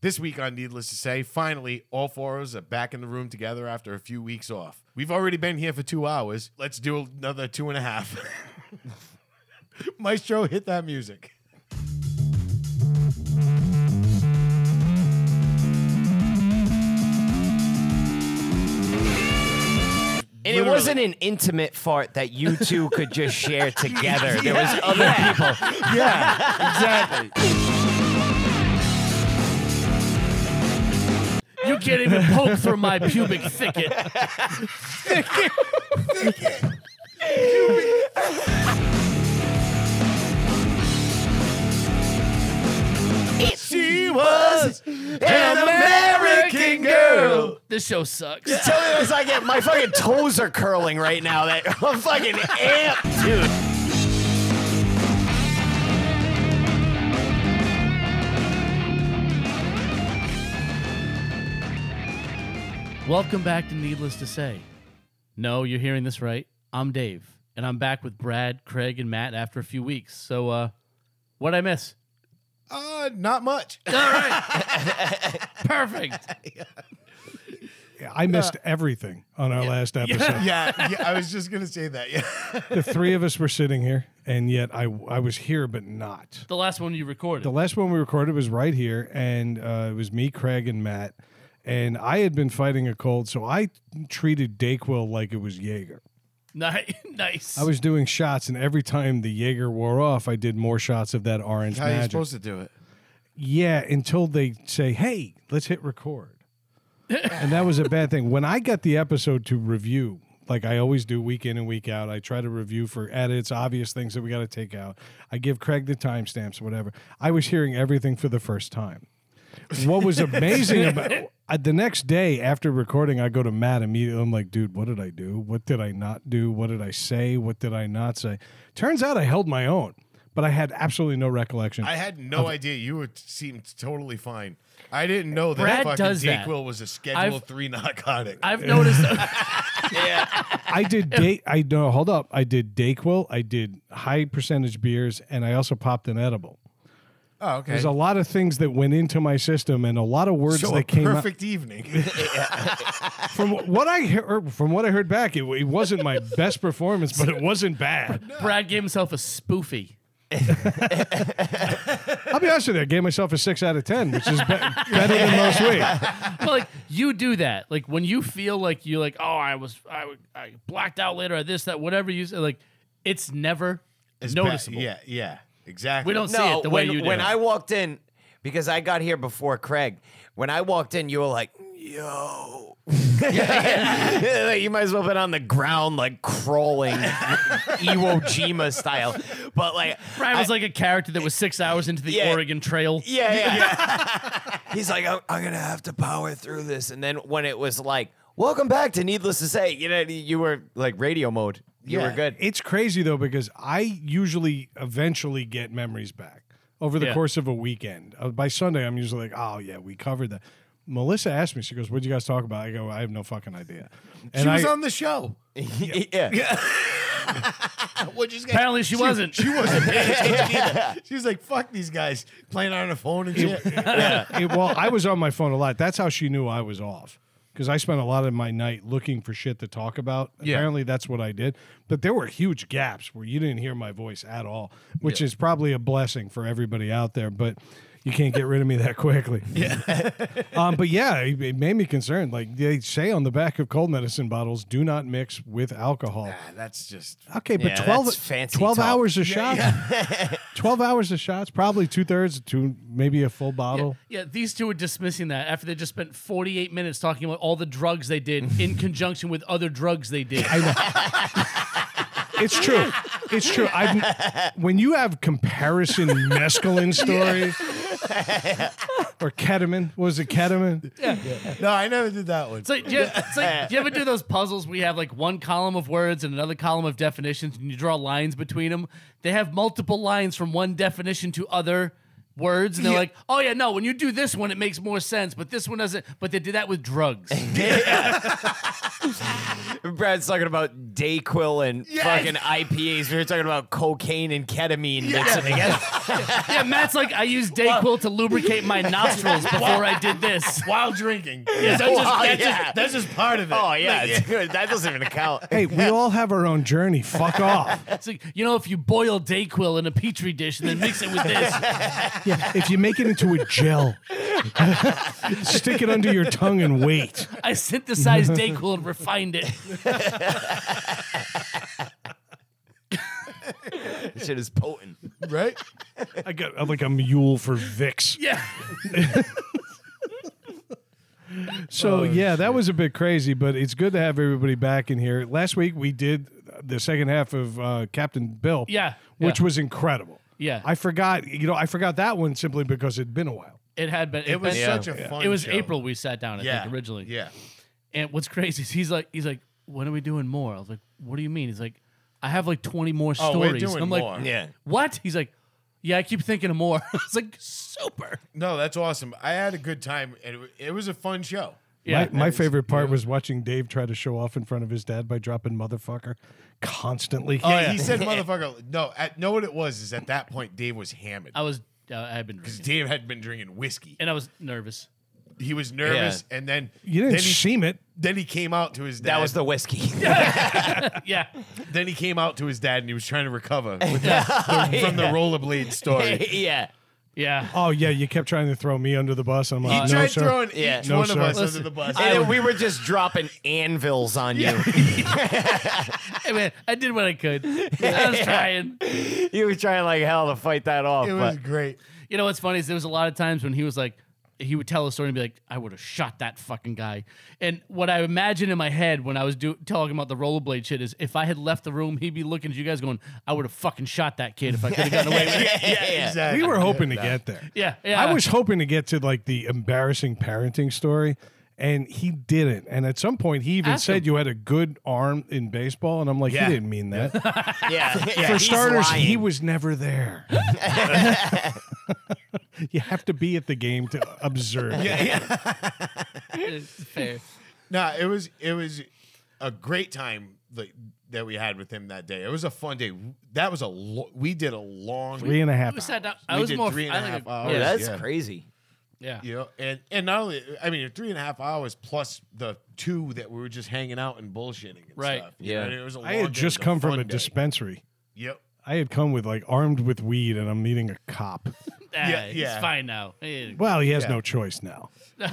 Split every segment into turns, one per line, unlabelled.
This week on Needless to Say, finally, all four of us are back in the room together after a few weeks off. We've already been here for two hours. Let's do another two and a half. Maestro, hit that music.
And
Literally.
it wasn't an intimate fart that you two could just share together. There was other people.
Yeah, exactly.
You can't even poke through my pubic thicket.
she was an American girl.
This show sucks.
Tell me it's like my fucking toes are curling right now. That I'm fucking amped, dude.
Welcome back to Needless to Say. No, you're hearing this right. I'm Dave, and I'm back with Brad, Craig, and Matt after a few weeks. So, uh, what'd I miss?
Uh, not much.
Perfect.
Yeah, I missed everything on our last episode.
Uh, Yeah, yeah, I was just gonna say that. Yeah.
The three of us were sitting here, and yet I I was here but not.
the last one you recorded.
The last one we recorded was right here, and uh, it was me, Craig, and Matt. And I had been fighting a cold, so I treated Dayquil like it was Jaeger.
Ni- nice.
I was doing shots, and every time the Jaeger wore off, I did more shots of that orange
How are you
magic.
supposed to do it?
Yeah, until they say, "Hey, let's hit record," and that was a bad thing. When I got the episode to review, like I always do, week in and week out, I try to review for edits, obvious things that we got to take out. I give Craig the timestamps, whatever. I was hearing everything for the first time. What was amazing about uh, the next day after recording, I go to Matt immediately. I'm like, "Dude, what did I do? What did I not do? What did I say? What did I not say?" Turns out I held my own, but I had absolutely no recollection.
I had no idea. You were, seemed totally fine. I didn't know that
Brad
fucking
does that.
Dayquil was a Schedule
I've-
Three narcotic.
I've noticed.
I did day. I no, hold up. I did Dayquil. I did high percentage beers, and I also popped an edible.
oh, okay.
There's a lot of things that went into my system, and a lot of words
so a
that came out.
perfect evening.
From what I heard, from what I heard back, it, it wasn't my best performance, but it wasn't bad.
Brad gave himself a spoofy.
I'll be honest with you. I gave myself a six out of ten, which is be- better than most weeks.
But like you do that, like when you feel like you're like, oh, I was, I, I blacked out later. I this, that, whatever you say, like, it's never
It's bad.
noticeable.
Yeah, yeah, exactly.
We don't see
No,
it the
when,
way you do.
when
it.
I walked in, because I got here before Craig. When I walked in, you were like, "Yo." Like, you might as well have been on the ground, like crawling Iwo Jima style. But like,
Brian was
I-
like a character that was six hours into the
Yeah.
Oregon Trail.
yeah, yeah. He's like, I'm, I'm gonna have to power through this. And then when it was like, "Welcome back to Needless to Say," you know, you were like radio mode. You
Yeah.
were good.
It's crazy though because I usually eventually get memories back over the
Yeah.
course of a weekend. Uh, by Sunday, I'm usually like, "Oh yeah, we covered that." Melissa asked me, she goes, "What'd you guys talk about?" I go, "I have no fucking idea." And
She was
I,
on the show.
yeah.
What you guys?
Apparently, she wasn't.
She wasn't. she was like, "Fuck these guys playing on the phone and shit."
it- well, I was on my phone a lot. That's how she knew I was off because I spent a lot of my night looking for shit to talk about.
Yeah.
Apparently, that's what I did. But there were huge gaps where you didn't hear my voice at all, which is probably a blessing for everybody out there. But you can't get rid of me that quickly. Yeah. um, but yeah, it, it made me concerned. Like they say on the back of cold medicine bottles, do not mix with alcohol.
Ah, that's just.
Okay, but
Yeah,
12,
that's fancy
12
talk.
hours of shots. 12 hours of shots, probably two thirds, two maybe a full bottle.
Yeah, these two are dismissing that after they just spent 48 minutes talking about all the drugs they did in conjunction with other drugs they did.
It's true. It's true. I've, when you have comparison mescaline stories or ketamine, what was it ketamine?
No, I never did that one.
It's like, do you, it's like, do you ever do those puzzles where you have like one column of words and another column of definitions and you draw lines between them? They have multiple lines from one definition to other words and they're like, oh yeah, no, when you do this one, it makes more sense, but this one doesn't. But they did that with drugs.
Brad's talking about Dayquil and fucking IPAs. We were talking about cocaine and ketamine mixed together.
Yeah, Matt's like, I used Dayquil to lubricate my nostrils before I did this.
while drinking. Yeah, that's, just,
Wow,
that's,
yeah.
just, that's just part of it.
Oh yeah, it's good. that doesn't even count.
Hey, we all have our own journey. Fuck off.
It's like, you know, if you boil Dayquil in a petri dish and then mix it with this,
Yeah, if you make it into a gel, stick it under your tongue and wait.
I synthesized Dayquil and refined it.
This shit is potent.
right?
I got I'm like a mule for Vicks.
Yeah.
So yeah, that was a bit crazy, but it's good to have everybody back in here. Last week we did the second half of uh, Captain Bill.
Yeah,
which
yeah.
was incredible.
Yeah.
I forgot. You know, I forgot that one simply because it'd been a while.
It had been.
It was
been-
such a fun
It was
show.
April we sat down, I
Yeah.
think, originally.
Yeah.
And what's crazy is he's like, he's like, when are we doing more? I was like, what do you mean? He's like, I have like 20 more
Oh, we're
stories.
doing
I'm
more.
like,
Yeah.
what? He's like, yeah, I keep thinking of more. It's like, super.
No, that's awesome. I had a good time, and it, wa- it was a fun show.
Yeah.
my, my favorite part was watching Dave try to show off in front of his dad by dropping motherfucker constantly.
Oh,
yeah, he said, "Motherfucker." No, at, no, what it was is at that point Dave was hammered
Oh.
I was, uh, I had been
because
drinking.
Dave had been drinking whiskey.
And I was nervous.
He was nervous, and then
you didn't
then he,
seem it.
then he came out to his dad.
That was the whiskey.
Yeah.
then he came out to his dad, and he was trying to recover with that, the- from the rollerblade story.
yeah.
Yeah.
Oh yeah, you kept trying to throw me under the bus. I'm
He
like, Uh, no
tried
sir.
throwing
Yeah.
each
No,
one
sir.
of us
Listen,
under the bus.
And then we were just dropping anvils on you.
Hey, man, I did what I could. I was trying.
you were trying like hell to fight that off.
it
but
was great.
You know what's funny is there was a lot of times when he was like, he would tell a story and be like, I would have shot that fucking guy. And what I imagine in my head when I was do- talking about the rollerblade shit is if I had left the room, he'd be looking at you guys going, I would have fucking shot that kid if I could have gotten away with it.
yeah, yeah.
Exactly.
We were hoping to get there.
Yeah, yeah.
I was hoping to get to like the embarrassing parenting story, and he didn't. And at some point, he even
Ask
said
him.
you had a good arm in baseball, and I'm like,
Yeah.
he didn't mean that.
yeah. yeah.
For
he's
starters,
lying.
he was never there. you have to be at the game to observe.
Yeah, yeah.
It's fair.
No, it was it was a great time like, that we had with him that day. It was a fun day. That was a lo- we did a long
Three and a half.
We sat down. I
We
was
did
more.
three and
I
a
think
half
I-
hours.
Yeah,
that-
that's
Yeah.
crazy.
yeah.
You know, and and not only I mean three and a half hours plus the two that we were just hanging out and bullshitting and
Right.
stuff. you
Yeah.
know, and it was a
I
long
had
day,
just
it was
come from
fun
a
day.
dispensary.
Yep.
I had come with like armed with weed, and I'm meeting a cop.
Ah,
Yeah,
he's
yeah.
fine now. Hey,
Well, he has
Yeah.
no choice now.
no,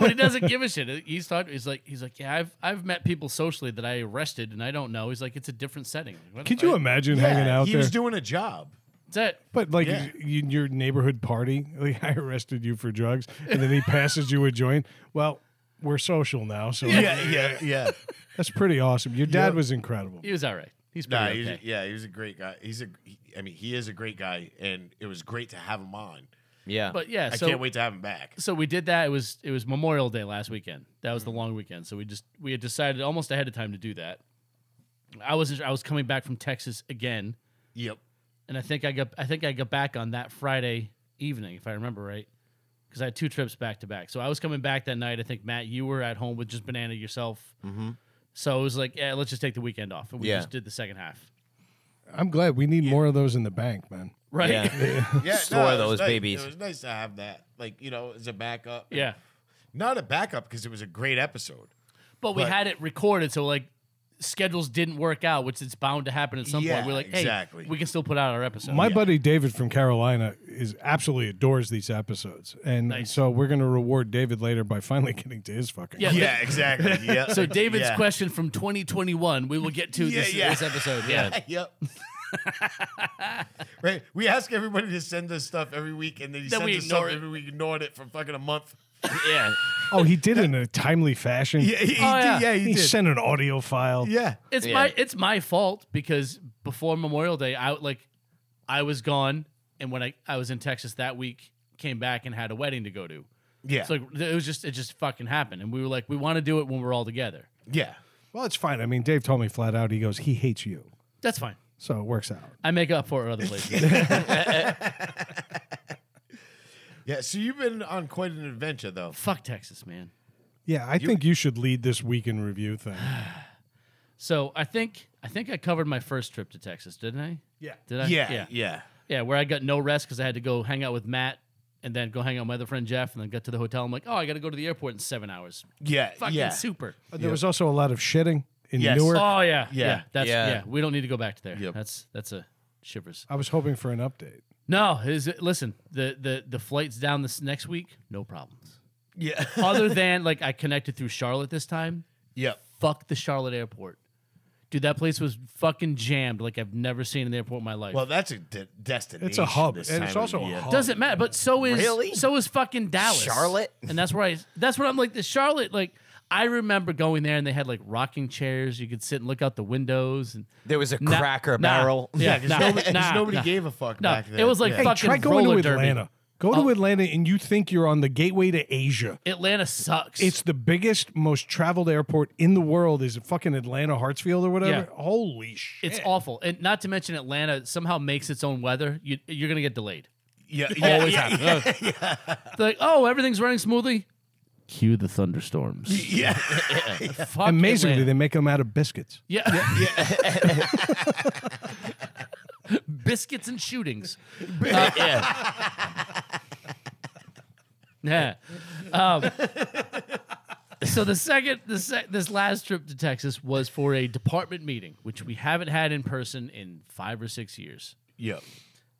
but he doesn't give a shit. He's talking. He's like, he's like, yeah, I've I've met people socially that I arrested and I don't know. He's like, it's a different setting. What the
Could you
fuck?
imagine
Yeah,
hanging out
he
there?
was doing a job.
That's it.
But like
Yeah.
you, your neighborhood party, like I arrested you for drugs, and then he passes you a joint. Well, we're social now, so
yeah, yeah.
that's pretty awesome. Your dad
Yeah.
was incredible.
He was all right. He's pretty
Nah,
okay.
he's, yeah, he was a great guy. He's a, he, I mean, he is a great guy, and it was great to have him on.
Yeah.
But yeah,
I
so
can't wait to have him back.
so we did that. It was it was Memorial Day last weekend. That was the
Mm-hmm.
long weekend. So we just we had decided almost ahead of time to do that. I was I was coming back from Texas again,
Yep.
and I think I got I think I got back on that Friday evening if I remember right, because I had two trips back to back. So I was coming back that night. I think Matt, you were at home with just Banana yourself. Mm-hmm. So it was like, yeah, let's just take the weekend off, and we
Yeah.
just did the second half.
I'm glad we need more of those in the bank, man.
Right.
yeah.
Yeah,
Store
it was
those
nice-
babies.
It was nice to have that, like you know, as a backup.
yeah.
not a backup because it was a great episode.
But we
But-
had it recorded, so like schedules didn't work out, which it's bound to happen at some
Yeah,
point. We're like, hey,
exactly.
we can still put out our
Oh,
episode.
My buddy David from Carolina is absolutely adores these episodes, and
Nice.
so we're going to reward David later by finally getting to his fucking.
Yeah.
Yeah, exactly. Yeah.
so David's
Yeah.
question from 2021, we will get to
Yeah,
this,
yeah.
this episode. Yeah.
yep. right. We ask everybody to send us stuff every week, and then he
Then
sends
we
us stuff
ignore it.
and we ignored it for fucking a month.
yeah.
Oh, he did it in a timely fashion.
he,
Oh, yeah.
he, did.
sent an audio file.
yeah.
It's
Yeah.
my it's my fault because before Memorial Day, I like I was gone, and when I I was in Texas that week, came back and had a wedding to go to.
Yeah.
So like, it was just it just fucking happened, and we were like, we want to do it when we're all together.
yeah.
Well, it's fine. I mean, Dave told me flat out. He goes, he hates you,
That's fine.
so it works out.
I make up for it other places.
Yeah. So you've been on quite an adventure, though.
Fuck Texas, man.
Yeah, I think you should lead this week in review thing.
So I think I think I covered my first trip to Texas, didn't I?
Yeah.
Did I?
yeah,
Yeah.
yeah,
Yeah, where I got no rest because I had to go hang out with Matt and then go hang out with my other friend Jeff and then got to the hotel. I'm like, oh, I got to go to the airport in seven hours.
yeah,
Fucking
yeah.
super.
There was also a lot of shitting in
Yes.
Newark.
Oh yeah, yeah.
Yeah.
that's yeah.
Yeah.
We don't need to go back to there.
Yep.
That's that's a shivers.
I was hoping for an update.
No, is it, listen. The the the flights down this next week, no problems.
yeah,
Other than like I connected through Charlotte this time.
yep.
Fuck the Charlotte airport, dude. That place was fucking jammed like I've never seen an airport in my life.
Well, that's a de- destination.
It's a hub,
this
and
time
it's
of
also a
year.
hub.
Doesn't matter. But so is
Really?
so is fucking Dallas,
Charlotte?
and that's where I. That's where I'm like the Charlotte. Like I remember going there, and they had like rocking chairs. You could sit and look out the windows, and
There was a
Nah,
cracker
nah,
barrel.
Yeah,
because
nah,
nobody, 'cause
nah,
nobody
nah.
gave a fuck
No,
back then.
it was like
Yeah.
Hey,
fucking
try going to
roller derby. Oh.
Atlanta. Go to Atlanta and you think you're on the gateway to Asia.
Atlanta sucks.
It's the biggest, most traveled airport in the world. Is it fucking Atlanta Hartsfield or whatever?
Yeah.
Holy shit!
It's awful, and not to mention Atlanta somehow makes its own weather. You, you're gonna get delayed.
yeah, yeah,
Always
yeah,
happens. They're Like, oh, everything's running smoothly. Cue the thunderstorms.
yeah.
Fuck
Amazingly,
Atlanta.
they make them out of biscuits.
yeah, biscuits and shootings. Uh,
yeah.
Yeah. Um, so the second, the sec- this last trip to Texas was for a department meeting, which we haven't had in person in five or six years.
Yep.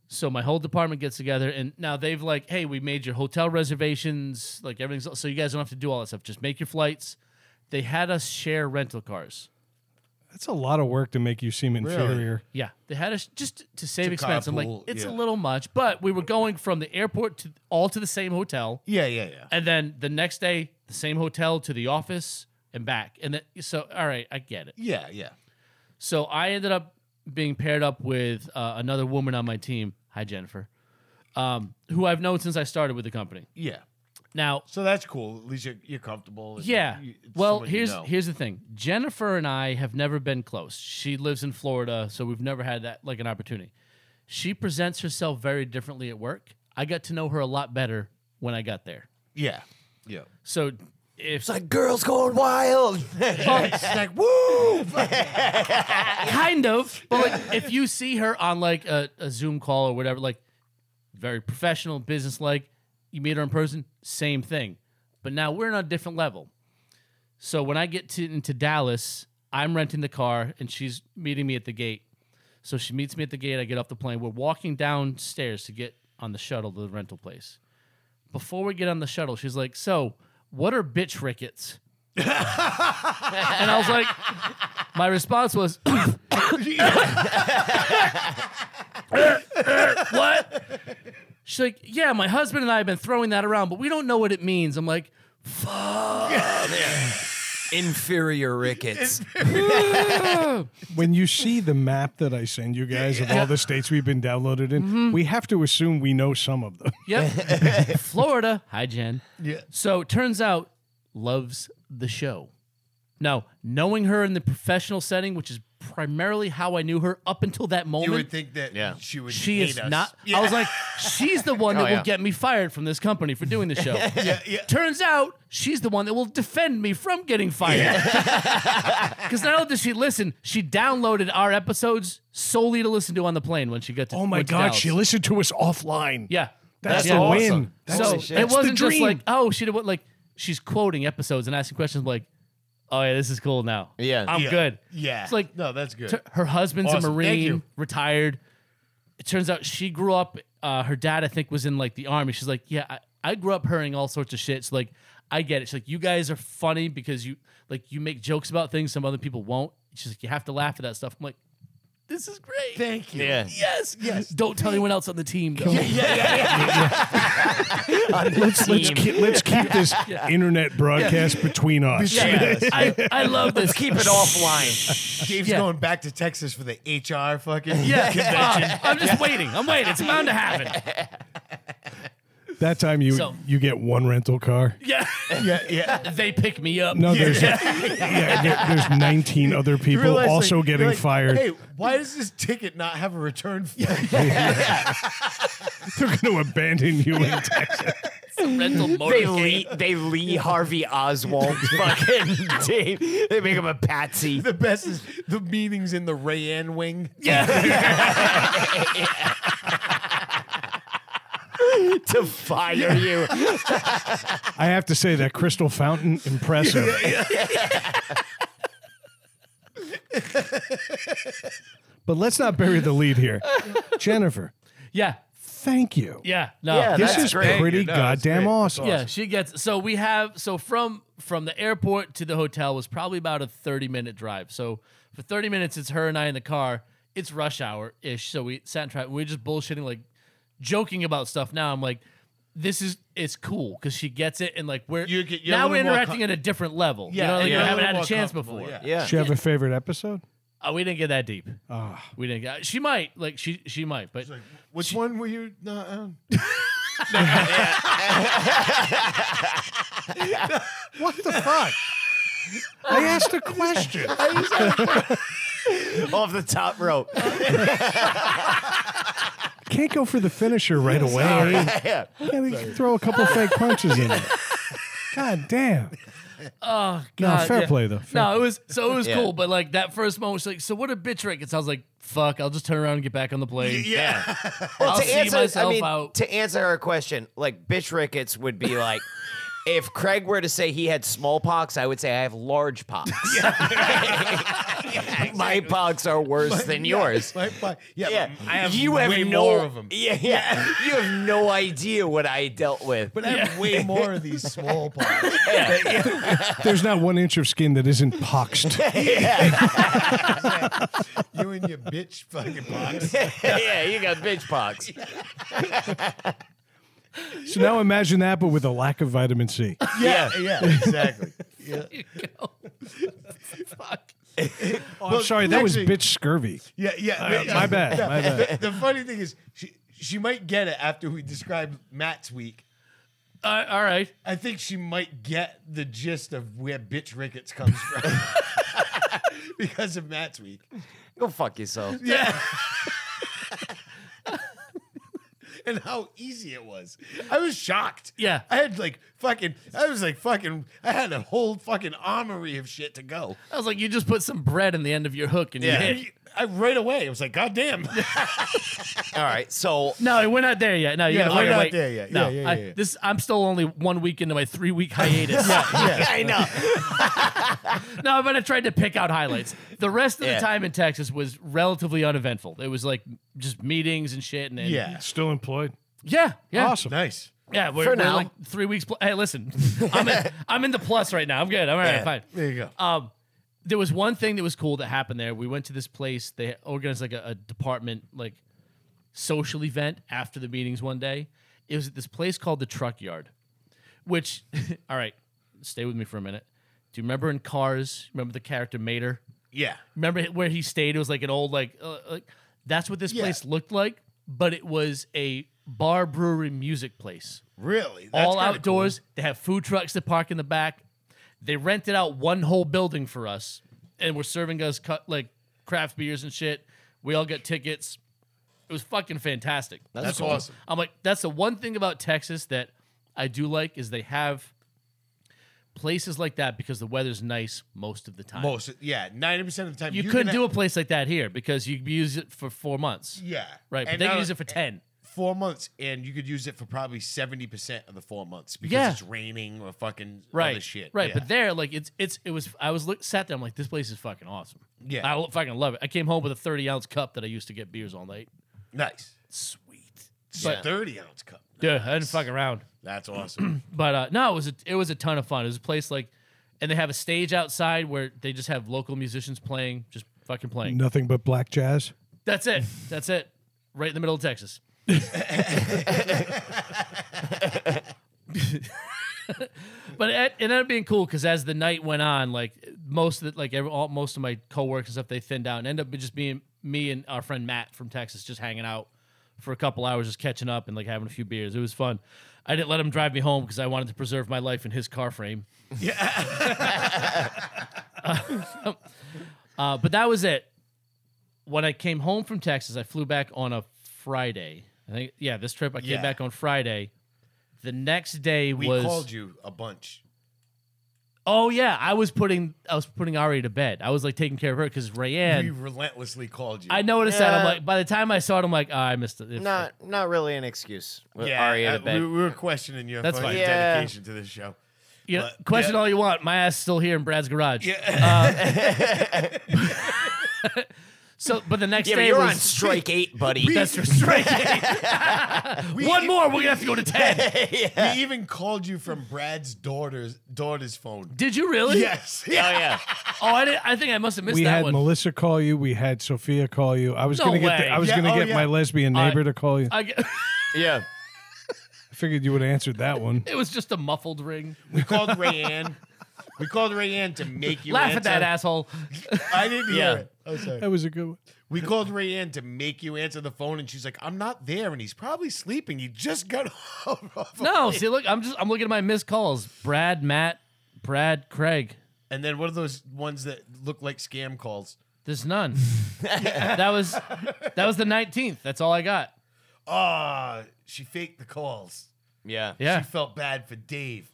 So my whole department gets together, and now they've like, hey, we made your hotel reservations, like everything's so you guys don't have to do all that stuff. Just make your flights. They had us share rental cars.
That's a lot of work to make you seem inferior.
Yeah, they had us just to save expense. I'm like,
carpool,
it's a
yeah.
little much, but we were going from the airport to all to the same hotel.
Yeah, yeah, yeah.
and then the next day the same hotel to the office and back and then so all right i get it
Yeah, yeah.
so i ended up being paired up with uh, another woman on my team hi jennifer um, who i've known since i started with the company
Yeah.
now
So that's cool. At least you're, you're comfortable. and
yeah
you- it's
well
someone you
here's
know.
here's the thing jennifer and i have never been close she lives in florida so we've never had that like an opportunity she presents herself very differently at work i got to know her a lot better when i got there
Yeah. Yeah.
so if
Like girls going wild.
it's like, woo!
kind of but like if you see her on like a, a zoom call or whatever like very professional business like you meet her in person same thing but now we're on a different level so when i get to into dallas i'm renting the car and she's meeting me at the gate so she meets me at the gate i get off the plane we're walking downstairs to get on the shuttle to the rental place before we get on the shuttle she's like so what are bitch rickets and i was like my response was what? She's like, yeah, my husband and I have been throwing that around, but we don't know what it means. I'm like,
Inferior rickets.
When you see the map that I send you guys of all the states we've been downloaded in,
Mm-hmm.
we have to assume we know some of them.
yep, Florida. Hi, Jen. Yeah. So it turns out, loves the show. Now, knowing her in the professional setting, which is primarily how I knew her up until that moment,
You would think that she would
she
hate
is
us.
not.
Yeah.
I was like, she's the one that
Oh, yeah.
will get me fired from this company for doing the show.
yeah.
Turns out she's the one that will defend me from getting fired. Because not only did she listen, she downloaded our episodes solely to listen to on the plane when she got to.
Oh my
went to
god,
Dallas.
she listened to us offline.
Yeah,
that's,
yeah.
the
awesome.
win. That's
so
the shit.
it
That's the
wasn't just
dream.
like oh she did what like she's quoting episodes and asking questions like oh yeah this is cool now
Yeah.
I'm
Yeah.
good
Yeah.
It's like-
no, that's good.
T- her husband's a
Awesome. Thank
marine
you.
retired it turns out she grew up uh, her dad i think was in like the army she's like yeah I, I grew up hearing all sorts of shit so like i get it she's like you guys are funny because you like you make jokes about things some other people won't she's like you have to laugh at that stuff i'm like this is great
Thank you.
Yeah.
yes yes don't tell anyone else on the team though.
let's let's keep, let's keep this internet broadcast between us.
Yeah. I, I love this
Keep it offline.
Dave's
Yeah.
going back to Texas for the HR fucking
Yeah,
convention.
uh, I'm just waiting. I'm waiting. It's bound to happen.
That time you
So-
you get one rental car.
Yeah.
yeah, yeah.
They pick me up.
No, there's yeah, there- there's 19 other people
Realize, like,
also
you're
getting
like,
fired.
Hey, why does this ticket not have a return flight?
They're going to abandon you in Texas.
rental
They
motorcade.
Lee, they Lee Harvey Oswald fucking Dave. They make him a patsy.
The best is the meetings in the Rayanne wing.
Yeah.
to fire you.
I have to say that crystal fountain impressive. but let's not bury the lead here, Jennifer.
yeah.
Thank you.
Yeah. No.
Yeah,
this
that's
is
great.
pretty
No, it's
goddamn
great.
awesome.
Yeah, she gets so we have so from from the airport to the hotel was probably about a 30 minute drive. So for 30 minutes it's her and I in the car. It's rush hour ish. So we sat in traffic. We were just bullshitting like joking about stuff. Now I'm like this is it's cool cuz she gets it and like we're
You get- you're a
now we're
little more
interacting
com-
at a different level. you know, like
yeah.
we haven't had a
More
chance
comfortable,
before.
yeah.
Yeah.
Did you have a favorite episode?
Uh, we didn't get that deep.
Ah.
We didn't get she might like she she might but
Which one were you not um, on?
What the fuck? I asked a question.
Off the top rope.
Can't go for the finisher right away.
yeah.
Yeah, we can throw a couple fake punches in it. God damn.
Oh
No,
god.
fair
yeah.
play though. Fair
No, it was so it was
Yeah.
cool, but like that first moment, she's like, "So what a bitch Rick!" It sounds like fuck. I'll just turn around and get back on the plane.
Yeah.
Well,
I'll
to
see
answer, I
myself
mean,
out.
to answer her question, like bitch rickets would be like, if Craig were to say he had smallpox, I would say I have large pox. My pox are worse than yours.
Like, but- yeah,
Yeah,
but I have
you have
way
no,
more of them.
Yeah, yeah, you have no idea what I dealt with.
But I have way more of these small parts.
There's not one inch of skin that isn't poxed.
you and your bitch fucking box.
yeah, you got bitch pox.
So now imagine that, but with a lack of vitamin C.
Yeah, yeah, exactly.
You go. fuck.
I'm sorry, that was bitch scurvy.
Yeah, yeah.
Uh, my bad. My bad.
The funny thing is, she she might get it after we describe Matt's week.
Uh, all right.
I think she might get the gist of where bitch rickets comes from because of Matt's week.
Go fuck yourself.
Yeah. and how easy it was. I was shocked.
Yeah.
I had like fucking, I was like fucking, I had a whole fucking armory of shit to go.
I was like, you just put some bread in the end of your hook and you
And
hit.
you- I, right away, I was like, God damn.
All right, so
No, we're not there yet. No, you're
Yeah,
gonna-
we're
wait,
not
wait.
there yet.
No,
Yeah, yeah, yeah,
I,
yeah.
this I'm still only one week into my three week hiatus.
I know.
No, but I tried to pick out highlights. The rest of
Yeah.
the time in Texas was relatively uneventful. It was like just meetings and shit. And, and
yeah.
Still employed.
yeah, yeah.
Awesome.
Nice.
Yeah, we're,
For
we're
now.
like three weeks. Pl- hey, listen, I'm in, I'm in the plus right now. I'm good. I'm all right.
Yeah.
Fine.
There you go.
Um, there was one thing that was cool that happened there. We went to this place. They organized like a, a department like social event after the meetings one day. It was at this place called the Truck Yard, which, all right, stay with me for a minute. Do you remember in Cars? Remember the character Mater?
yeah.
Remember where he stayed? It was like an old like uh, like that's what this
Yeah.
place looked like, but it was a bar brewery music place
Really? That's
all
kinda
outdoors. They have food trucks that park in the back. They rented out one whole building for us, and were serving us cut like craft beers and shit. We all got tickets. It was fucking fantastic.
Cool. That's awesome.
I'm like, that's the one thing about Texas that I do like is they have places like that because the weather's nice most of the time.
Most, yeah, 90% of the time.
You
you're
couldn't
gonna-
do a place like that here because you use it for four months,
Yeah.
right? But
And
they can
now-
use it for ten.
four months, and you could use it for probably seventy percent of the four months because
Yeah.
it's raining or fucking
right
other shit.
right
Yeah.
but there like it's it's it was i was look, sat there i'm like this place is fucking awesome
Yeah.
i lo- fucking love it i came home with a 30 ounce cup that i used to get beers all night
nice.
sweet
It's a thirty ounce cup.
yeah i didn't fuck around
That's awesome.
but uh no it was a, it was a ton of fun it was a place like and they have a stage outside where they just have local musicians playing just fucking playing
Nothing but black jazz.
that's it that's it right in the middle of texas but it, it ended up being cool because as the night went on, like most of the, like every, all, most of my coworkers and stuff, they thinned out and ended up just being me and our friend Matt from Texas just hanging out for a couple hours, just catching up and like having a few beers. It was fun. I didn't let him drive me home because I wanted to preserve my life in his car frame. Yeah. uh, but that was it. When I came home from Texas, I flew back on a Friday. I think yeah, this trip I came
Yeah.
back on Friday The next day
We
was
called you a bunch.
oh yeah, I was putting I was putting Ari to bed. I was like taking care of her because
we
Rayanne.
relentlessly called you.
I noticed that. I'm
Yeah.
like, by the time I saw it, I'm like, oh, I missed it. If-
Not not really an excuse. With
Yeah,
Ari
uh,
in a bed.
We, we were questioning your
That's
fucking
fine.
Yeah.
dedication to this show.
you know,
but-
question
yeah.
all you want. My ass is still here in Brad's garage. Uh, so, but the next
yeah, but
day
you're
was
on strike eight, buddy.
That's for strike. One more, we're gonna have to go to ten.
yeah.
We even called you from Brad's daughter's daughter's phone.
Did you really?
Yes.
Oh yeah.
Oh, I, did, I think I must have missed
we
that
had
one.
Melissa call you. We had Sophia call you. I was
No
gonna get.
way.
The, I was
Yeah,
gonna
oh,
get
yeah.
my lesbian neighbor to call you. I
I g
Yeah.
figured you would have answered that one.
it was just a muffled ring.
We called Rayanne. We called Rayanne to make you
Laugh
answer.
at that asshole.
I didn't hear
Yeah.
it. Oh, sorry.
That was a good one.
We called Rayanne to make you answer the phone, and she's like, "I'm not there, and he's probably sleeping. He just got off."
No, see, look, I'm just I'm looking at my missed calls. Brad, Matt, Brad, Craig.
And then one of those ones that look like scam calls.
There's none. that was that was the 19th. That's all I got.
Ah, she faked the calls.
Yeah.
Yeah.
She felt bad for Dave.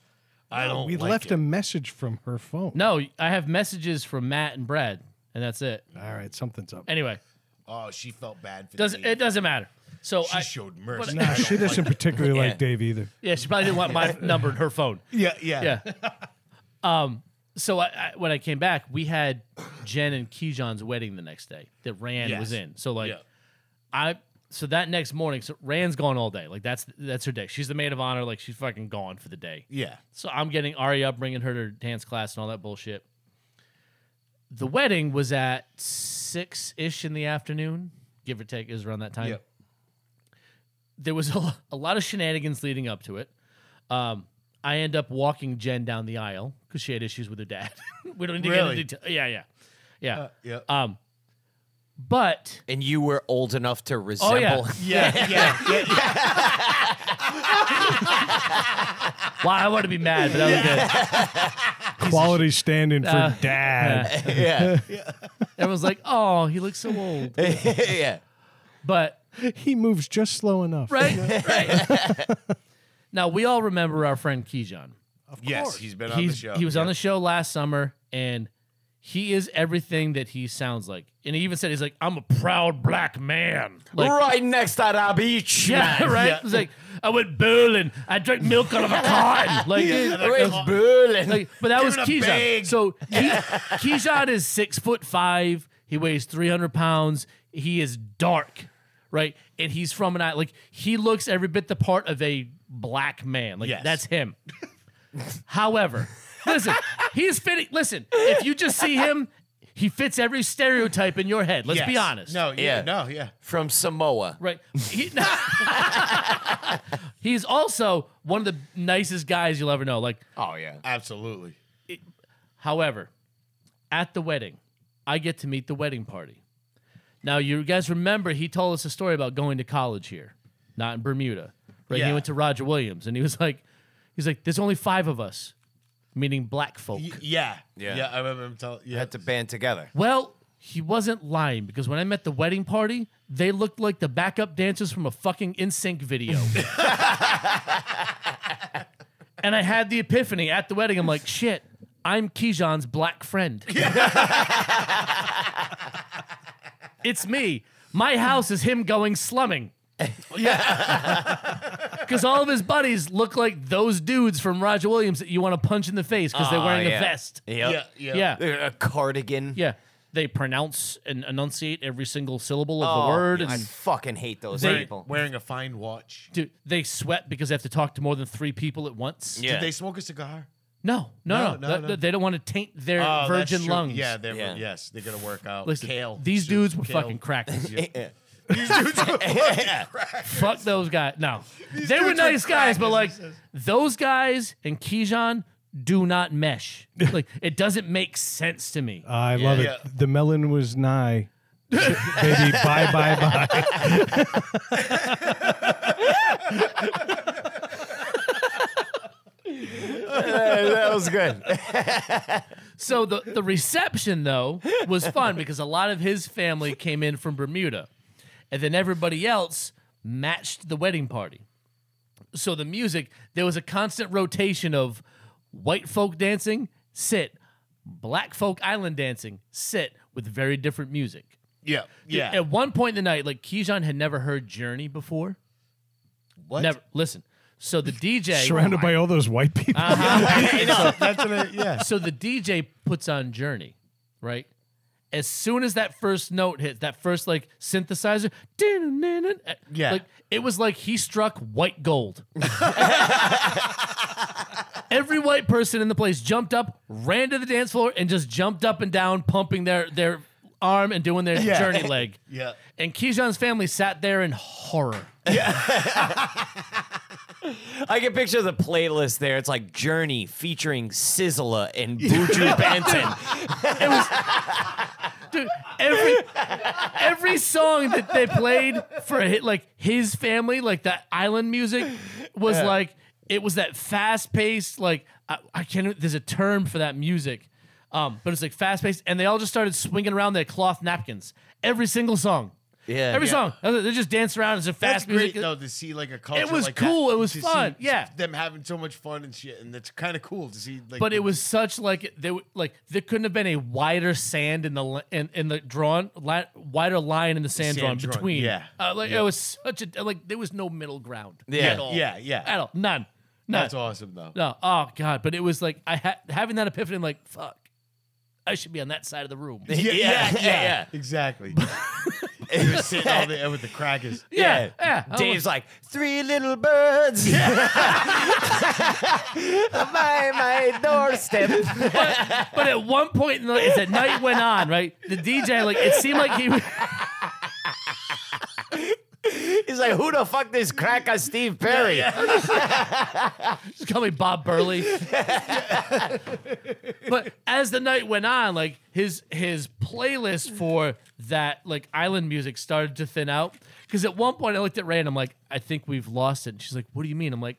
I don't.
We
like
left
it.
a message from her phone.
No, I have messages from Matt and Brad, and that's it.
All right, something's up.
Anyway,
Oh, she felt bad for
does
Dave.
it doesn't matter. So
She
I
showed mercy.
Nah, she doesn't particularly like Dave either.
yeah, she probably didn't want my number in her phone.
Yeah, yeah,
Yeah. um. So I, I, when I came back, we had Jen and Keyjohn's wedding the next day that Rand
Yes.
was in. So like,
Yeah.
I so that next morning, so Rand's gone all day. Like that's that's her day. She's the maid of honor. Like she's fucking gone for the day.
yeah.
So I'm getting Ari up, bringing her to her dance class and all that bullshit. The wedding was at six ish in the afternoon, give or take, is around that time.
Yep.
There was a, lo- a lot of shenanigans leading up to it. Um, I end up walking Jen down the aisle because she had issues with her dad. we don't need to
Really? Uh,
get into detail. Yeah, yeah, yeah.
Yeah.
um, but
And you were old enough to resemble.
oh yeah,
yeah, yeah, yeah, yeah.
well, I want to be mad, but that was good.
Quality standing for dad.
yeah.
Everyone's like, "Oh, he looks so old,"
yeah.
but
He moves just slow enough.
Right? right. now, we all remember our friend Keyjon.
Yes, he's been on the
He's,
show.
he was on
Yeah.
the show last summer, and he is everything that he sounds like. And he even said, he's like, I'm a proud black man. Like,
right next to the beach.
yeah,
man.
right? He's like, I went bowling. I drank milk out of a carton. Like,
Yeah.
It was booling.
like, but that
Give
was
it a
Keyjon.
big-
So he, Keyjon is six foot five. He weighs three hundred pounds. He is dark, right? And he's from an island. Like he looks every bit the part of a black man. Like
Yes.
that's him. However, listen, he's fitting. Listen, if you just see him, he fits every stereotype in your head. Let's be
Yes.
honest.
No, yeah,
Yeah.
no, yeah.
From Samoa.
Right. He- he's also one of the nicest guys you'll ever know. Like
Oh yeah.
Absolutely.
However, at the wedding, I get to meet the wedding party. Now, you guys remember he told us a story about going to college here, not in Bermuda. Right? He
Yeah.
went to Roger Williams and he was like, he's like, there's only five of us, meaning black folk.
Y- yeah, yeah,
Yeah.
yeah. I remember him telling. Yeah,
Had to band together.
well, he wasn't lying because when I met the wedding party, they looked like the backup dancers from a fucking NSYNC video. and I had the epiphany at the wedding. I'm like, shit, I'm Keyjon's black friend. it's me. My house is him going slumming. Yeah. Because all of his buddies look like those dudes from Roger Williams that you want to punch in the face because they're
Aw,
wearing
yeah.
a vest.
yeah,
Yep.
yeah,
Yeah.
Yeah. A cardigan.
Yeah. They pronounce and enunciate every single syllable of
Oh,
the word.
I
And
fucking hate those
They-
Wearing,
people.
wearing a fine watch.
dude, they sweat because they have to talk to more than three people at once.
Yeah.
Did they smoke a cigar?
No, no, no.
No, no,
Th-
no.
th- They don't want to taint their
Oh, that's
virgin
true.
lungs.
Yeah, they're
Yeah.
yes, they're gonna work out.
Listen,
kale.
these
soup,
dudes were
kale.
fucking crackers.
These dudes were fucking crack.
Fuck those guys. No. they were
dudes
nice
are
guys, but like
crackers, he says.
those guys and Keyjon do not mesh. like it doesn't make sense to me.
I love it.
Yeah.
The melon was nigh. Baby, bye, bye, bye.
that was good.
So the, the reception though was fun because a lot of his family came in from Bermuda, and then everybody else matched the wedding party. so the music there was a constant rotation of white folk dancing sit black folk island dancing sit with very different music
Yeah. Yeah.
at one point in the night like Keyshawn had never heard journey before
what?
never listen so the dj
Surrounded by all those white people.
Uh-huh.
That's an, yeah.
so the DJ puts on Journey, right? As soon as that first note hits, that first like synthesizer,
Yeah.
like it was like he struck white gold. Every white person in the place jumped up, ran to the dance floor, and just jumped up and down, pumping their their arm and doing their
Yeah.
journey leg.
Yeah.
And Keyshawn's family sat there in horror.
I can picture the playlist there. It's like Journey featuring Sizzla and Buju Banton.
Dude, every every song that they played for hit, like his family, like that island music, was like it was that fast paced. Like I, I can't. There's a term for that music, um, but it's like fast paced, and they all just started swinging around their cloth napkins. Every single song.
Yeah.
Every
Yeah.
song. They just dance around. It's a
That's
fast
great
music.
though to see like a culture.
was
like
cool,
That,
it was
to
fun,
See
yeah.
Them having so much fun and shit, and it's kind of cool to see. Like,
But it was such like they were- like there couldn't have been a wider sand in the li- in, in the drawn li- wider line in the sand,
Sand
drawn
drawn,
between.
yeah.
uh, like it was such a like there was no middle ground.
Yeah.
at all.
Yeah, yeah.
at all, none, none.
That's awesome though.
No, oh god, but it was like I ha- having that epiphany, like fuck, I should be on that side of the room. yeah,
Yeah, yeah, yeah.
Exactly. you were sitting all there with the crackers.
yeah. I
Dave's like, three little birds by my doorstep.
But at one point, in the, as the night went on, right, the DJ like it seemed like he. was-
He's like, who the fuck this cracker Steve Perry?
Just call me Bob Burley. but as the night went on, like his his playlist for that like island music started to thin out. Because at one point I looked at Ray and I'm like, I think we've lost it. And she's like, What do you mean? I'm like,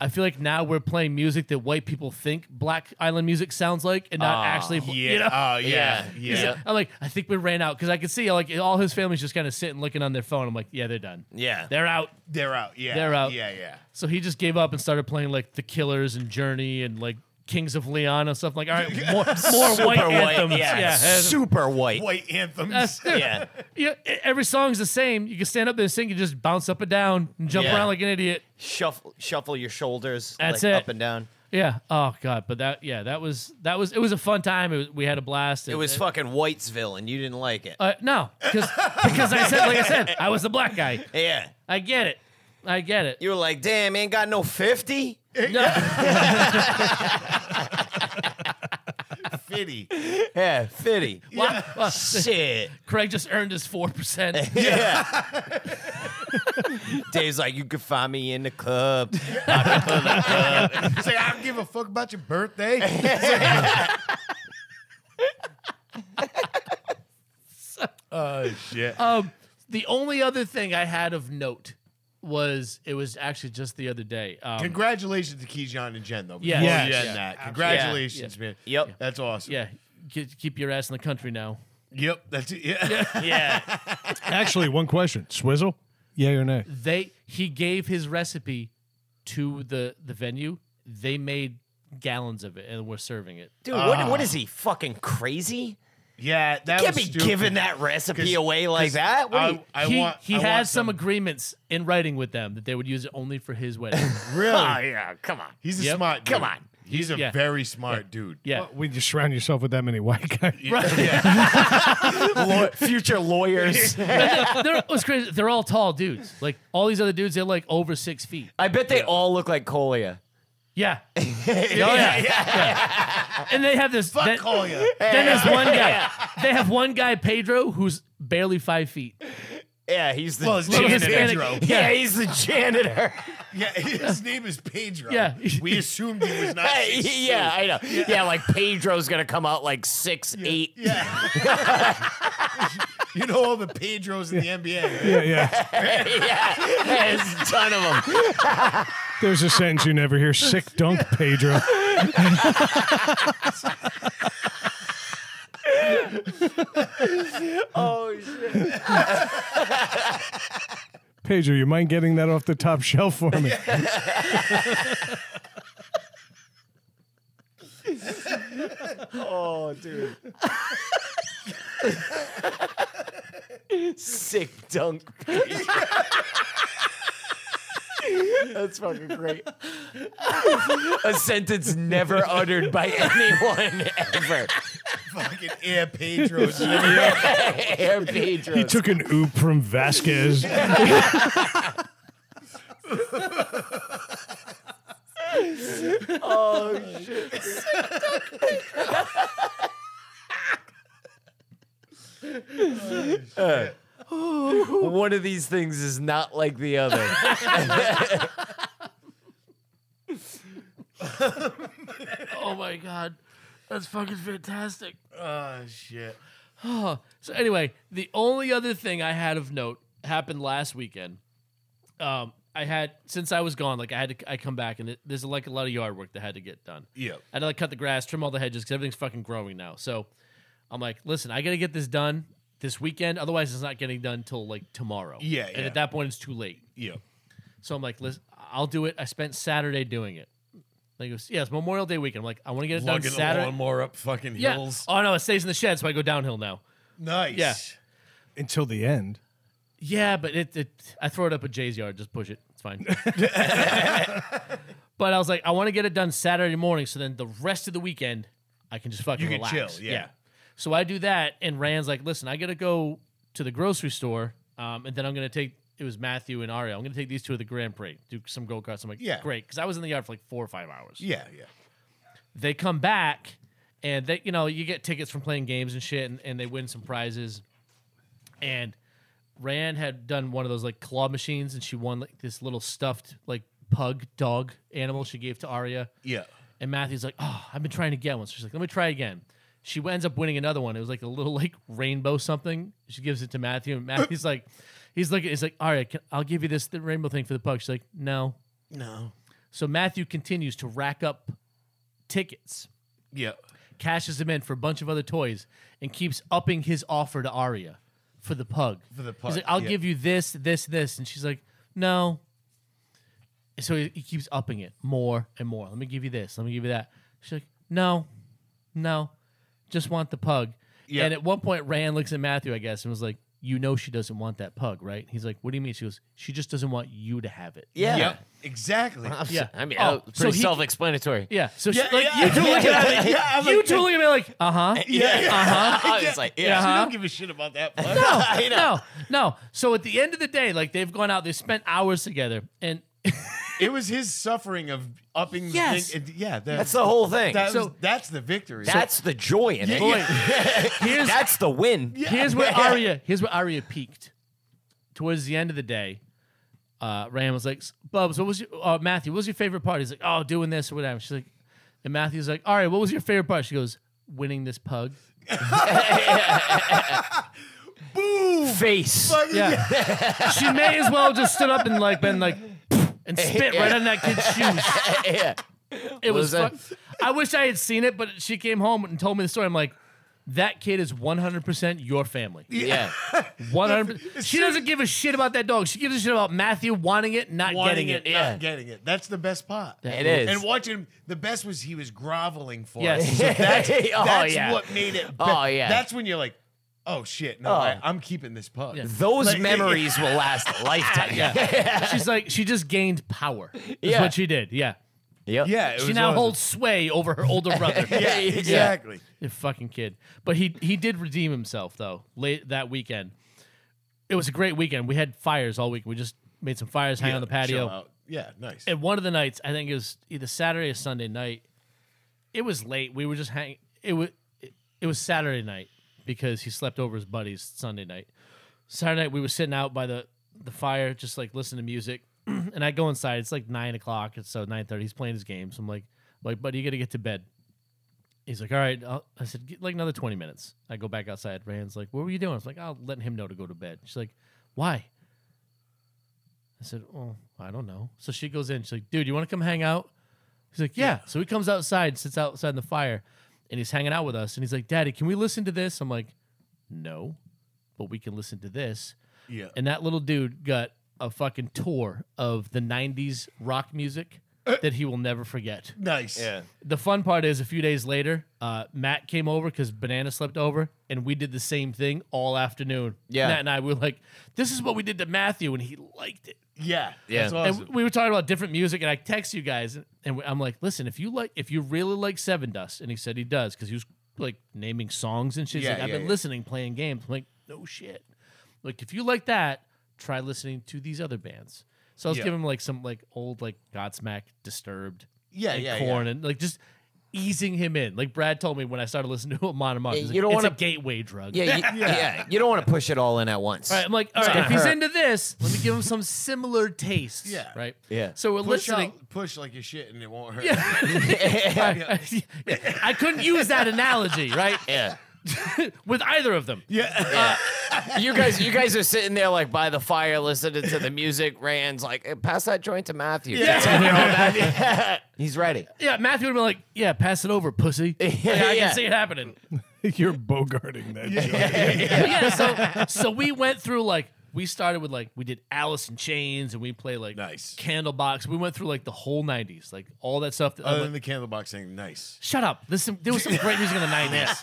I feel like now we're playing music that white people think black island music sounds like, and not actually.
Yeah.
you know?
Oh yeah.
Yeah.
Yeah.
I'm like, I think we ran out because I could see like all his family's just kind of sitting looking on their phone. I'm like, yeah, they're done.
Yeah.
They're out.
They're out. Yeah.
They're out.
Yeah. Yeah.
So he just gave up and started playing like The Killers and Journey and like Kings of Leon and stuff. Like, all right, more, more white, anthems.
Yeah.
that's-
Super white.
White anthems.
Yeah.
yeah, e- every song's the same. You can stand up there and sing, you just bounce up and down and jump
Yeah.
around like an idiot.
Shuffle, shuffle your shoulders
That's
like,
it.
up and down.
Yeah. Oh god, but that yeah, that was that was it was a fun time. It was, we had a blast.
It was fucking Whitesville, and you didn't like it.
Uh, no, because because I said like I said I was the black guy.
yeah.
I get it. I get it.
You were like, damn, ain't got no 50?
Fitty.
Yeah, 50.
Wow. Wow.
Shit.
Craig just earned his four percent.
Yeah. Dave's like, you could find me in the club.
It's like I don't give a fuck about your birthday. Oh shit.
Um, the only other thing I had of note was it was actually just the other day. Um,
Congratulations to Keyshawn and Jen though.
Yeah.
Before
Yes.
we end
Yeah.
that. Congratulations, man.
Yep.
That's awesome.
yeah, ke- keep your ass in the country now.
Yep. That's it. Yeah.
Yeah.
Actually, one question. Swizzle? Yay or nay?
They he gave his recipe to the the venue. They made gallons of it and were serving it.
Dude, what, what is he? Fucking crazy?
Yeah. That
Can't
was
be
stupid.
giving Ah. that recipe
'Cause-
away like
'cause
that. What do you-
I, I
he
want.
he
I
had
want
some agreements in writing with them that they would use it only for his wedding.
oh,
really.
yeah, come on.
He's a
Yep.
smart.
Come
dude.
on.
He's a
Yeah.
very smart dude.
yeah,
When you surround yourself with that many white guys.
Law- future lawyers.
they're, it was crazy. They're all tall dudes. Like all these other dudes, they're like over six feet.
I bet they all look like Colia.
Yeah. oh, yeah. yeah. And they have this. then-
Call ya.
Then there's one guy. They have one guy, Pedro, who's barely five feet.
Yeah, he's the
Well, his
Little
name
janitor.
is
Hispanic-
Pedro.
Yeah,
Yeah.
he's the janitor.
Yeah, his name is Pedro.
Yeah.
we assumed he was not.
Hey, yeah, I know. Yeah. like Pedro's gonna come out like six eight.
yeah. you know all the Pedros in the NBA. right?
Yeah, yeah.
yeah, there's a ton of them.
There's a sentence you never hear. Sick dunk, Pedro.
Oh shit!
Pedro, you mind getting that off the top shelf for me?
Oh, dude. Sick dunk. That's fucking great. A sentence never uttered by anyone ever.
Fucking air Pedro's.
Air Pedro.
he took an oop from Vasquez.
oh shit. Uh, one of these things is not like the other.
Oh my god, that's fucking fantastic.
oh shit.
So anyway, the only other thing I had of note happened last weekend. Um, I had since I was gone, like I had to, I come back and it, there's like a lot of yard work that had to get done.
Yeah.
I had to like cut the grass, trim all the hedges because everything's fucking growing now. So I'm like, listen, I gotta get this done this weekend. Otherwise, it's not getting done till like tomorrow.
Yeah,
And
yeah.
at that point, it's too late.
Yeah.
So I'm like, listen, I'll do it. I spent Saturday doing it. Like it was, yeah, it's Memorial Day weekend. I'm like, I want to get it
Lugging
done
a
Saturday.
lawnmower up fucking
yeah.
hills.
Oh no, it stays in the shed, so I go downhill now.
Nice.
Yeah.
Until the end.
Yeah, but it, it I throw it up at Jay's yard, just push it. It's fine. but I was like, I want to get it done Saturday morning, so then the rest of the weekend I can just fucking
You can
relax.
chill, yeah.
So I do that, and Rand's like, listen, I gotta go to the grocery store, um, and then I'm gonna take it was Matthew and Ariel. I'm gonna take these two to the Grand Prix, do some go karts. I'm like,
Yeah.
great, because I was in the yard for like four or five hours
Yeah. Yeah.
they come back and they you know you get tickets from playing games and shit and, and they win some prizes and rand had done one of those like claw machines and she won like this little stuffed like pug dog animal she gave to Arya.
Yeah.
and matthew's like oh i've been trying to get one so she's like let me try again she ends up winning another one it was like a little like rainbow something she gives it to matthew and matthew's like he's like he's like all right can, i'll give you this the rainbow thing for the pug she's like no
No.
so matthew continues to rack up tickets
Yeah.
cashes him in for a bunch of other toys and keeps upping his offer to Arya for the pug.
For the pug,
He's like, I'll
yeah.
give you this, this, this. And she's like, no. So he, he keeps upping it more and more. Let me give you this. Let me give you that. She's like, no, no, just want the pug.
Yeah.
And at one point, Rand looks at Matthew, I guess, and was like, you know she doesn't want that pug, right? He's like, what do you mean? She goes, she just doesn't want you to have it.
yeah.
Yep. Exactly.
Yeah.
I mean,
Oh,
uh,
so
pretty
he-
self-explanatory.
Yeah. So
Yeah,
she, like,
yeah,
you two look at me,
yeah, I'm
you
like-
two look at me like, uh huh.
Yeah. yeah.
I was like,
I
yeah.
Uh-huh.
don't give a shit about that. bud.
I know.
no, no. So at the end of the day, like they've gone out, they spent hours together, and
It was his suffering of upping.
Yes.
The thing. Yeah. that-
That's the whole thing.
That
So-
was, that's the victory.
That's the joy in
Yeah.
it.
boy, here's
That's the win.
here's where Arya here's where Arya peaked. Towards the end of the day, uh, Ram was like, "Bubs, what was your uh, Matthew? What was your favorite part?" He's like, "Oh, doing this or whatever." She's like, and Matthew's like, "All right, what was your favorite part?" She goes, "Winning this pug."
boom.
Face.
Yeah, she may as well just stood up and like been like. And spit right on that kid's shoes.
yeah.
It was.
Was that-
fu- I wish I had seen it, but she came home and told me the story. I'm like, that kid is 100% your family.
Yeah.
100. She doesn't give a shit about that dog. She gives a shit about Matthew wanting it, not
Wanting
getting it.
it,
yeah.
not getting it. That's the best part.
It is.
And watching him, the best was he was groveling for
Yes.
it. So that's,
Oh,
that's
yeah.
what made it. be-
Oh, yeah.
That's when you're like, oh shit, no,
Oh.
I, I'm keeping this pug.
Yeah.
Those
Like-
memories will last a lifetime.
Yeah. She's like, she just gained power. Is
Yeah.
what she did. Yeah.
Yep.
Yeah, it
She
was
now
one of
holds sway over her older brother.
the- Yeah,
Yeah.
exactly.
You fucking kid. But he he did redeem himself though late that weekend. It was a great weekend. We had fires all week. We just made some fires, hang on the patio.
Chill out. Yeah, nice.
and one of the nights, I think it was either Saturday or Sunday night. It was late. We were just hanging. It was it, it was Saturday night because he slept over his buddies Sunday night. Saturday night we were sitting out by the the fire, just like listening to music. and I go inside. It's like nine o'clock. It's so nine thirty. He's playing his games. I'm like, I'm like, buddy, you gotta get to bed. He's like, all right. I'll, I said, "Get, like another twenty minutes. I go back outside. Rand's like, what were you doing? I was like, I'll let him know to go to bed. She's like, why? I said, "Oh, I don't know." So she goes in. She's like, "Dude, you want to come hang out?" He's like, "Yeah." So he comes outside, sits outside in the fire, and he's hanging out with us. And he's like, "Daddy, can we listen to this?" I'm like, "No, but we can listen to this."
yeah.
And that little dude got a fucking tour of the 90s rock music that he will never forget.
Nice.
Yeah.
The fun part is a few days later, uh, Matt came over because Banana slept over, and we did the same thing all afternoon.
Yeah.
Matt and I we were like, this is what we did to Matthew, and he liked it.
Yeah.
Yeah.
That's
And
awesome.
we were talking about different music, and I text you guys, and I'm like, listen, if you like, if you really like Seven Dust, and he said he does because he was like naming songs and shit. He's
Yeah,
like, I've
yeah,
been
yeah.
listening, playing games. I'm like, no shit. Like if you like that, try listening to these other bands. So I was
Yeah.
giving him like some like old like Godsmack, Disturbed,
Yeah,
and
yeah,
Corn, and like just easing him in. Like Brad told me when I started listening to him on and off,
Yeah,
he's
you
like,
don't
it's a
wanna-
gateway drug.
Yeah, you, yeah. You don't want to push it all in at once.
Right, I'm like, all right,
gonna
if he's
hurt.
into this, let me give him some similar tastes.
Yeah.
Right.
Yeah.
So we're
push
listening.
out, push like your shit, and it won't hurt.
I, I couldn't use that analogy, right?
Yeah.
With either of them.
yeah.
you guys, you guys are sitting there like by the fire, listening to the music. Rand's like, "Eh, pass that joint to Matthew. That's what we're all about. He's ready.
Yeah, Matthew would be like, yeah, pass it over, pussy. Like, I
Yeah.
can see it happening.
You're bogarting that. joke.
But yeah, so so we went through like we started with like we did Alice in Chains and we played like
Nice.
Candlebox. We went through like the whole nineties, like all that stuff. That, I'm
Other
like,
Um,
than the candlebox thing, nice.
Shut up. Listen, there was some great music in the nineties.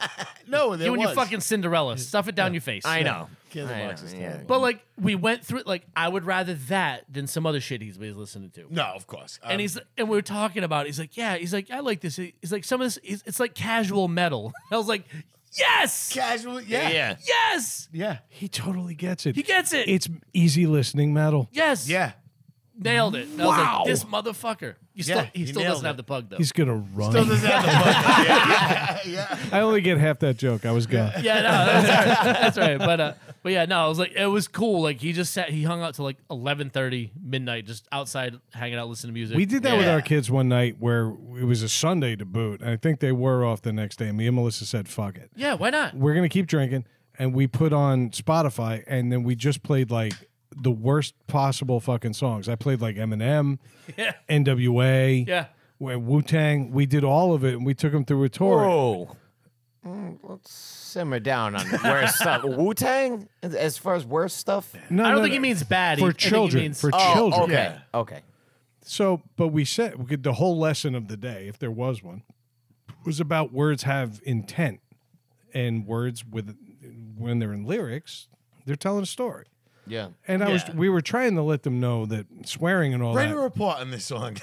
No, there
you and
was.
your fucking Cinderella. Stuff it down your face.
I know.
Candlebox is
I know, yeah.
terrible.
But like we went through like I would rather that than some other shit he's he's listening to.
No, of course. Um,
and he's and we were talking about. It. He's like, yeah. He's like, I like this. He's like, some of this. It's, it's like casual metal. I was like, yes,
casual. Yeah.
Yeah.
yes.
Yeah.
He totally gets it.
He gets it.
It's easy listening metal.
yes,
Yeah.
nailed it. And I was like,
Wow.
this motherfucker. You still,
Yeah,
he,
he
still
nailed
doesn't
it.
have the pug though.
He's gonna run.
Still doesn't have the button.
I only get half that joke. I was gone.
yeah, no, that's right. That's right. But uh, but yeah, no, it was like it was cool. Like he just sat, he hung out till like eleven thirty midnight, just outside hanging out, listening to music.
We did that with
Yeah.
our kids one night where it was a Sunday to boot. And I think they were off the next day. Me and Melissa said, fuck it.
Yeah, why not?
We're going to keep drinking. And we put on Spotify and then we just played like the worst possible fucking songs. I played like Eminem,
Yeah.
NWA,
Yeah.
Wu Tang. We did all of it and we took them through a tour.
Whoa. Mm, let's simmer down on the worst stuff. Wu Tang, as far as worst stuff.
No,
I don't
no,
think
no.
he means bad. I
For
think he
children.
means-
for
Oh,
children.
okay.
Yeah.
Okay.
So, but we said we could, the whole lesson of the day, if there was one, was about words have intent, and words with when they're in lyrics, they're telling a story.
Yeah.
And I was
Yeah.
we were trying to let them know that swearing and all
Write a
that.
report on this song.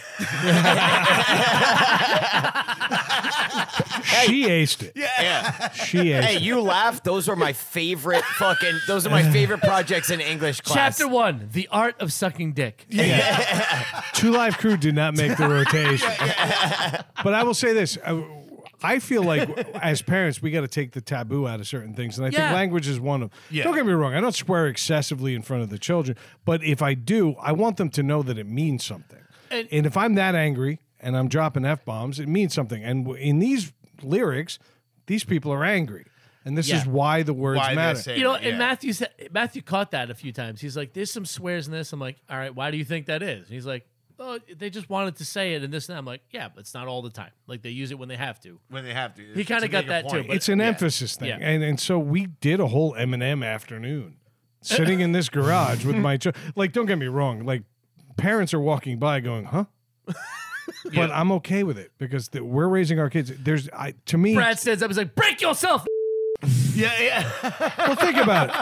She aced it.
Yeah.
She
Hey,
aced
you laugh. Those are my favorite fucking. Those are my favorite projects in English class.
Chapter one: The Art of Sucking Dick.
it. Two Live Crew did not make the rotation. But I will say this. I, I feel like as parents, we got to take the taboo out of certain things. And I
Yeah.
think language is one of
Yeah.
Don't get me wrong. I don't swear excessively in front of the children. But if I do, I want them to know that it means something.
And-
And, if I'm that angry and I'm dropping F bombs, it means something. And w- in these lyrics, these people are angry. And this
Yeah.
is why the words
Why they're
matter.
saying
You know,
it, yeah.
and Matthew said Matthew caught that a few times. He's like, "There's some swears in this." I'm like, "All right, why do you think that is?" And he's like, "Oh, they just wanted to say it and this and that." I'm like, "Yeah, but it's not all the time. Like they use it when they have to."
when they have to.
He kinda
to
got
make a
that too,
point.
but-
it's an emphasis thing.
Yeah.
And and so we did a whole Eminem afternoon sitting in this garage with my child. Like, don't get me wrong. Like, parents are walking by going, huh? But I'm okay with it because th- we're raising our kids. There's, I to me,
Brad stands up. He's like, "Break yourself."
yeah, yeah.
well, think about it.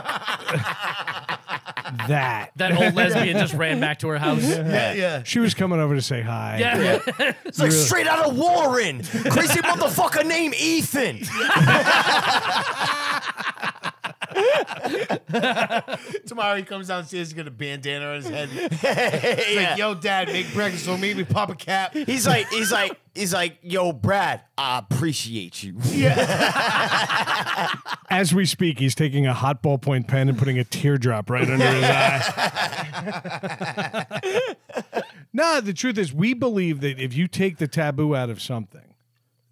that
That old lesbian just ran back to her house.
yeah, yeah.
she was coming over to say hi.
Yeah.
It's like straight out of Warren. Crazy motherfucker named Ethan.
Tomorrow he comes downstairs, he's got a bandana on his head. He's like, yo, dad, make breakfast for me. We pop a cap.
He's like, he's like, he's like, yo, Brad, I appreciate you.
As we speak, he's taking a hot ballpoint pen and putting a teardrop right under his eye. no, the truth is, we believe that if you take the taboo out of something,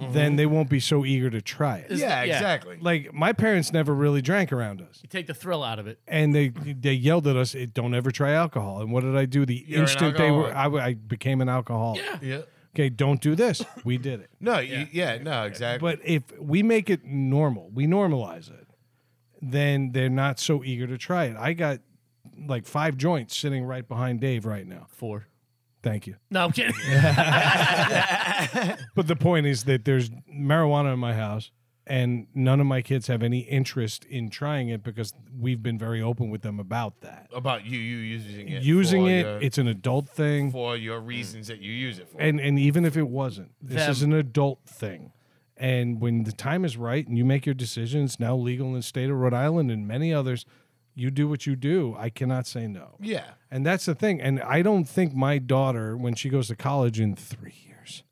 Mm-hmm.
then they won't be so eager to try it.
Yeah,
Yeah.
exactly.
Like my parents never really drank around us,
You take the thrill out of it.
and they they yelled at us, "Eh, "Don't ever try alcohol." And what did I do? The
an
instant they were, I, I became an alcoholic.
yeah.
Okay, don't do this. We did it.
No, you, yeah, no, exactly.
But if we make it normal, we normalize it, then they're not so eager to try it. I got like five joints sitting right behind Dave right now.
Four.
Thank you.
No, I'm kidding.
But the point is that there's marijuana in my house, and none of my kids have any interest in trying it because we've been very open with them about that.
About you, you using it.
Using
for
it,
your-
it's an adult thing.
for your reasons that you use it for.
and and even if it wasn't, this
Them.
is an adult thing. And when the time is right and you make your decision, it's now legal in the state of Rhode Island and many others. You do what you do. I cannot say no.
yeah.
And that's the thing. And I don't think my daughter, when she goes to college in three years,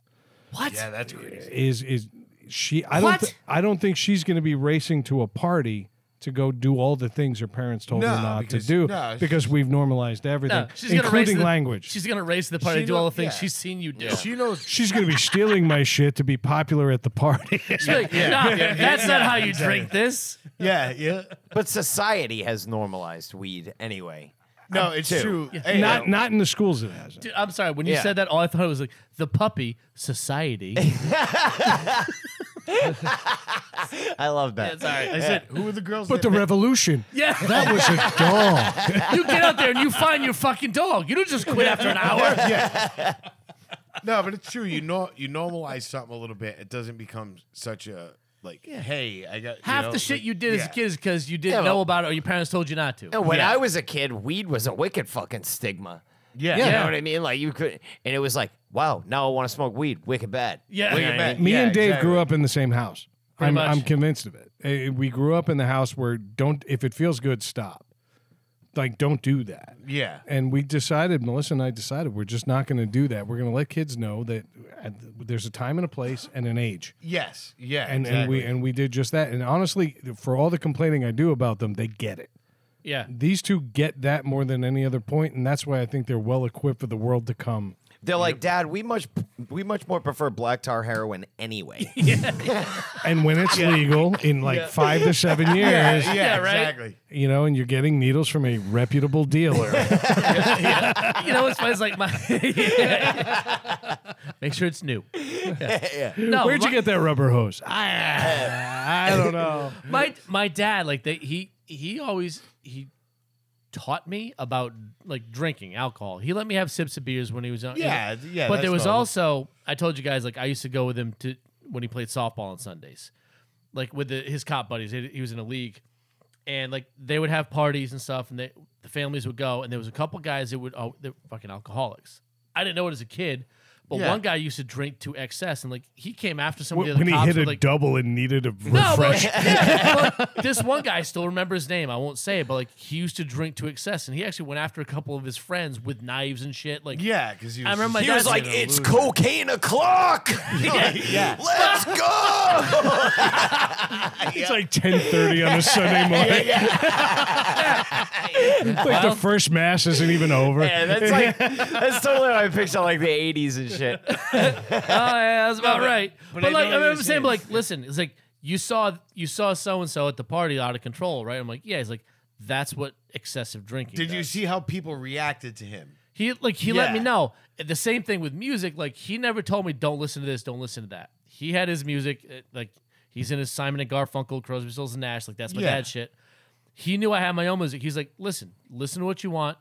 what?
Yeah, that's crazy.
is is she? I
What?
don't. thi- I don't think she's going to be racing to a party to go do all the things her parents told her
No,
not
because-
to do
no,
because we've normalized everything,
No, she's gonna race
including
the-
language.
She's gonna race the party,
She
do all
know-
the things
yeah.
she's seen you do.
She knows.
She's going to be stealing my shit to be popular at the party.
She's like, nah, that's not how you drink this.
Yeah, yeah.
But society has normalized weed anyway.
No, it's
too.
true. Hey, uh,
not not in the schools it hasn't.
Dude, I'm sorry. When you
Yeah.
said that, all I thought was like the puppy society.
I love that.
sorry.
I said, who are the girls?
But
that-
the revolution,
Yeah.
that was a dog.
you get out there and you find your fucking dog. You don't just quit after an hour.
No, but it's true. You know, you normalize something a little bit. It doesn't become such a like. Hey, I got you
Half
know,
the shit
like-
you did as
yeah.
a kid is because you didn't
Yeah, well-
know about it or your parents told you not to.
No, when
Yeah.
I was a kid, weed was a wicked fucking stigma.
Yeah.
You
Yeah.
know what I mean? Like you could, and it was like, wow, now I want to smoke weed, wicked bad.
Yeah.
Wicked bad.
Me
Yeah,
and Dave
exactly.
grew up in the same house.
Pretty
I'm,
much.
I'm convinced of it. Eh, We grew up in the house where don't if it feels good, stop. Like don't do that.
Yeah.
And we decided, Melissa and I decided, we're just not going to do that. We're going to let kids know that uh, there's a time and a place and an age.
Yes. Yeah.
And and we and we did just that. And honestly, for all the complaining I do about them, they get it.
Yeah.
these two get that more than any other point, and that's why I think they're well equipped for the world to come.
They're like, Dad, we much we much more prefer black tar heroin anyway.
And when it's legal in like five to seven years,
yeah,
Yeah, right?
Exactly.
you know, and you're getting needles from a reputable dealer.
You know what's funny? It's like my. Make sure it's new.
yeah.
No,
Where'd you
my-
get that rubber hose? I, I don't know.
my my dad like they, he he always he taught me about like drinking alcohol. He let me have sips of beers when he was young.
Yeah, yeah,
But
that's
there was
normal.
also I told you guys like I used to go with him to when he played softball on Sundays, like with the, his cop buddies. He, he was in a league, and like they would have parties and stuff, and they, the families would go, and there was a couple guys that would oh they're fucking alcoholics. I didn't know it as a kid. But
Yeah.
one guy used to drink to excess, and like he came after some of the
When
other
when he
cops
hit
with,
a
like
double and needed a
no,
refresh.
but, yeah, but this one guy I still remember his name. I won't say it, but like he used to drink to excess, and he actually went after a couple of his friends with knives and shit. Like,
Yeah, because
I remember my
He was
dad's
like,
gonna
it's cocaine o'clock.
yeah.
Let's go.
It's like ten thirty on a Sunday morning. like the first mass isn't even over.
yeah, that's like that's totally how I picture like the '80s and shit.
oh yeah, that's about right. But,
but I
like,
know
I
what
remember
this
saying, but
is.
like, listen, it's like you saw you saw so and so at the party out of control, right? I'm like, yeah. He's like, that's what excessive drinking.
Did you
does."
see how people reacted to him?
He like he let me
Yeah.
know. The same thing with music. Like he never told me don't listen to this, don't listen to that. He had his music. uh, Like he's in his Simon and Garfunkel, Crosby, Stills and Nash. Like that's my
Yeah.
dad's shit. He knew I had my own music. He's like, listen, listen to what you want.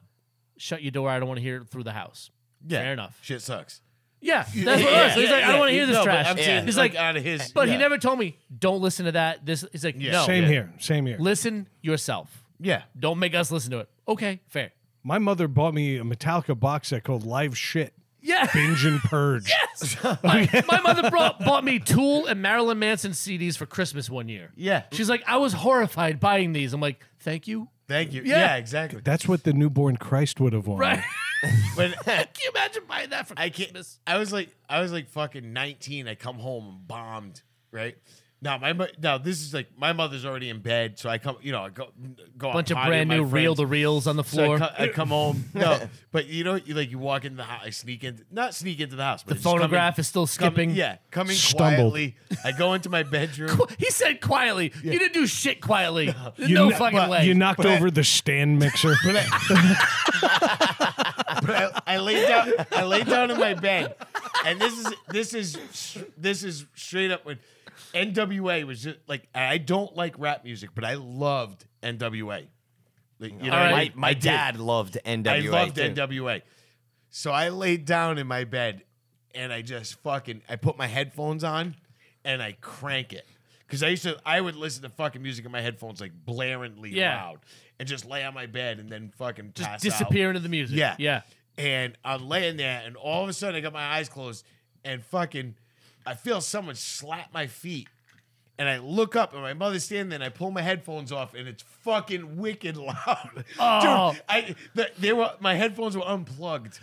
Shut your door. I don't want to hear it through the house. Fair enough.
Shit sucks.
Yeah, that's what it was. He's like, I don't want to hear this
No, but
trash.
I'm saying,
He's like,
out of his.
but
yeah.
he never told me don't listen to that. This he's like,
Yeah.
no,
Same here. Same here.
listen yourself.
Yeah.
Don't make us listen to it. Okay, fair.
My mother bought me a Metallica box set called Live Shit.
Yeah.
Binge and Purge.
my, my mother brought, bought me Tool and Marilyn Manson CDs for Christmas one year.
Yeah.
She's like, I was horrified buying these. I'm like, thank you.
Thank you.
Yeah.
Yeah, exactly.
That's what the newborn Christ would have wanted.
Right.
But
Can you imagine buying that for
Oh. I can't.
Christmas?
I was like, I was like fucking nineteen. I come home and bombed. Right now, my mo- now this is like my mother's already in bed, so I come. You know, I go go out
Bunch of
potty
brand
with
new
my friends.
reel to reels on the
So
floor.
I, co- I come home. No, but you know, you like you walk into the house. I sneak in, not sneak into the house. But
the
just come in-
phonograph is still
come-
skipping.
yeah, coming
Stumbled.
quietly. I go into my bedroom.
He said quietly. You didn't do shit quietly. There's
You
no
kn-
fucking
but
way.
You knocked over the stand mixer.
but I, I laid down. I laid down in my bed, and this is this is this is straight up when NWA was just like. I don't like rap music, but I loved NWA. Like, you know,
All right.
I-
My, my
I did.
dad loved NWA.
I loved
too.
NWA. So I laid down in my bed and I just fucking I put my headphones on and I crank it. Cause I used to I would listen to fucking music in my headphones like blaringly
Yeah.
loud and just lay on my bed and then fucking
Just
pass out.
disappear into the music.
Yeah.
Yeah.
And I'm laying there and all of a sudden I got my eyes closed and fucking I feel someone slap my feet. And I look up and my mother's standing there and I pull my headphones off and it's fucking wicked loud.
Oh.
Dude, I the, they were my headphones were unplugged.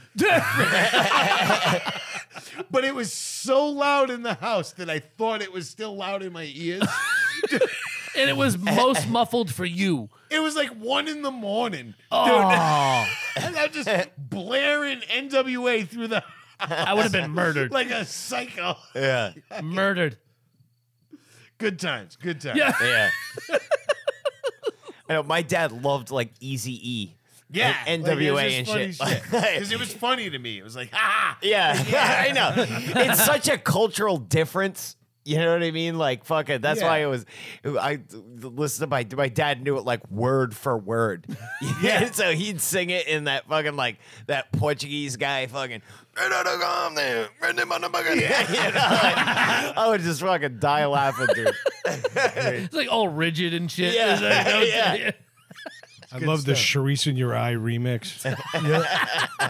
But it was so loud in the house that I thought it was still loud in my ears.
and it was most muffled for you.
it was like one in the morning.
Oh.
Dude. and I'm just blaring NWA through the
I would have been murdered.
like a psycho.
Yeah,
murdered.
Good times, good times.
Yeah.
yeah. I know my dad loved like Easy E.
Yeah,
And
like, it was
NWA
just
and
funny
shit.
Because it was funny to me. It was like, ha!
Yeah, I know. It's such a cultural difference. You know what I mean? Like, fuck it. That's
Yeah.
why it was. I listen to my my dad knew it like word for word.
Yeah.
Yeah. so he'd sing it in that fucking like that Portuguese guy fucking. Yeah. You know, like, I would just fucking die laughing, dude.
It's like all rigid and shit.
Yeah.
It's like, no-
Yeah.
I love the Charisse in Your Eye remix.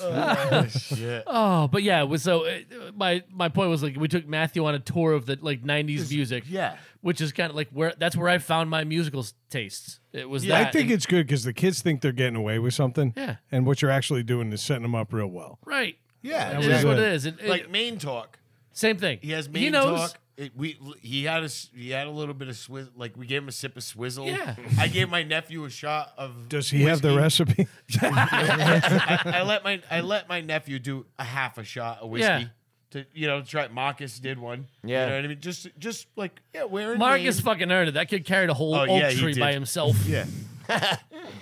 Oh, but yeah, it was so uh, my my point was like we took Matthew on a tour of the like 90s music.
yeah.
Which is kind of like where that's where I found my musical tastes. It was
I
that
think
and-
it's good because the kids think they're getting away with something.
Yeah.
And what you're actually doing is setting them up real well.
right.
Yeah,
That
It
was
exactly.
is what
good.
it is. And it-
like main talk.
same thing.
He has main
He knows.
talk. It- we he had a s- he had a little bit of swizz. Like we gave him a sip of swizzle.
Yeah.
I gave my nephew a shot of.
Does he have the
whiskey.
recipe?
I let my I let my nephew do a half a shot of whiskey.
Yeah.
To you know, try. Marcus did one.
Yeah.
You know what I mean? Just just like yeah, wearing
Marcus
Maine.
fucking earned it. That kid carried a whole
Oh,
oak
yeah, he
tree by
did.
himself.
Yeah.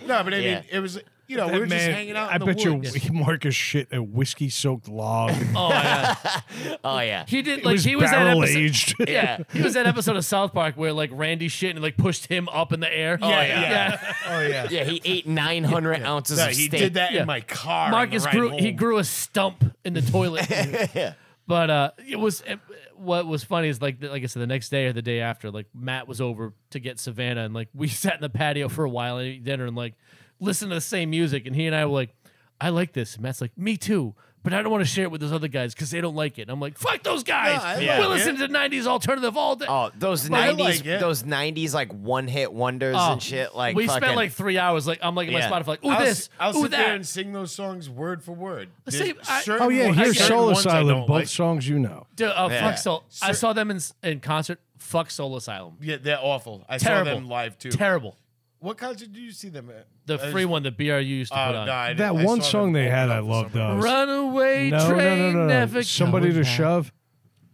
no, but I
Yeah.
mean, it was you know we were just hanging out.
I
in the
bet
woods.
you Marcus shit a whiskey soaked log.
Oh, yeah.
Oh yeah.
he did
It
like
was
he was that
barrel
episode.
aged.
Yeah, he was that episode of South Park where like Randy shit and like pushed him up in the air. Oh
yeah. Oh yeah.
Yeah, he ate 900 ounces
No,
of
he
steak.
did that
Yeah.
in my car. on the
Marcus
ride
grew
home.
he grew a stump in the toilet. But uh, it was it, what was funny is like like I said the next day or the day after like Matt was over to get Savannah and like we sat in the patio for a while and ate dinner and like listened to the same music and he and I were like I like this and Matt's like me too but I don't want to share it with those other guys because they don't like it and I'm like fuck those guys
I
we
like
will listen to 90s alternative all day
Oh, those
I
nineties,
like it.
those nineties, like one hit wonders
Oh,
and shit. Like
we
fucking,
spent like three hours like I'm like in
Yeah.
my Spotify like ooh
I'll,
this
s- I'll
ooh
sit
that
there and sing those songs word for word.
Let's
There's
see, I-
certain
Oh, yeah.
ones-
Here's
certain
Soul
ones I
Asylum,
don't
both
like.
songs you know.
Dude, uh,
Yeah.
fuck Soul. I
Sir-
saw them in in concert. Fuck Soul Asylum.
Yeah, they're awful. I
Terrible.
saw them live too.
Terrible.
what concert did you see them at?
The
I
free
just-
one that BRU used to
Oh,
put
no,
on.
I didn't-
That
I
one
saw
song
them
they had,
open
I
up for
loved.
some-
Uh,
Runaway
no, no,
train
no, no, no.
never
Somebody
going
to
back.
shove.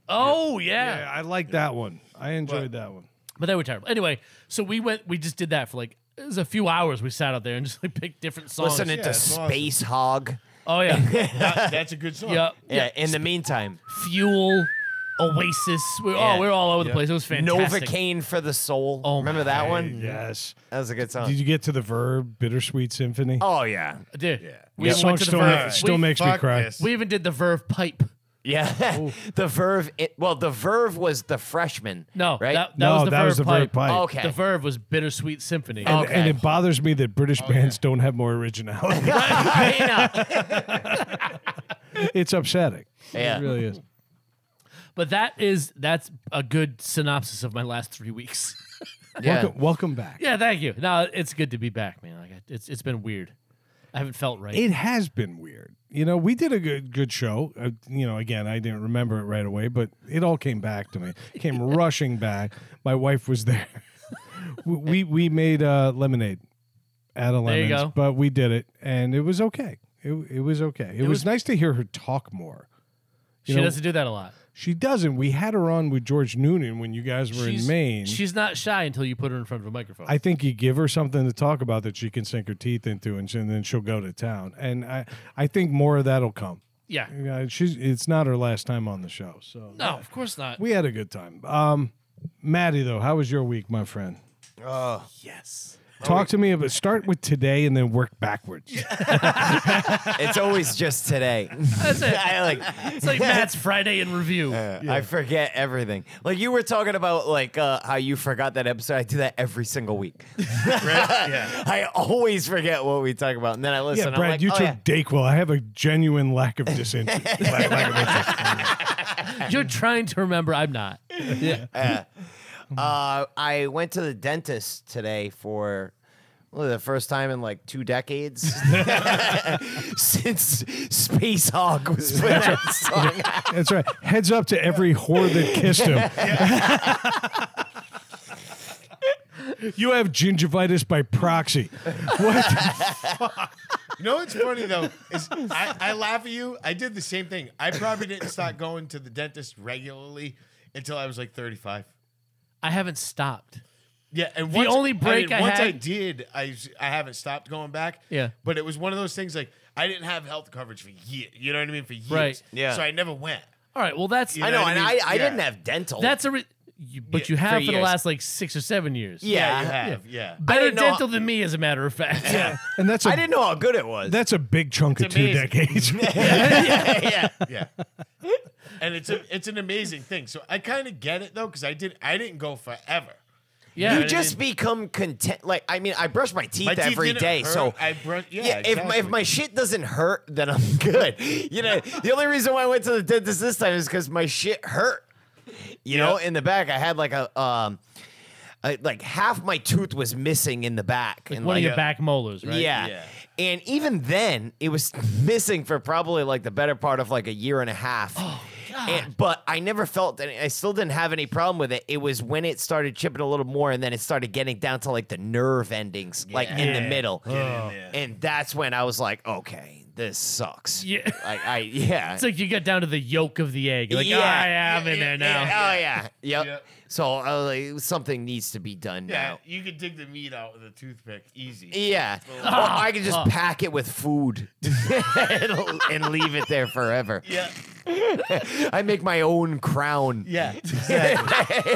Oh yeah.
Yeah, I like that one. I enjoyed that one.
but they were terrible. Anyway, so we went. We just did that for like it was a few hours. We sat out there and just like picked different songs.
listening
Yeah,
to
it's awesome.
Space Hog.
oh yeah,
That- that's a good song.
yeah,
Yeah. In the meantime,
Fuel, Oasis. We're
Yeah.
oh, we're all over the place. It was fantastic.
Novocaine for the Soul.
Oh,
remember that one?
Yes.
That was a good song.
Did you get to the verb Bittersweet Symphony?
oh yeah,
dude. We
That
even
song
went to the
still,
Verve.
still
we,
makes me
Fuck
cry.
this.
we even did the Verve pipe.
yeah. the Verve. It, well, the Verve was the freshman.
No,
right?
that, that
no,
was the
that
Verve
was the verb
pipe.
pipe.
okay. Oh.
The Verve was Bittersweet Symphony.
And,
Okay.
and it bothers me that British bands don't have more originality.
I know.
it's upsetting.
Yeah.
It really is.
But that is that's a good synopsis of my last three weeks.
Yeah.
Welcome, welcome back.
yeah, thank you. No, it's good to be back, man. Like it's it's been weird. I haven't felt right.
It has been weird. You know, we did a good good show. Uh, you know, again, I didn't remember it right away, but it all came back to me. Came rushing back. My wife was there. we, we we made uh, lemonade out of
There you
lemons,
go.
but we did it, and it was okay. It, it was okay. It, was,
was-
nice to hear her talk more.
she
You know,
doesn't do that a lot.
She doesn't. We had her on with George Noonan when you guys were
She's,
in Maine.
she's not shy until you put her in front of a microphone.
I think you give her something to talk about that she can sink her teeth into, and, she- and then she'll go to town. And I, I think more of that'll come.
yeah.
Yeah, she's it's not her last time on the show, so
No, of course not.
we had a good time. Um, Maddie, though, how was your week, my friend?
Oh,
yes.
Talk to me about start with today and then work backwards.
It's always just today.
That's it.
I like.
It's like Matt's Friday in review.
I forget everything. Like you were talking about, like uh, how you forgot that episode. I do that every single week. I always forget what we talk about, and then I listen.
yeah,
I'm
Brad,
like,
you
oh,
took
yeah.
Dayquil. I have a genuine lack of disinterest. lack, lack of interest.
You're trying to remember. I'm not.
Uh, I went to the dentist today for well, the first time in like two decades since Space Hog was put that song. out.
That's right. Heads up to every whore that kissed him. you have gingivitis by proxy. What?
You know what's funny though is I, I laugh at you. I did the same thing. I probably didn't start going to the dentist regularly until I was like 35.
I haven't stopped.
Yeah, and once,
only break
did-
I
once I
had-
did, I s- I haven't stopped going back.
Yeah.
but it was one of those things like I didn't have health coverage for years. You know what I mean? For years.
Right.
Yeah.
So I never went.
All right. Well, that's
You
I
know
know,
what
and
I
I,
mean?
I
Yeah.
didn't have dental.
that's a. Re- you, but
Yeah,
you have
for
for, the
years.
last like six or seven years.
yeah.
you have. Yeah.
Better
didn't know-
dental than me, as a matter of fact. Yeah.
And that's
I
a
didn't know how good it was.
that's a big chunk of
It's
two
amazing.
decades.
yeah, yeah. And it's a, it's an amazing thing. So I kind of get it though, because I did I didn't go forever.
yeah.
you just become content. Like I mean, I brush my teeth
My teeth
every
didn't
day,
hurt.
so
I brush. Yeah,
if my, if
exactly.
my shit doesn't hurt, then I'm good. You know, the only reason why I went to the dentist this time is because my shit hurt. You know, in the back, I had like a um, I- like half my tooth was missing in the back,
like
and
one
like
of your back molars, right?
yeah.
Yeah.
And even then, it was missing for probably like the better part of like a year and a half.
Oh,
And, but I never felt any, I still didn't have any problem with it. It was when it started chipping a little more and then it started getting down to like the nerve endings, like in the
Yeah.
middle.
there.
And that's when I was like, okay, this sucks.
Yeah.
Like, I, yeah.
It's like you get down to the yolk of the egg. You're like,
Yeah.
"Ah, I am in there now.
Yeah. Oh, yeah. Yep.
Yep.
So I was like, something needs to be done
yeah,
now.
you could dig the meat out with a toothpick easy.
Yeah. Or I could just pack it with food and, and leave it there forever.
Yeah,
I make my own crown.
yeah, exactly.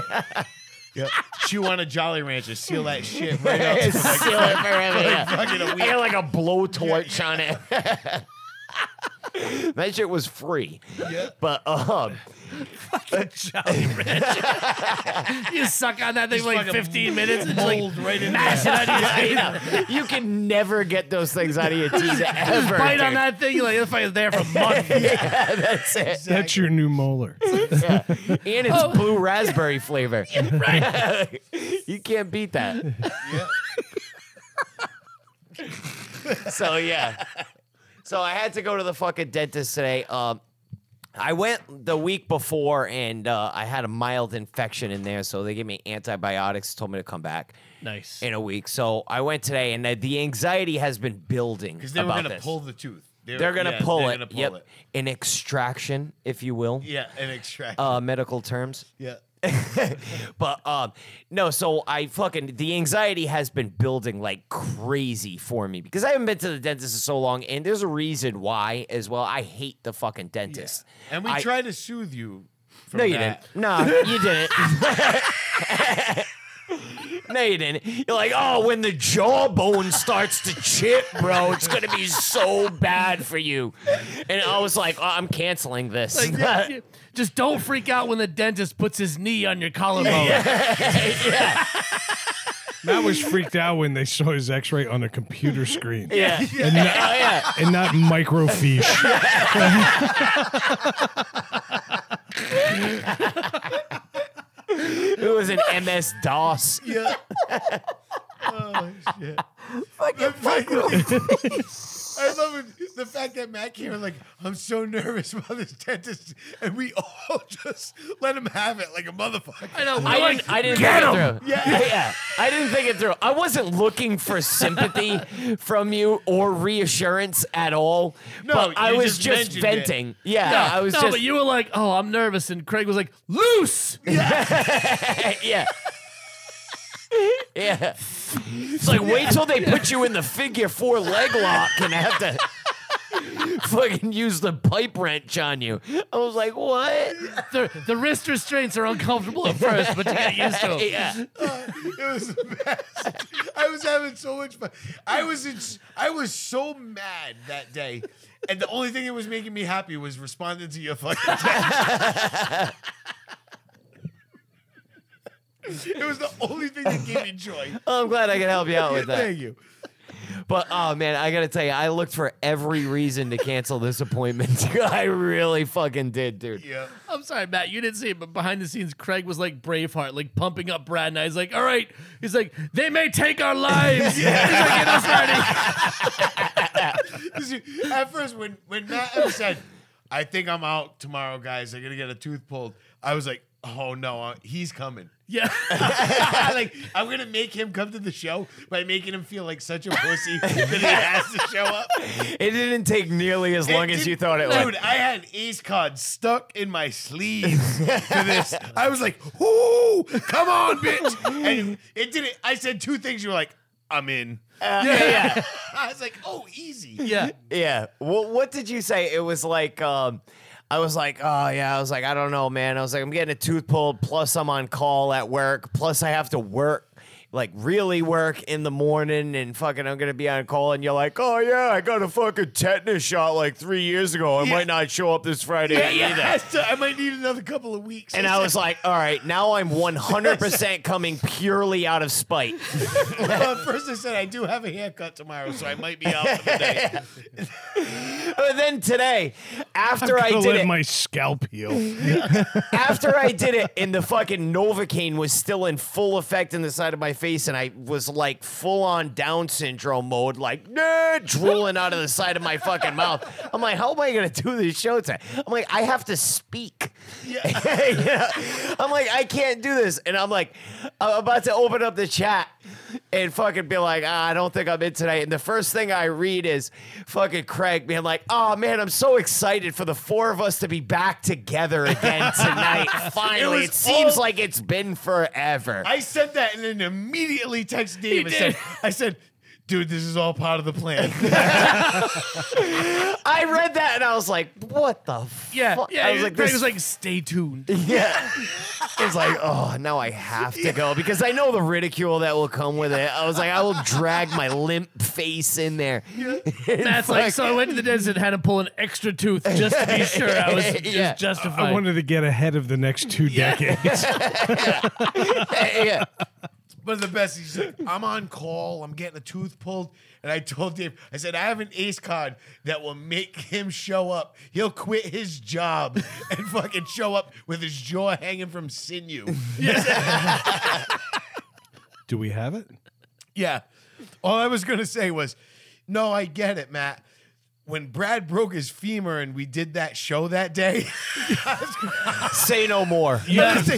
yeah. Chew on a Jolly Rancher, seal that shit right up.
Seal it forever. yeah.
Fucking a
I
week.
got like a blowtorch on it. that shit was free.
Yeah.
But um,
You suck on that thing for like
fucking
15 minutes. It's like,
Mold right in
mash
there.
it out of your
you, know, you can never get those things out of your teeth ever.
bite on
dude.
that thing. You're like, this fucker's there for months.
Yeah, that's it.
That's your new molar.
And it's
Oh.
blue raspberry flavor. you can't beat that. so yeah. So I had to go to the fucking dentist today. Um, I went the week before and uh, I had a mild infection in there, so they gave me antibiotics, told me to come back
Nice.
in a week. So I went today, and uh, the anxiety has been building
Because they were
about
gonna
this.
pull the tooth. They were-
they're gonna
yeah,
pull
they're
it.
Gonna pull
yep,
it.
an extraction, if you will,
Yeah, and extract.
uh, medical terms.
yeah.
But um, no, so I fucking the anxiety has been building like crazy for me because I haven't been to the dentist in so long, and there's a reason why as well. I hate the fucking dentist.
And we
I-
try to soothe you. From
No, you
that.
didn't. No, you didn't. no, you didn't. You're like, oh, when the jawbone starts to chip, bro, it's gonna be so bad for you. And I was like, oh, I'm canceling this.
Like, yeah, just don't freak out when the dentist puts his knee on your collarbone.
Matt was freaked out when they saw his X-ray on a computer screen
yeah.
and
Oh,
not,
yeah.
and not microfiche.
It was an MS DOS.
Yeah. oh shit. I love it, the fact that Matt came in like, I'm so nervous about this dentist, and we all just let him have it like a motherfucker.
I know.
I
we're
didn't.
like,
I didn't
get
think
'em.
it through. Yeah. yeah, I didn't think it through. I wasn't looking for sympathy from you or reassurance at all.
No,
but I
you
was
just mentioned
just, venting. Yeah,
No,
I was
no,
just.
but you were like, oh, I'm nervous. And Craig was like, loose.
yeah. yeah. It's like wait till they put you in the figure four leg lock and have to fucking used the pipe wrench on you. I was like, what?
The, the wrist restraints are uncomfortable at first, but you get used to them.
Yeah.
it was the best. I was having so much fun. I was in, I was so mad that day, and the only thing that was making me happy was responding to your fucking text. it was the only thing that gave me joy.
I'm glad I could help you out with that.
Thank you.
But oh man, I gotta tell you, I looked for every reason to cancel this appointment. I really fucking did, dude.
Yeah.
I'm sorry, Matt, you didn't see it, but behind the scenes, Craig was like Braveheart, like pumping up Brad, and I was like, all right. He's like, they may take our lives. He's like, get us ready.
See, At first, when when Matt ever said, "I think I'm out tomorrow, guys. I'm gonna get a tooth pulled," I was like, "Oh no, uh, he's coming."
Yeah.
like I'm gonna make him come to the show by making him feel like such a pussy that he has to show up.
It didn't take nearly as long as you thought it
Dude,
would.
I had Ace Cod stuck in my sleeve to this. I was like, "Ooh, come on, bitch!" And it didn't. I said two things. You were like, "I'm in."
yeah, yeah.
I was like, "Oh, easy."
Yeah.
Yeah. Well, what did you say? It was like, um, I was like, oh yeah. I was like, I don't know, man. I was like, I'm getting a tooth pulled. Plus, I'm on call at work. Plus, I have to work. Like really work in the morning and fucking I'm gonna be on call and you're like, oh yeah, I got a fucking tetanus shot like three years ago. I
Yeah.
might not show up this Friday either.
I still- I might need another couple of weeks.
And I was like, all right, now I'm 100% coming purely out of spite.
well, at first I said I do have a haircut tomorrow, so I might be out for the day.
But then today, after I
Gonna
did
let
it,
my scalp heal.
after I did it, and the fucking Novocaine was still in full effect in the side of my face, and I was like full on Down syndrome mode, like nah, drooling out of the side of my fucking mouth. I'm like, how am I gonna do this show today? I'm like, I have to speak. Yeah. I'm like, I can't do this, and I'm like, I'm about to open up the chat and fucking be like, ah, I don't think I'm in tonight. And the first thing I read is fucking Craig being like, oh man, I'm so excited for the four of us to be back together again tonight. Finally,
was
it, seems
all-
like it's been forever.
I said that and then immediately text Dave and
did.
said, I said, dude, this is all part of the plan.
I read that and I was like, what the
Yeah.
fuck?
Yeah.
I was like,
Craig
this
was like, stay tuned.
Yeah. It's like, oh, now I have to go because I know the ridicule that will come with it. I was like, I will drag my limp face in there.
Matt's like, so I went to the dentist and had to pull an extra tooth just to be sure I was just
Yeah.
justified.
I wanted to get ahead of the next two decades.
yeah.
But the best, he's like, I'm on call, I'm getting a tooth pulled. And I told Dave, I said, I have an ace card that will make him show up. He'll quit his job and fucking show up with his jaw hanging from sinew.
Do we have it?
Yeah. All I was gonna say was, no, I get it, Matt. When Brad broke his femur and we did that show that day,
Say no more.
yeah. he,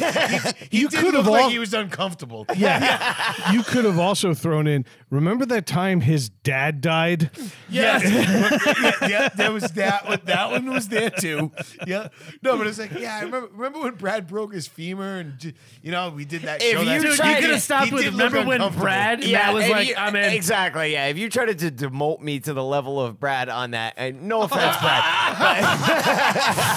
he
You
did
could've
look like
all-
he was uncomfortable.
Yeah. you could have also thrown in. Remember that time his dad died?
Yes. yeah, yeah, there was that one. That one was there too. Yeah. No, but it's like, yeah, I remember remember when Brad broke his femur and j- you know, we did that
If
show.
you
that
Dude, you
tried
could
it.
have stopped
He
with.
did look
Remember when
uncomfortable.
Brad? Matt was
and
like,
you-
I'm in.
Exactly. Yeah. If you try to, to demote me to the level of Brad on that, and no offense, Brad.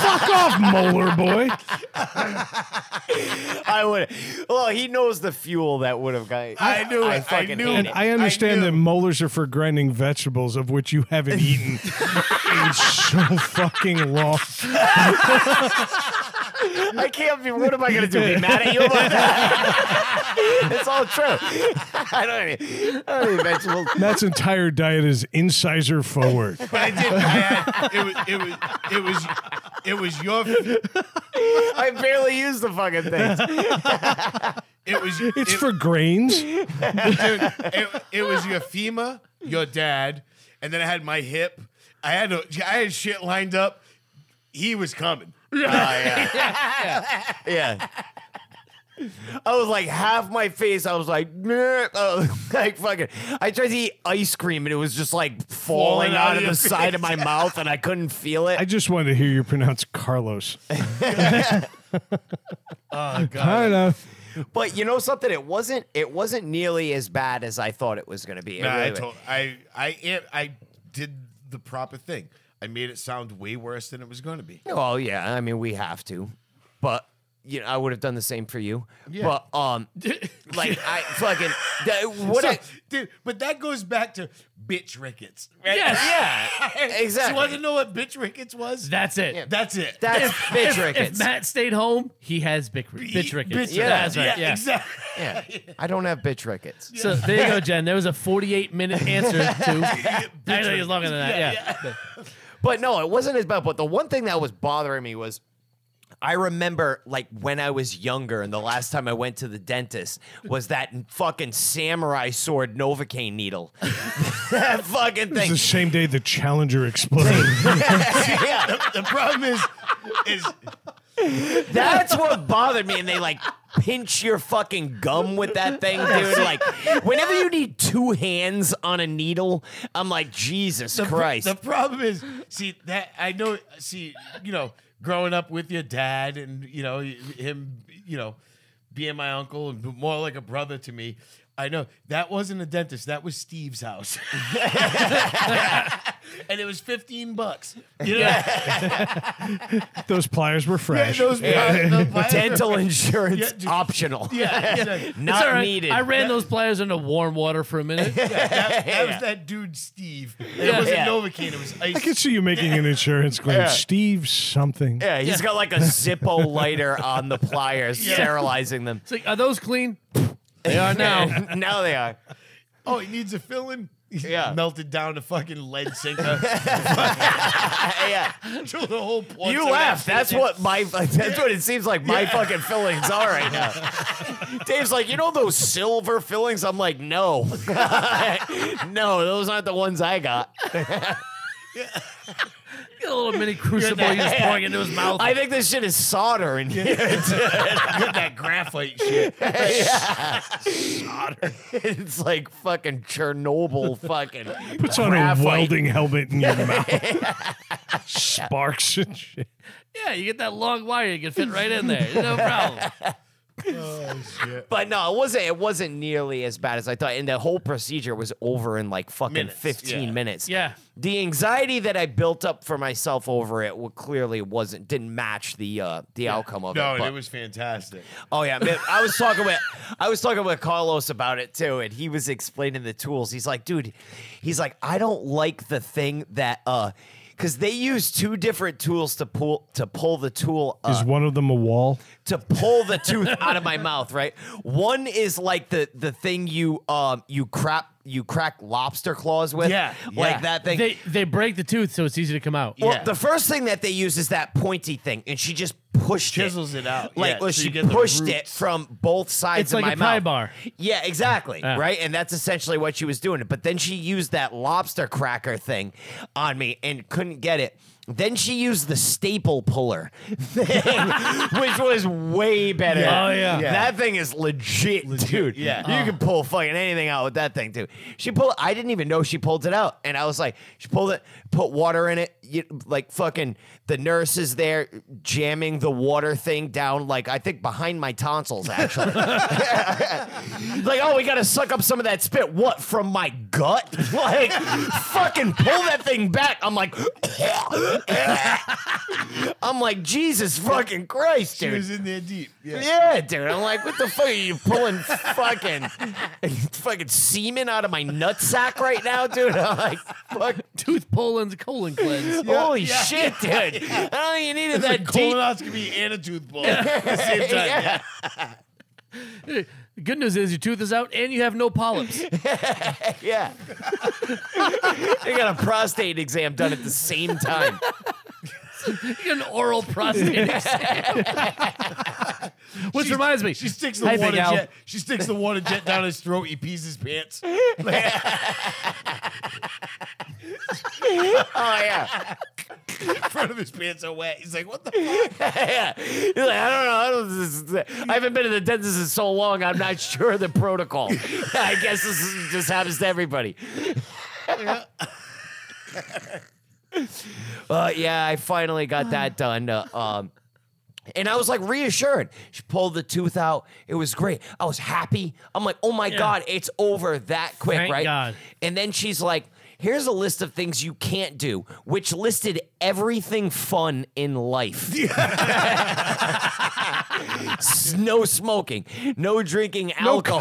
Fuck off, molar boy.
I would. Well, he knows the fuel that would have got.
I knew it. I
fucking
knew
hate
it.
And
it.
I understand
knew.
that molars are for grinding vegetables of which you haven't eaten in so fucking long.
I can't be. What am I gonna do? Be mad at you about that? it's all true. I don't. Even, I don't even vegetables.
Matt's entire diet is incisor forward.
But I did I had, it was it was it was it was your
I barely use the fucking things.
it was
It's
it-
for grains.
Dude, it, it was your FEMA, your dad, and then I had my hip. I had a, I had shit lined up. He was coming. Ah,
Yeah. I was like half my face. I was like, "Meh," oh, like fucking. I tried to eat ice cream and it was just like
Falling
falling,
out
out, of
of
the
your
side of my mouth and I couldn't feel it.
I just wanted to hear you pronounce Carlos.
Oh god.
Carlos.
but you know something? It wasn't. It wasn't nearly as bad as I thought it was going to be. It
Nah, I
really-
told I I am I did the proper thing. I made it sound way worse than it was going to be.
Well, yeah, I mean we have to, but you know I would have done the same for you. But um, like I fucking that, what
So,
I,
dude, but that goes back to bitch rickets, right?
Yes.
yeah
So you want
exactly.
to know what bitch rickets was?
That's it.
That's it.
That's bitch
If
rickets.
Matt stayed home, he has Bic- bitch rickets.
yeah,
That's right. Yeah.
exactly.
yeah, I don't have bitch rickets.
So there you go, Jen. There was a 48 minute answer to. Actually, it was longer than that. Yeah.
But no, it wasn't as bad. But the one thing that was bothering me was I remember like when I was younger and the last time I went to the dentist was that fucking samurai sword Novocaine needle. that fucking
It's
thing.
the same day the Challenger exploded.
yeah,
The problem is, is
that's what bothered me. And they like pinch your fucking gum with that thing, dude. Like whenever you need two hands on a needle, I'm like, Jesus
the, pro-
Christ.
the problem is, see that I know. See, you know, growing up with your dad and you know him, you know, being my uncle and more like a brother to me. I know that wasn't a dentist. That was Steve's house, and it was fifteen bucks. You know,
Those pliers were fresh.
those the pliers-
Dental insurance
Yeah, dude.
optional.
Yeah, exactly.
It's all
Not
right.
needed.
I ran those pliers into warm water for a minute.
that, that was
Yeah.
that dude Steve. It
Yeah.
wasn't
Yeah.
Novocaine. It was ice.
I could see you making an insurance claim.
Yeah.
Steve something.
Yeah, he's got like a Zippo lighter on the pliers, sterilizing them.
It's like, are those clean? They are now.
Now, now they are.
Oh, he needs a filling.
Yeah.
melted down to fucking lead sinker.
Yeah.
Threw the whole porch
You
over
laugh.
that
That's
shit.
what my. That's what it seems like my fucking fillings are right now. Dave's like, you know those silver fillings? I'm like, no, no, those aren't the ones I got.
Get a little mini crucible you just pouring into his mouth.
I think this shit is solder in here.
Look at that graphite shit.
It's like fucking Chernobyl. Fucking
Puts on
graphite.
a welding helmet in your mouth. Sparks and shit.
yeah, you get that long wire, you can fit right in there. No problem.
Oh,
But no, it wasn't. It wasn't nearly as bad as I thought. And the whole procedure was over in like fucking
Minutes,
fifteen
yeah.
minutes.
Yeah.
The anxiety that I built up for myself over it well, clearly wasn't didn't match the uh, the outcome of
No,
it.
and
but-
it was fantastic.
Oh yeah, man, I was talking with I was talking with Carlos about it too, and he was explaining the tools. He's like, dude, he's like, I don't like the thing that uh, because they use two different tools to pull to pull the tool. Uh,
Is one of them a wall?
to pull the tooth out of my mouth, right? One is like the the thing you um you crap you crack lobster claws with,
Yeah,
like
yeah.
that thing.
They they break the tooth so it's easy to come out.
well,
yeah.
the first thing that they use is that pointy thing, and she just pushed
Chisels it out,
Like
yeah,
well,
so you
she
get the
pushed it
roots.
from both sides
It's
of
like
my
a pie
mouth.
bar.
Yeah, exactly.
Yeah.
Right, and that's essentially what she was doing. But then she used that lobster cracker thing on me and couldn't get it. Then she used the staple puller thing, which was way better.
Oh, yeah. Uh-huh. Yeah.
that thing is legit, dude.
yeah.
you can pull fucking anything out with that thing too. She pulled. I didn't even know she pulled it out, and I was like, she pulled it, put water in it. You, like fucking the nurse is there jamming the water thing down, like I think behind my tonsils actually. like, oh, we gotta suck up some of that spit. What from my gut? Like, fucking pull that thing back. I'm like, I'm like, Jesus fucking Christ,
She
dude.
was in there deep. Yeah.
Yeah, dude. I'm like, what the fuck are you pulling fucking fucking semen out of my nutsack right now, dude? I'm like, fuck,
Tooth pull and colon cleanse.
holy shit, dude. I don't even needed
It's a
that deep.
colonoscopy and a tooth pull at the same time.
Yeah.
The good news is your tooth is out and you have no polyps.
Yeah. I got a prostate exam done at the same time.
You get an oral prostate exam. Which reminds me,
She sticks the
Hey, Big
water
Al.
jet. She sticks the water jet down his throat. He pees his pants.
Oh yeah.
In front of his pants are wet. He's like, "What the fuck?"
yeah. He's like, I don't know. I, don't, this is- I haven't been to the dentist in so long. I'm not sure of the protocol. I guess this is, just happens to everybody. uh, yeah, I finally got that done. Uh, um, and I was like reassured. She pulled the tooth out. It was great. I was happy. I'm like, oh my God, it's over that quick,
Thank
right?
God.
And then she's like, here's a list of things you can't do, which listed everything fun in life. S- no smoking, no drinking
No
alcohol,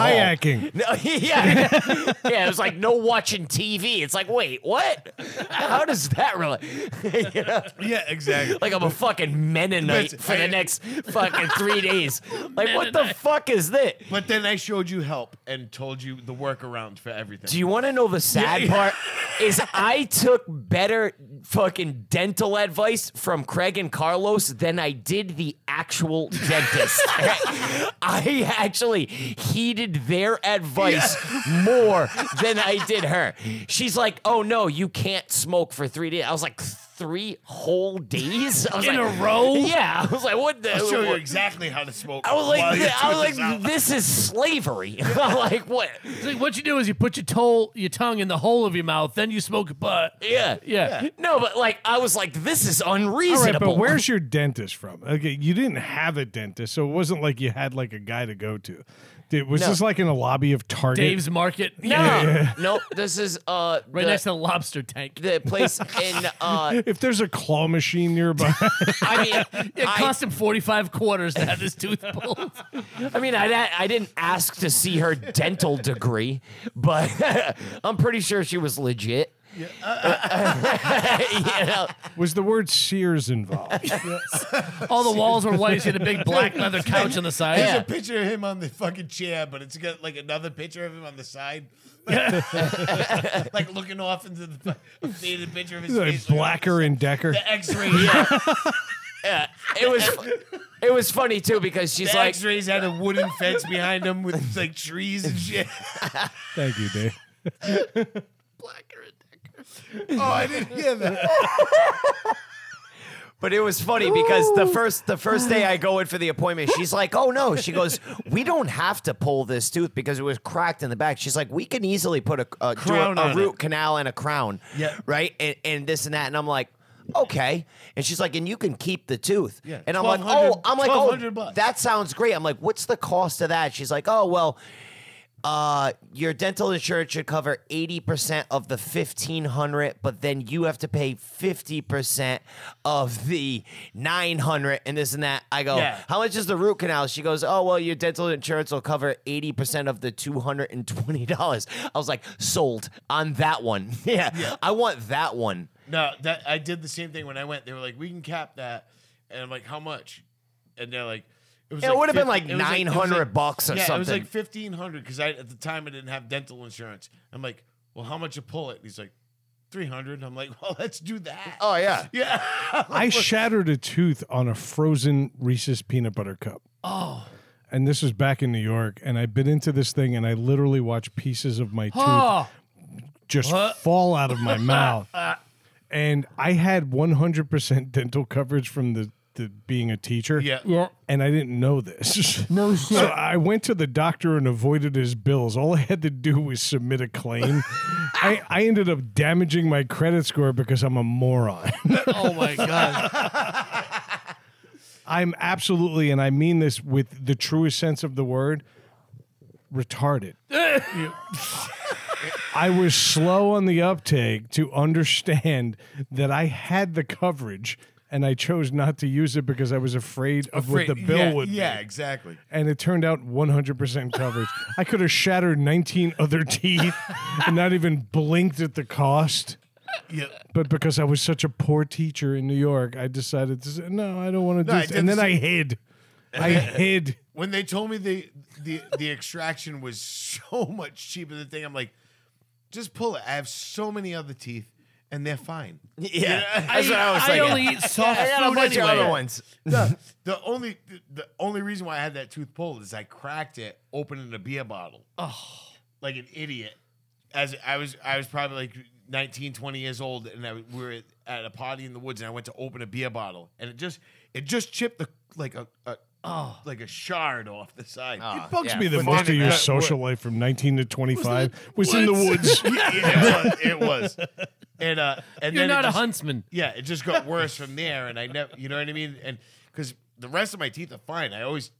kayaking.
No, yeah, yeah. It was like no watching TV. It's like, wait, what? How does that relate? You know?
Yeah, exactly.
Like I'm a fucking Mennonite
But-
for the next fucking three days. Like, what the fuck is that?
But then I showed you help and told you the workaround for everything.
Do you want to know the sad part? Is I took better fucking dental advice from Craig and Carlos than I did the actual dentist. I actually heeded their advice more than I did her. She's like, "Oh no, you can't smoke for three days." I was like. Three whole days I was
In
like-
a row?
Yeah, I was like, "What the?"
I'll show you
what-
exactly how to smoke.
I was like,
while your
I was
tooth is
like,
out.
this is slavery. I'm like, what?
It's like what you do is you put your toe, your tongue in the hole of your mouth, then you smoke a butt.
Yeah.
Yeah.
No, but like, I was like, this is
All right,
unreasonable.
but where's your dentist from? Okay, you didn't have a dentist, so it wasn't like you had like a guy to go to. Did, was
No.
this like in a lobby of Target?
Dave's Market.
No, no, this is uh,
Right
the,
next to the lobster tank.
the place in. Uh,
if there's a claw machine nearby,
I mean,
It
I-
cost him 45 quarters to have his tooth pulled.
I mean, I, I didn't ask to see her dental degree, but I'm pretty sure she was legit. You know?
was the word Sears involved?
All the walls were white. She had a big black leather couch on the side.
There's a picture of him on the fucking chair, but it's got like another picture of him on the side. like looking off into the a faded picture of his
Like
face.
Blacker and Decker.
the X-ray. Yeah,
it was, it was funny too because she's
the
like,
X-rays had a wooden fence behind him with like trees and shit.
Thank you, Dave.
Oh, I didn't hear that.
But it was funny because the first the first day I go in for the appointment, she's like, "Oh no," she goes, "We don't have to pull this tooth because it was cracked in the back." She's like, "We can easily put a, a, do a-
Crown
a
on
root
it.
canal and a crown,
Yeah.
right, and, and this and that." And I'm like, "Okay," and she's like, "And you can keep the tooth."
Yeah,
And I'm like,
1200
"Oh," I'm like,
1200
"Oh,
bucks.
that sounds great." I'm like, "What's the cost of that?" She's like, "Oh well." uh, your dental insurance should cover 80% of the 1500 but then you have to pay 50% of the 900 and this and that i go
Yeah.
how much is the root canal she goes oh well your dental insurance will cover 80% of the $220 i was like sold on that one yeah, i want that one
No, that I did the same thing when I went. They were like, "We can cap that," and I'm like, "How much?" And they're like, "It was."
It would've been like
it was it was
900 bucks or
yeah, it was
something.
like fifteen hundred because I at the time I didn't have dental insurance. I'm like, "Well, how much to pull it?" And he's like, 300 I'm like, "Well, let's do that."
oh yeah
yeah.
I shattered a tooth on a frozen Reese's peanut butter cup. Oh. And this was back in New York, and I bit into this thing, and I literally watched pieces of my tooth
Oh,
just fall out of my mouth. And I had 100% dental coverage from the, the being a teacher.
Yeah.
And I didn't know this. No shit. So I went to the doctor and avoided his bills. All I had to do was submit a claim. I, I ended up damaging my credit score because I'm a moron.
oh my God.
I'm absolutely, and I mean this with the truest sense of the word, retarded. I was slow on the uptake to understand that I had the coverage and I chose not to use it because I was afraid of what the bill
yeah,
would
Yeah,
be.
exactly.
And it turned out 100% coverage. I could have shattered 19 other teeth and not even blinked at the cost.
Yeah.
But because I was such a poor teacher in New York, I decided to say, no, I don't want to do
I
this.
did
And
the
then I hid. I hid.
When they told me the the the extraction was so much cheaper than the thing, I'm like, "Just pull it. I have so many other teeth and they're fine."
yeah,
I,
that's what i was
I
like
only eat soft
I got a
food
bunch
anyway.
of other ones
the, the only the only reason why I had that tooth pulled is I cracked it opening a beer bottle. Oh, like an idiot. As I was I was probably like 19, 20 years old, and I, we were at, at a party in the woods, and I went to open a beer bottle, and it just it just chipped the like a, a oh like a shard off the side.
Ah.
Oh,
Bugs
yeah.
me that
But
most
then
of
it
your
got
social life from 19 to 25 was in the woods.
Yeah, yeah, it was. It was. And uh, and
You're
then it
not a
just-
huntsman.
yeah, it just got worse from there, and I never, you know what I mean, and because the rest of my teeth are fine. I always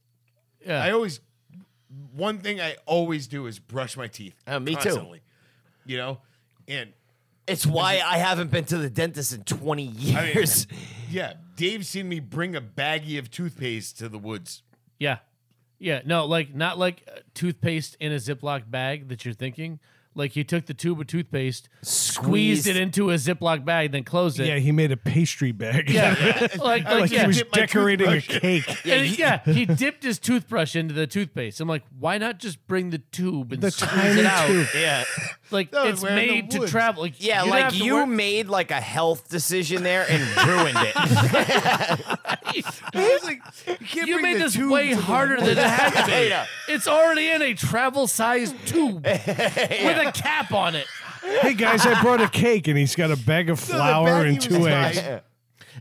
Yeah.
I always one thing I always do is brush my teeth.
Oh, me too.
constantly, You know, and
It's why I haven't been to the dentist in 20
mean-
years.
Yeah, Dave's seen me bring a baggie of toothpaste to the woods.
Yeah. Yeah. No, like not like uh, toothpaste in a Ziploc bag that you're thinking. Like you took the tube of toothpaste, squeezed,
Squeezed.
it into a Ziploc bag, then closed it.
Yeah, he made a pastry bag.
Yeah. like,
like
like, yeah.
he was
Dip my
decorating a
toothbrush.
cake.
And he- yeah, he dipped his toothbrush into the toothpaste. I'm like, why not just bring the tube and
The
squeeze it
tiny
out?
tube.
yeah.
Like
No,
it's
we're in the
made to
woods.
travel. Like,
Yeah,
you don't have
like
to
you
worry-
made like a health decision there and ruined it.
I was like, you can't
You
bring
made
the
this
tube
way
to the
harder than it had to
I
be.
know.
It's already in a travel-sized tube with a cap on it.
Hey guys, I brought a cake and he's got a bag of flour
baggie
and
was
two eggs.
tied.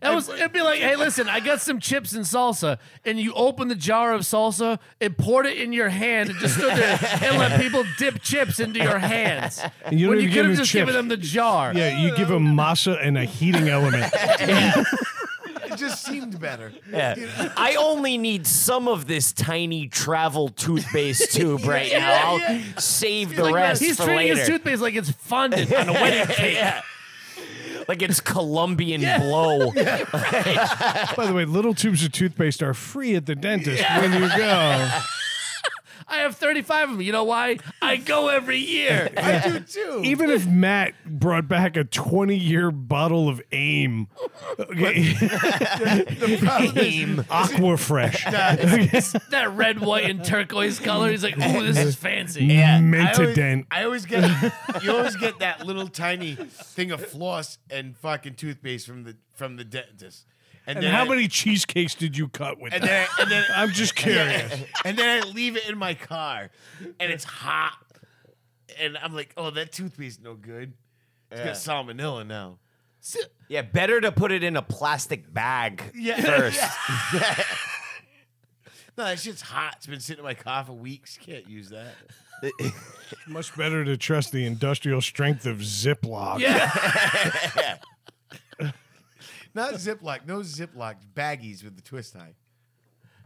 That was it'd be like, hey, listen, I got some chips and salsa, and you open the jar of salsa and poured it in your hand and just stood there and let people dip chips into your hands.
And you
when
don't
you
even
could
give
have
them
just
chips.
given them the jar.
Yeah, you give him masa and a heating element.
It just seemed better.
Yeah. I only need some of this tiny travel toothpaste tube right now. I'll save the
Like,
rest
he's
for
treating
later.
his toothpaste like it's fondant on a wedding cake.
Yeah. Like it's Colombian blow.
By the way, little tubes of toothpaste are free at the dentist when you go.
I have 35 of them. You know why? I go every year.
I do too.
Even if Matt brought back a 20 year bottle of AIM, okay,
the problem is,
Aqua Fresh,
that red, white, and turquoise color. He's like, oh, this is fancy.
I always,
Mentadent.
I always get you always get that little tiny thing of floss and fucking toothpaste from the from the dentist. And,
And
then
how
I-
many cheesecakes did you cut with
And
that?
then and then
I'm just curious.
and then I leave it in my car, and it's hot, and I'm like, oh, that toothpaste no good. It's got salmonella now.
Yeah, better to put it in a plastic bag
Yeah.
first.
No, that shit's hot. It's been sitting in my car for weeks. Can't use that.
Much better to trust the industrial strength of Ziploc.
Yeah.
Not Ziploc. No Ziploc baggies with the twist tie.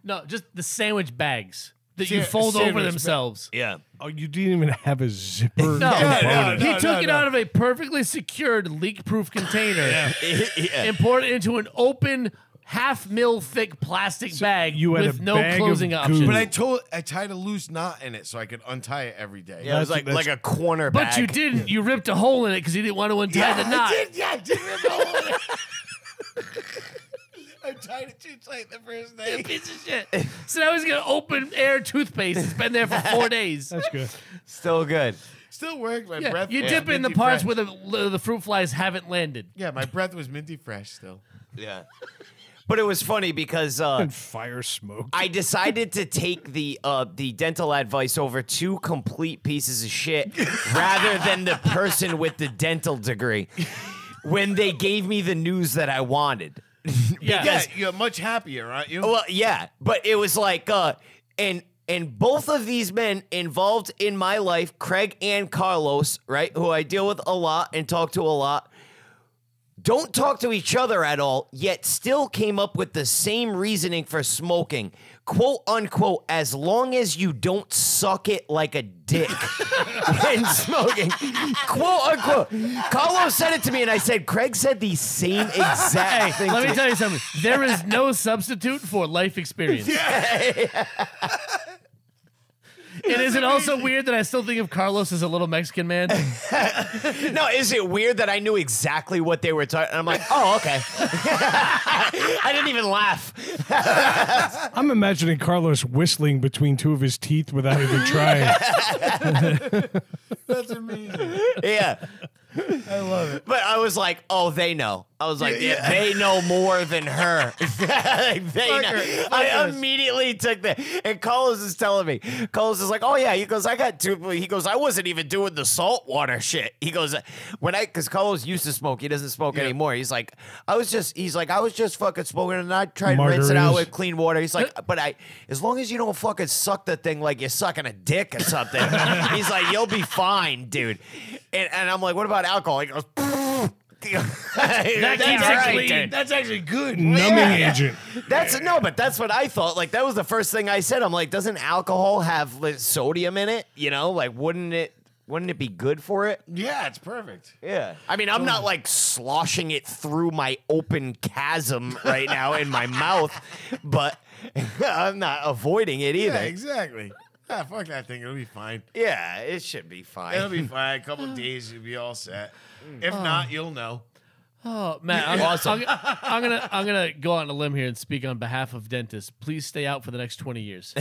No, just the sandwich bags that you
Sa-
fold over
sandwich ba-
themselves.
Yeah.
Oh, you didn't even have a zipper.
No,
no,
component.
he
no,
took it
no.
out of a perfectly secured leak-proof container
yeah.
and poured it into an open half mil thick plastic bag
you had
with
a
no
bag of
closing
goo.
option.
But I told I tied a loose knot in it so I could untie it every day.
Yeah, it was
That's-
like like a corner
But
bag.
you didn't. You ripped a hole in it because you didn't want to untie
Yeah,
the knot.
I did. Yeah, I did. rip a hole in it. I tied it too tight the first day.
Piece of shit. So now he's got open air toothpaste. It's been there for four days.
That's good.
Still good.
Still worked. My
Yeah,
breath.
you
was
dip in the
minty
parts
fresh.
where the, the fruit flies haven't landed.
Yeah, my breath was minty fresh still.
Yeah. But it was funny because uh,
And fire smoke.
I decided to take the uh, the dental advice over two complete pieces of shit rather than the person with the dental degree when they gave me the news that I wanted.
Yeah.
Yeah, Oh, you're much happier, aren't you?
Well, yeah, but it was like uh and and both of these men involved in my life, Craig and Carlos, right, who I deal with a lot and talk to a lot, don't talk to each other at all, yet still came up with the same reasoning for smoking, quote unquote, as long as you don't suck it like a dick when smoking, quote unquote. Carlos said it to me, and I said, Craig said the same exact thing.
Let
to
me tell you something. There is no substitute for life experience. And is it also weird that I still think of Carlos as a little Mexican man?
No, is it weird that I knew exactly what they were talking? I'm like, oh, okay. I didn't even laugh.
I'm imagining Carlos whistling between two of his teeth without even trying.
That's amazing.
Yeah,
I love it.
but I was like, oh, they know. I was like, yeah, they know more than her. Like, they
Fuck
know.
her. Fuck
I
us.
immediately took that. And Carlos is telling me, Carlos is like, oh yeah. He goes, I got two. He goes, I wasn't even doing the saltwater shit. He goes, when I, because Carlos used to smoke, he doesn't smoke anymore. He's like, I was just, he's like, I was just fucking smoking and I tried to rinse it out
Margaritas.
with clean water. He's like, but I, as long as you don't fucking suck the thing like you're sucking a dick or something, he's like, you'll be fine, dude. And, and I'm like, what about alcohol? He goes, that
keeps it clean.
That's actually good.
Numbing
Yeah.
agent.
That's no, but that's what I thought. Like that was the first thing I said. I'm like, doesn't alcohol have like, sodium in it? You know, like wouldn't it? Wouldn't it be good for it?
Yeah, it's perfect.
Yeah. I mean, I'm not like sloshing it through my open chasm right now in my mouth, but I'm not avoiding it
Yeah,
either. Yeah,
exactly. Yeah, fuck that thing. It'll be fine.
it should be fine.
It'll be fine. A couple of days, you'll be all set.
Mm.
If not, you'll know.
Oh man, I'm, I'm, I'm gonna I'm gonna go out on a limb here and speak on behalf of dentists. Please stay out for the next twenty years.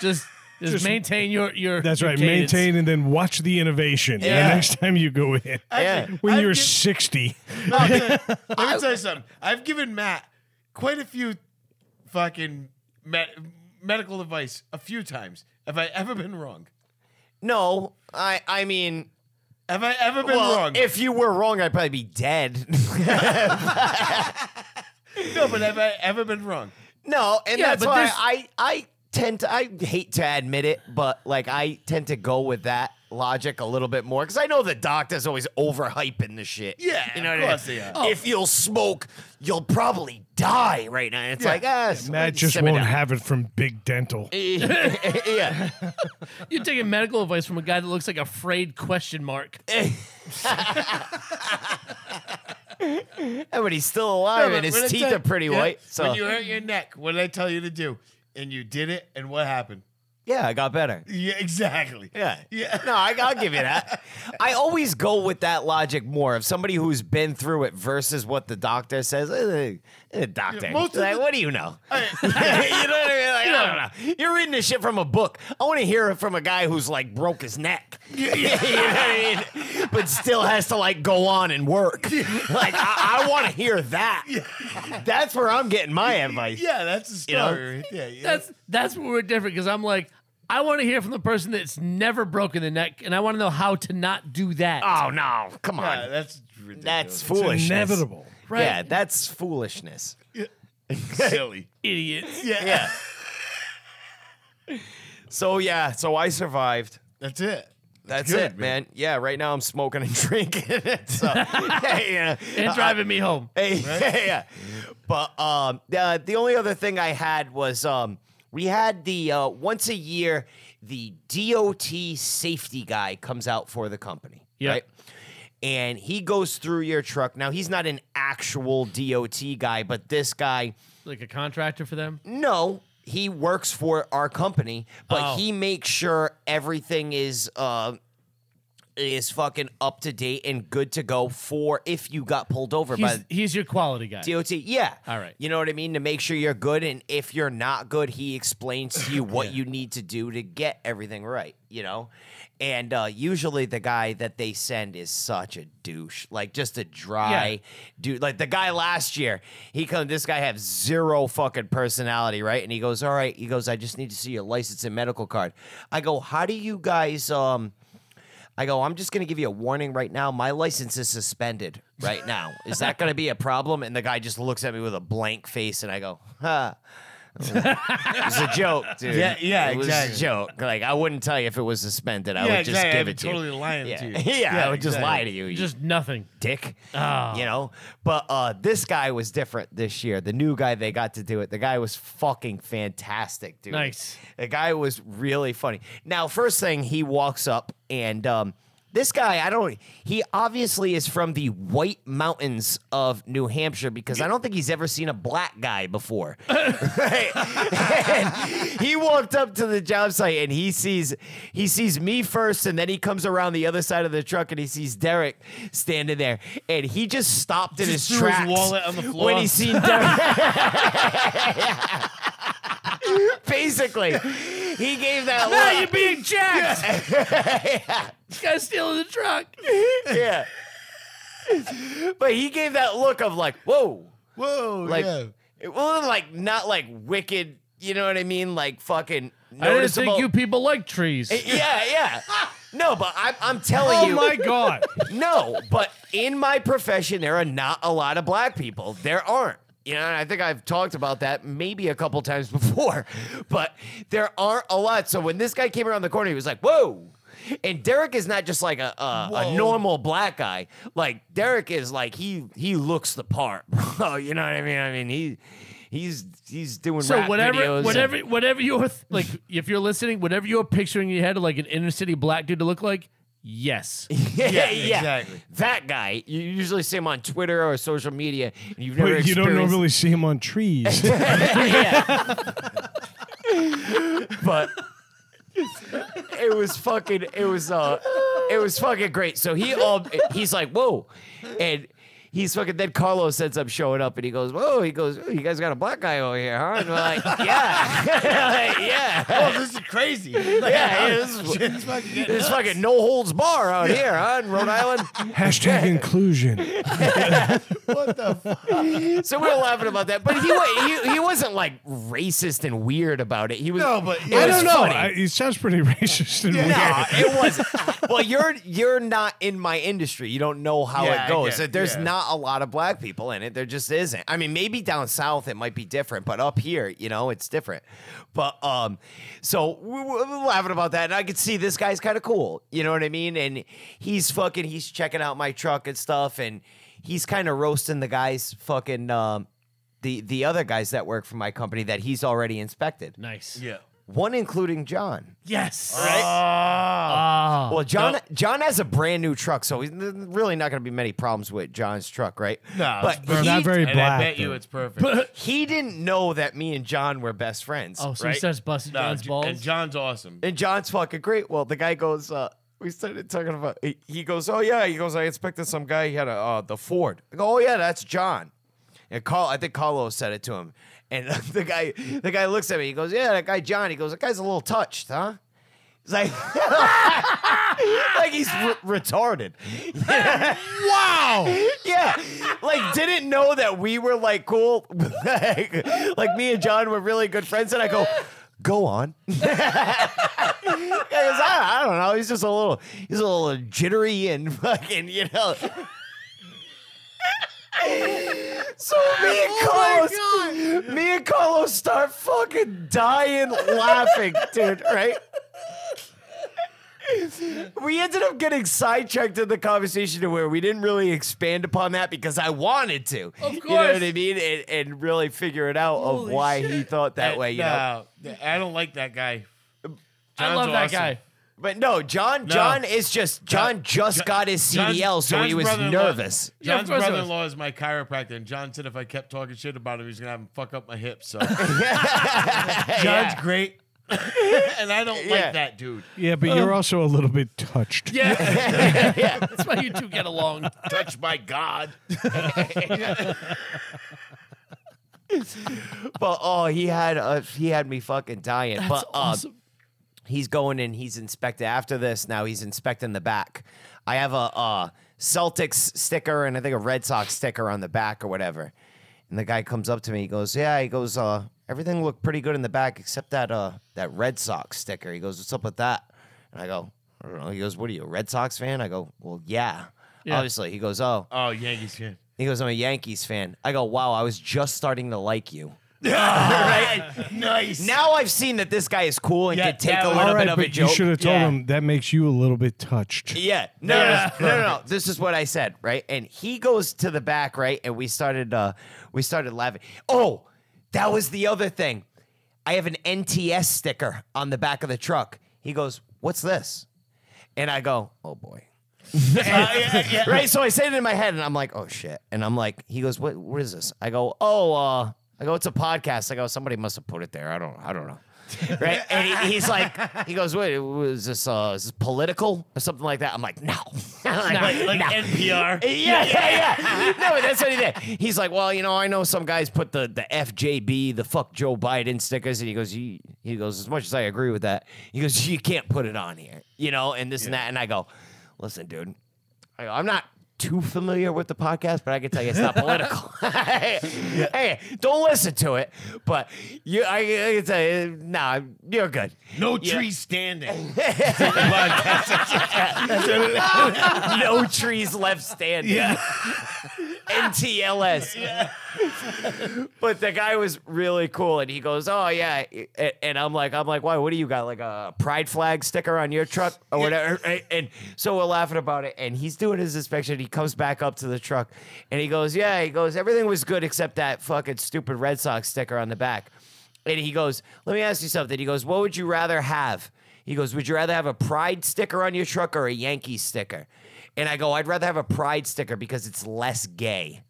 just, just maintain your your.
That's
your
right.
cadence.
Maintain and then watch the innovation
Yeah.
the next time you go in.
yeah.
When
I've
you're
given-
60.
Oh,
No, I'm gonna- let me tell you something. I've given Matt quite a few fucking med- medical advice a few times. Have I ever been wrong?
No, I I mean,
Have I ever been
well,
wrong?
if you were wrong, I'd probably be dead.
no, but have I ever been wrong?
no, and
Yeah,
that's
but
why
this-
I I tend to I hate to admit it, but like I tend to go with that logic a little bit more because I know the doctor's always overhyping the shit.
Yeah,
you know
of
what I mean?
course they are. Oh.
If you'll smoke, you'll probably die right now. It's like ah, so
Matt just
simmer
won't
down.
have it from Big Dental.
yeah,
You're taking medical advice from a guy that looks like a frayed question mark.
Yeah, but he's still
No,
alive,
but
and
when I
his teeth
tell-
are pretty
yeah,
white. So
when you hurt your neck, what did I tell you to do? And you did it. And what happened?
yeah, I got better.
Yeah, exactly.
Yeah.
Yeah.
No, I, I'll give you that. I always go with that logic more of somebody who's been through it versus what the doctor says. Eh, eh, eh, doctor,
Yeah, most of
like,
the-
what do you know? you know what I mean? Like, I don't know. You're reading this shit from a book. I want to hear it from a guy who's like broke his neck. you know what I mean? But still has to like go on and work. Like, I, I want to hear that. That's where I'm getting my advice.
Yeah, that's the
You know?
story. right there. yeah,
That's that's where we're different because I'm like I want to hear from the person that's never broken the neck, and I want to know how to not do that.
Oh, no. Come on.
Yeah, that's ridiculous.
that's
It's
foolishness.
inevitable.
Right.
Yeah, that's foolishness.
silly.
Idiots.
Yeah.
Yeah. so yeah, so I survived.
that's it.
That's
good,
it, man. Yeah, right now I'm smoking and drinking. so yeah,
And driving me home.
uh, Hey, yeah. But um, uh, the only other thing I had was um, we had the uh, once a year the DOT safety guy comes out for the company,
Yeah.
right? And he goes through your truck. Now he's not an actual DOT guy, but this guy
Like a contractor for them.
Mm. no, he works for our company, but
Oh.
he makes sure everything is uh, is fucking up to date and good to go for if you got pulled over by
He's, he's your quality guy.
DOT. Yeah.
All right.
You know what I mean? To make sure you're good. And if you're not good, he explains to you what you need to do to get everything right, you know? And uh, usually the guy that they send is such a douche, like just a dry dude. Like the guy last year, he come. This guy have zero fucking personality, right? And he goes, "All right," he goes, "I just need to see your license and medical card." I go, "How do you guys um?" I go, I'm just going to give you a warning right now. My license is suspended right now. Is that going to be a problem? And the guy just looks at me with a blank face, and I go, huh. it was a joke, dude.
Yeah, yeah,
it was
exactly.
a joke. Like I wouldn't tell you if it was suspended. I
yeah,
would just
exactly.
give
I'm
it to
totally
you.
lying
Yeah,
to you.
yeah, I would just lie to you. You
Just nothing.
dick.
Oh.
You know? But uh this guy was different this year. The new guy they got to do it. The guy was fucking fantastic, dude.
Nice.
The guy was really funny. Now, first thing he walks up and um this guy, I don't he obviously is from the White Mountains of New Hampshire because I don't think he's ever seen a black guy before. Right? And he walked up to the job site and he sees he sees me first and then he comes around the other side of the truck and he sees Derek standing there and he just stopped in
Just
his
threw his
tracks
wallet on the floor.
when he seen Derek. Basically, he gave that
Now
look.
you're being jacked. This guy's stealing the truck.
yeah. But he gave that look of like, whoa.
Whoa.
Like,
yeah.
it wasn't like, not like wicked, you know what I mean? Like fucking
I didn't
noticeable.
think you people like trees.
yeah, yeah. No, but I'm, I'm telling
Oh
you.
my God.
No, but in my profession, there are not a lot of black people. There aren't. You know, and I think I've talked about that maybe a couple times before, but there aren't a lot. So when this guy came around the corner, he was like, whoa. And Derek is not just like a a, a
Whoa.
normal black guy. Like Derek is like he he looks the part, bro. You know what I mean? I mean he he's he's doing
So
rap videos
whatever,
and-
whatever, whatever you're like, if you're listening, whatever you're picturing in your head, of like an inner city black dude to look like, yes.
Yeah,
exactly.
That guy. You usually see him on Twitter or social media, and you've never
But you don't
experienced-
normally see him on trees.
but it was fucking it was uh it was fucking great. So he all he's like, whoa. And he's fucking then Carlos ends up showing up and he goes, Whoa, he goes, "Oh, you guys got a black guy over here, huh? And we're like, Yeah. Like, yeah.
Oh, this is crazy. Like,
Yeah, this is-
it's fucking getting
This
nuts.
fucking no holds bar out here, huh? In Rhode Island.
Hashtag inclusion.
what the fuck?
So we were laughing about that. But he, wa- he he wasn't like racist and weird about it. He was
No, but
it
I
was
don't
funny.
I, it sounds pretty racist and weird.
No, it wasn't. Well, you're you're not in my industry. You don't know how
Yeah, I
it goes.
get-
There's
yeah.
not a lot of black people in it. There just isn't. I mean, maybe down south it might be different, but up here, you know, it's different. But um, so we were laughing about that, and I could see this guy's kind of cool. You know what I mean? And he's fucking. He's checking out my truck and stuff, and he's kind of roasting the guys fucking. Um, the, the other guys that work for my company that he's already inspected,
Nice.
Yeah.
one including John.
Yes. Oh.
Uh,
Oh,
Well, John John has a brand new truck, so he's there's really not going to be many problems with John's truck, right?
No,
but
it's
he,
not very
and
black.
I bet you
though.
it's perfect.
he didn't know that me and John were best friends.
Oh, so
right?
he starts busting
No,
John's
J-
balls.
and John's awesome.
and John's fucking great. Well, the guy goes, uh, we started talking about. He, he goes, oh yeah, he goes, I inspected some guy. He had a uh, the Ford. I go, oh yeah, that's John. And Carl, I think Carlos said it to him. And the guy, the guy looks at me. He goes, yeah, that guy John. He goes, that guy's a little touched, huh? He's like, like he's re- retarded.
Wow.
Yeah, like didn't know that we were like cool, like, like me and John were really good friends. And I go, go on. I, goes, I, I don't know. He's just a little, he's a little jittery and fucking, you know. So me and
Oh
Carlos, me and Carlos start fucking dying laughing, dude. Right? we ended up getting sidetracked in the conversation to where we didn't really expand upon that because I wanted to.
Of
You know
course.
what I mean? And, and really figure it out of
Holy
why
shit.
he thought that
Uh,
way, you know.
no, th- I don't like that guy.
I
John's
love that
awesome.
guy.
But no, John John is just John just
Jo-
got his
John's-
CDL, so he
John's
was
brother-in-law-
nervous.
Yeah, of
John's
course it was.
brother-in-law is my chiropractor, and John said if I kept talking shit about him, he's gonna have him fuck up my hips. So John's
Yeah.
great, and I don't
Yeah.
like that dude.
Yeah, but you're also a little bit touched.
Yeah. That's why you two get along.
Touch my god.
But oh, he had uh, he had me fucking dying. but uh,
awesome.
he's going and he's inspected after this. Now he's inspecting the back. I have a, uh Celtics sticker and I think a Red Sox sticker on the back or whatever. And the guy comes up to me. He goes, "Yeah." He goes, "Uh, everything looked pretty good in the back except that uh that Red Sox sticker." He goes, "What's up with that?" And I go, "I don't know." He goes, "What are you, a Red Sox fan?" I go, "Well, yeah."
Yeah.
Obviously, he goes, "Oh."
Oh, Yankees fan.
He goes, "I'm a Yankees fan." I go, "Wow, I was just starting to like you."
Nice.
Now I've seen that this guy is cool and
Yeah,
can take
that
a
was-
little
All
bit
right,
of a
but you
joke.
should have told
yeah.
him that makes you a little bit touched.
Yeah. No,
Yeah.
No, no, no, no. This is what I said, right? And he goes to the back, right? And we started uh we started laughing. Oh, that was the other thing. I have an NTS sticker on the back of the truck. He goes, What's this? And I go, Oh boy. Right? So I say it in my head and I'm like, oh shit. And I'm like, he goes, What what is this? I go, Oh, uh, I go, it's a podcast. I go, somebody must have put it there. I don't I don't know. Right? And he, he's like, he goes, Wait, was this uh is this political or something like that? I'm like, no. I'm
Like, like
"No."
NPR.
Yeah, yeah, yeah. No, but that's what he did. He's like, well, you know, I know some guys put the the FJB, the fuck Joe Biden stickers, and he goes, you, he goes, as much as I agree with that, he goes, you can't put it on here, you know, and this and that, and I go, listen, dude, I go, I'm not. Too familiar with the podcast, but I can tell you it's not political. hey, don't listen to it. But you, I, I can tell you, nah, you're good.
No
Yeah.
trees standing. Podcast.
no trees left standing. NTLS. but the guy was really cool, and he goes, "Oh yeah," and, and I'm like, "I'm like, why? What do you got? Like a pride flag sticker on your truck or whatever?" And- And so we're laughing about it, and he's doing his inspection. He comes back up to the truck, and he goes, "Yeah," he goes, "Everything was good except that fucking stupid Red Sox sticker on the back." and he goes, "Let me ask you something." He goes, "What would you rather have?" He goes, "Would you rather have a Pride sticker on your truck or a Yankee sticker?" And I go, "I'd rather have a Pride sticker because it's less gay."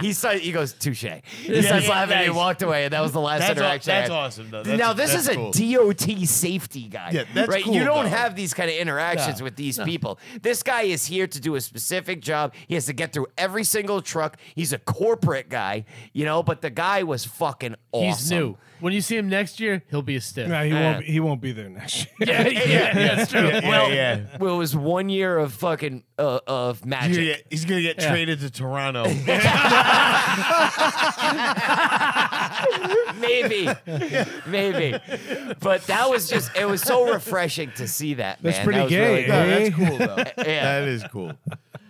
he started, he goes, "Touche." He starts
yeah,
laughing and
nice.
he walked away, and that was the last
That's aw-
interaction. I
that's
had.
awesome, though. That's-
now this
that's
is a
cool.
DOT safety guy.
Yeah, that's
right.
cool,
you don't
though.
have these kind of interactions with these people. This guy is here to do a specific job. He has to get through every single truck. He's a corporate guy, you know. But the guy was fucking awesome.
He's new. When you see him next year, he'll be a stiff.
No, he won't. He won't be there next year.
yeah, yeah, that's true.
Yeah, yeah.
Well, it was one year of fucking uh, of
He's
magic.
gonna get, he's gonna get
Yeah.
traded to Toronto.
maybe, maybe. But that was just. It was so refreshing to see that.
That's
man.
pretty
that was
gay,
Really
eh?
yeah, that's cool though.
Yeah.
That is cool.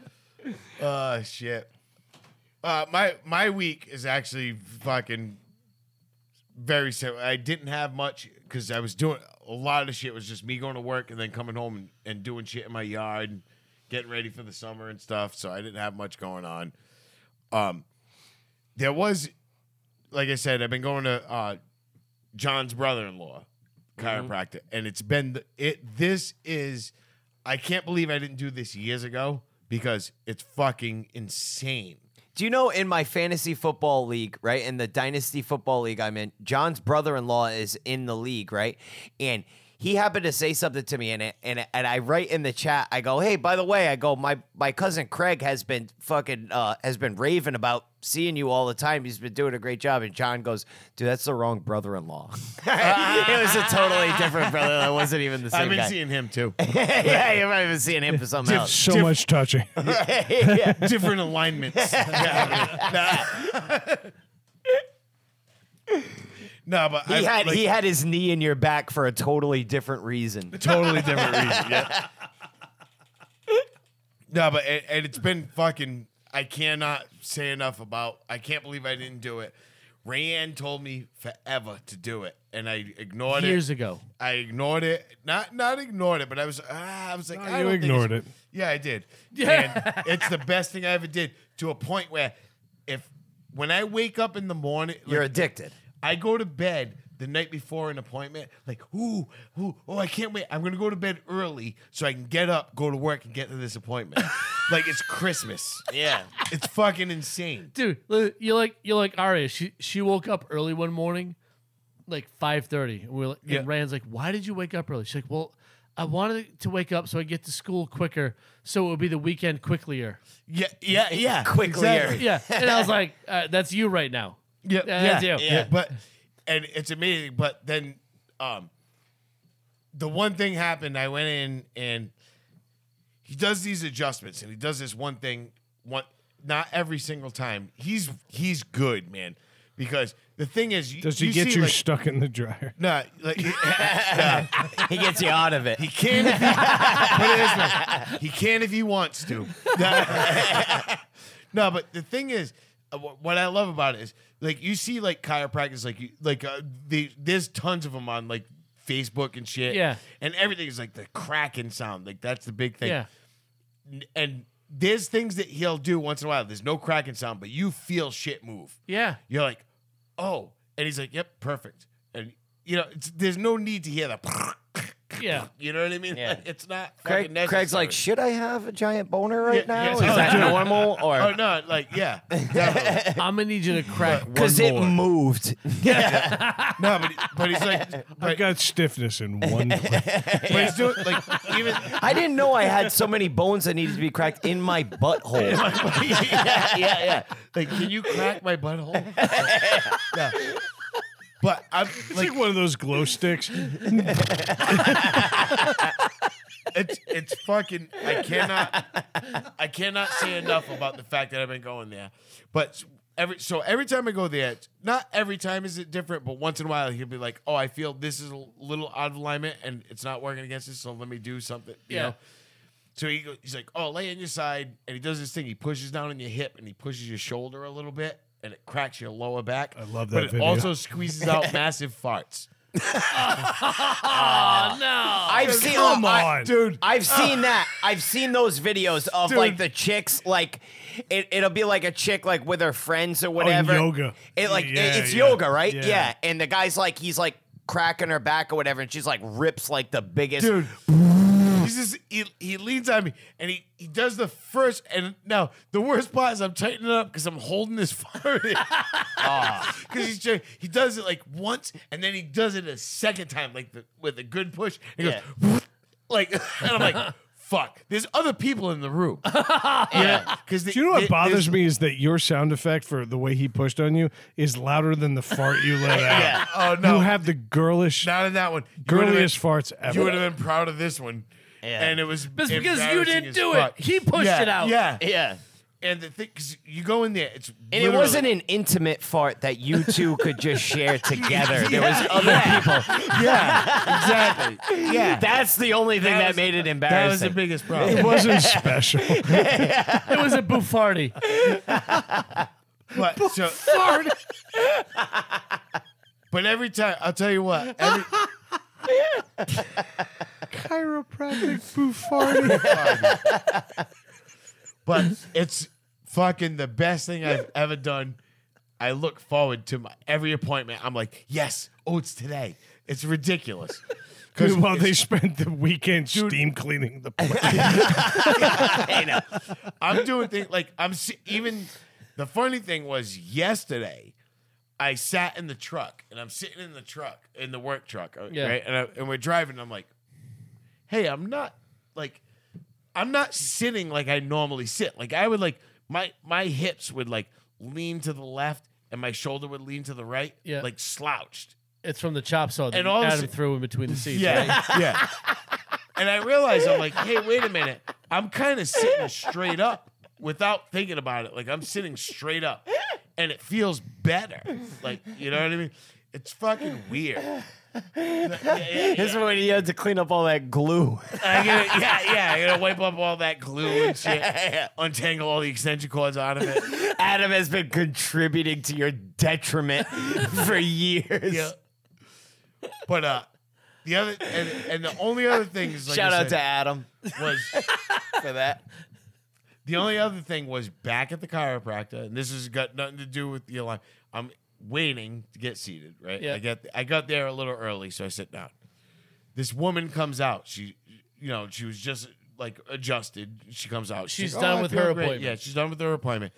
Oh shit. Uh, my my week is actually fucking very simple. I didn't have much because I was doing a lot of shit. Was just me going to work and then coming home and, and doing shit in my yard, and getting ready for the summer and stuff. So I didn't have much going on. Um, there was, like I said, I've been going to uh, John's brother-in-law chiropractor, and it's been the, it. This is, I can't believe I didn't do this years ago because it's fucking insane.
Do you know in my fantasy football league, right? In the dynasty football league I'm in, John's brother in law is in the league, right? And he happened to say something to me, and it- and and I write in the chat. I go, hey, by the way, I go, my my cousin Craig has been fucking uh, has been raving about seeing you all the time. He's been doing a great job. And John goes, dude, that's the wrong brother in law. it was a totally different brother. That wasn't even the same
I've been
guy.
seeing him too.
yeah, you might have been seeing him for something else.
So much touching.
yeah.
Different alignments. no, but
He
I,
had
like,
he had his knee in your back for a totally different reason.
totally different reason. Yeah. no, but it, and it's been fucking. I cannot say enough about. I can't believe I didn't do it. Rayanne told me forever to do it, and I ignored
Years
it.
ago.
I ignored it. Not not ignored it, but I was ah, I was like,
No,
I
you
don't think
ignored
it's-
it.
Yeah, I did.
Yeah.
And it's the best thing I ever did. To a point where, if when I wake up in the morning,
You're
like,
addicted.
I go to bed the night before an appointment, like, ooh, ooh, oh, I can't wait. I'm gonna go to bed early so I can get up, go to work, and get to this appointment. like it's Christmas.
Yeah.
It's fucking insane.
dude li- you're like you're like aria she she woke up early one morning like 5.30 and we're like
Yeah.
and rand's like why did you wake up early she's like well i wanted to wake up so i get to school quicker so it would be the weekend quicklier
Yeah, yeah, yeah.
Quicklier.
Exactly.
yeah and i was like uh, that's you right now
Yeah,
Yeah,
yeah,
that's you.
yeah. But and it's amazing. But then, um, the one thing happened. I went in and he does these adjustments, and he does this one thing. One, not every single time. He's he's good, man. Because the thing is, you-
Does he
you
get
see,
you
like,
stuck in the dryer?
No, like
He gets you out of it.
he can. If he, put it this way, he can if he wants to. no, but the thing is, uh, wh- what I love about it is, like, you see, like chiropractors, like, you, like, uh, they, there's tons of them on like Facebook and shit.
Yeah.
and everything is like the cracking sound. Like that's the big thing.
yeah
N- and there's things that he'll do once in a while. There's no cracking sound, but you feel shit move.
yeah
You're like, oh, and he's like, yep, perfect. And you know, it's, there's no need to hear the.
yeah
You know what I mean?
Yeah.
Like, it's not fucking
Craig,
necessary.
Craig's like, should I have a giant boner right
Yeah,
now?
yeah.
Is
Oh,
that
dude.
normal or?
Oh no! Like yeah, definitely.
i'm gonna need you to crack one
Because it
more
moved.
no, but he- but he's like,
I've
but,
got stiffness in one. place.
but he's doing like even
I didn't know I had so many bones that needed to be cracked in my butthole.
yeah,
yeah.
like can you crack my butthole? yeah. But I'm
It's
like
like one of those glow sticks.
it's it's fucking I cannot I cannot say enough about the fact that I've been going there. But every so every time I go there, it's- not every time is it different, but once in a while he'll be like, "Oh, I feel this is a little out of alignment and it's not working against us, so let me do something." You
Yeah.
know. So he go, he's like, "Oh, lay on your side," and he does this thing. He pushes down on your hip and he pushes your shoulder a little bit, and it cracks your lower back. I But
love that
it
video.
also squeezes out massive farts.
Uh,
I've seen
Come
I-
on.
dude. I've seen that. I've seen those videos of like the chicks like it, it'll be like a chick like with her friends or whatever.
Oh, yoga.
It like it-
Yeah,
it's
yeah,
yoga, right?
yeah.
Yeah. And the guy's like he's like cracking her back or whatever, and she's like rips like the biggest
dude. He's just he, he leans on me and he, he does the first and now the worst part is I'm tightening up because I'm holding this phone because he's trying- he does it like once and then he does it a second time like the, with a good push he goes like and I'm like fuck there's other people in the room yeah because
Do you know what bothers me is that your sound effect for the way he pushed on you is louder than the fart you let out.
Yeah.
Oh, no.
You have the girlish,
not in that one You would've been-
girliest farts
You would
ever.
have been proud of this one.
Yeah.
And it was
That's because you
embarrassing
didn't
as
do
fuck.
it. He pushed
Yeah,
it out.
Yeah.
Yeah.
And the thing, because you go in there, it's
And it wasn't an intimate fart that you two could just share together. There was other people.
yeah, exactly. Yeah,
That's the only thing that,
was-
made it
that was the
embarrassing.
biggest
It
problem.
wasn't special.
It was a bufardi.
but so, but every time, I'll tell you what. Every,
Chiropractic boo farting.
but it's fucking the best thing I've ever done. I look forward to my every appointment. I'm like, yes, oh, it's today. It's ridiculous. Because
Meanwhile, they spent the weekend steam cleaning the place.
I know.
I'm doing things like I'm se- even. The funny thing was yesterday, I sat in the truck and I'm sitting in the truck in the work truck, uh,
Yeah.
right? And, I, and we're driving. And I'm like, hey, I'm not like, I'm not sitting like I normally sit. Like I would like my my hips would like lean to the left and my shoulder would lean to the right,
Yeah.
like slouched.
It's from the chop saw that
And all
Adam
this-
threw in between the seats. right?
Yeah, yeah. And I realized I'm like, hey, wait a minute. I'm kind of sitting straight up without thinking about it. Like I'm sitting straight up, and it feels better. Like you know what I mean? It's fucking weird. Yeah, yeah,
This is
yeah.
when you had to clean up all that glue.
I gotta, yeah, yeah. I gotta wipe up all that glue and shit, untangle all the extension cords out of it.
Adam has been contributing to your detriment for years.
Yeah. But uh, the other and, and the only other thing is like
Shout
I
out to
said,
Adam
was
for that.
The only other thing was back at the chiropractor, and this has got nothing to do with the alarm. I'm waiting to get seated, right?
Yeah.
I got I got there a little early, so I sit down. This woman comes out. She, you know, she was just like adjusted. She comes out.
She's
like,
done
I
with
feel
her
great."
appointment.
Yeah, she's done with her appointment,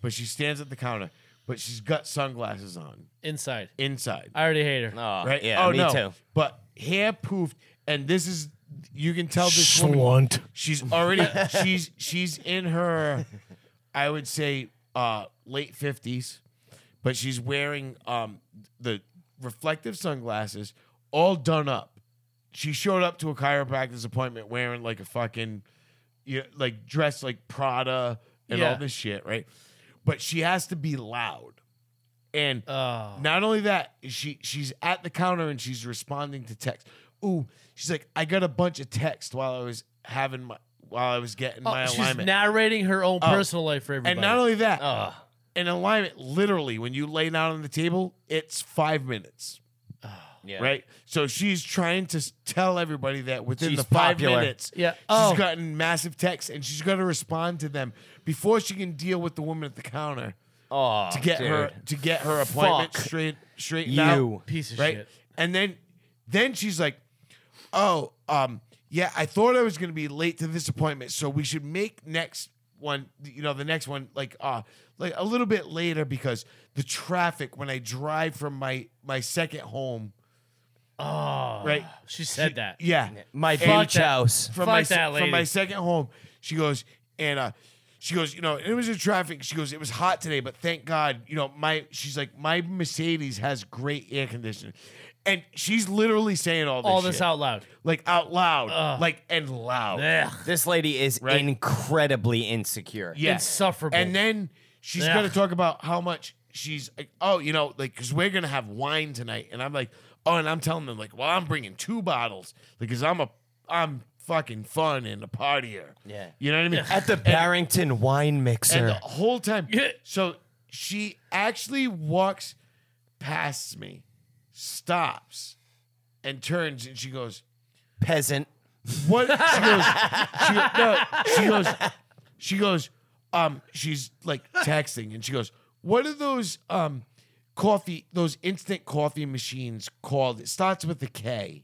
but she stands at the counter. But she's got sunglasses on
Inside.
inside
I already hate her.
Oh,
right?
yeah,
oh,
me
no.
too.
But hair poofed, and this is you can tell this woman
Slunt.
she's already she's she's in her I would say uh late fifties, but she's wearing um the reflective sunglasses, all done up. She showed up to a chiropractor's appointment wearing like a fucking you know, like dressed like Prada and
Yeah.
all this shit, right? But she has to be loud. And
Oh.
not only that, she she's at the counter and she's responding to text. Ooh, she's like, I got a bunch of text while I was having my while I was getting
Oh,
my
Oh, she's
alignment.
narrating her own
Oh.
personal life for everybody.
and not only that,
Oh.
an alignment literally when you lay down on the table, it's five minutes,
Yeah.
right? So she's trying to s- tell everybody that within
She's
the five
popular.
minutes,
Yeah.
she's
Oh.
gotten massive texts and she's got to respond to them before she can deal with the woman at the counter
Oh,
to get her
dude.
to get her appointment
Fuck
straight straightened
You.
out.
Piece of
right?
shit.
And then then she's like, "Oh, um, yeah, I thought I was going to be late to this appointment, so we should make next one, you know, the next one like uh like a little bit later because the traffic when I drive from my my second home,
Oh.
right?
She said that.
Yeah.
My
And-
beach house.
from
Fuck
my se-
that lady.
from my second home. She goes and uh, she goes, you know, it was in traffic. She goes, it was hot today, but thank God, you know, my she's like my Mercedes has great air conditioning, and she's literally saying all this,
All this
shit.
out loud.
like out loud,
Ugh.
like and loud,
Ugh.
This lady is
Right.
incredibly insecure.
Yeah.
Insufferable.
And then she's
Ugh.
gonna talk about how much she's like, oh, you know, like because we're gonna have wine tonight, and I'm like, oh, and I'm telling them like, well, I'm bringing two bottles because I'm a I'm fucking fun and a partier.
Yeah.
you know what I mean.
At the Barrington wine
And
mixer.
the whole time.
Yeah.
So she actually walks past me, stops, and turns and she goes,
Peasant.
What? She goes, she, go- no, she goes, she goes, um, she's like texting and she goes, what are those, um, coffee, those instant coffee machines called? It starts with a K.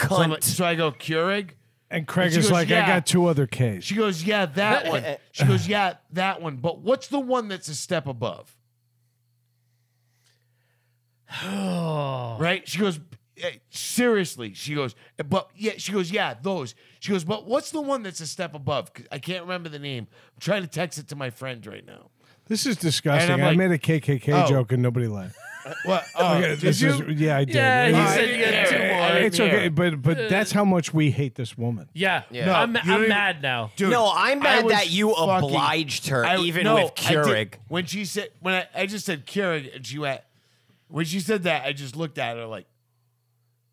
So, I'm like-
Cunt.
so I go, Keurig?
And Craig
And she
is
goes,
like,
"Yeah."
I got two other Ks.
She goes, yeah, that one. She goes, yeah, that one. But what's the one that's a step above?
Oh.
right? She goes, eh, seriously. She goes, but yeah, she goes, yeah, those. She goes, but what's the one that's a step above? 'Cause I can't remember the name. I'm trying to text it to my friend right now.
this is disgusting.
And I'm
I
like,
made a KKK
"Oh."
joke and nobody laughed.
What? Oh,
Okay,
did
this
you?
is- yeah, I did.
Yeah, he
Yeah.
I
said
didn't
you got
hear
two
it.
more.
I didn't
it's
hear
okay,
it.
but but that's how much we hate this woman.
Yeah.
Yeah.
No,
No,
I'm,
you
I'm
don't even-
mad now.
Dude,
no, I'm
I
mad
was
that you
fucking-
obliged her,
I-
even
no,
with
I did-
Keurig.
When she said, when I, I just said Keurig, and she went, when she said that, I just looked at her like,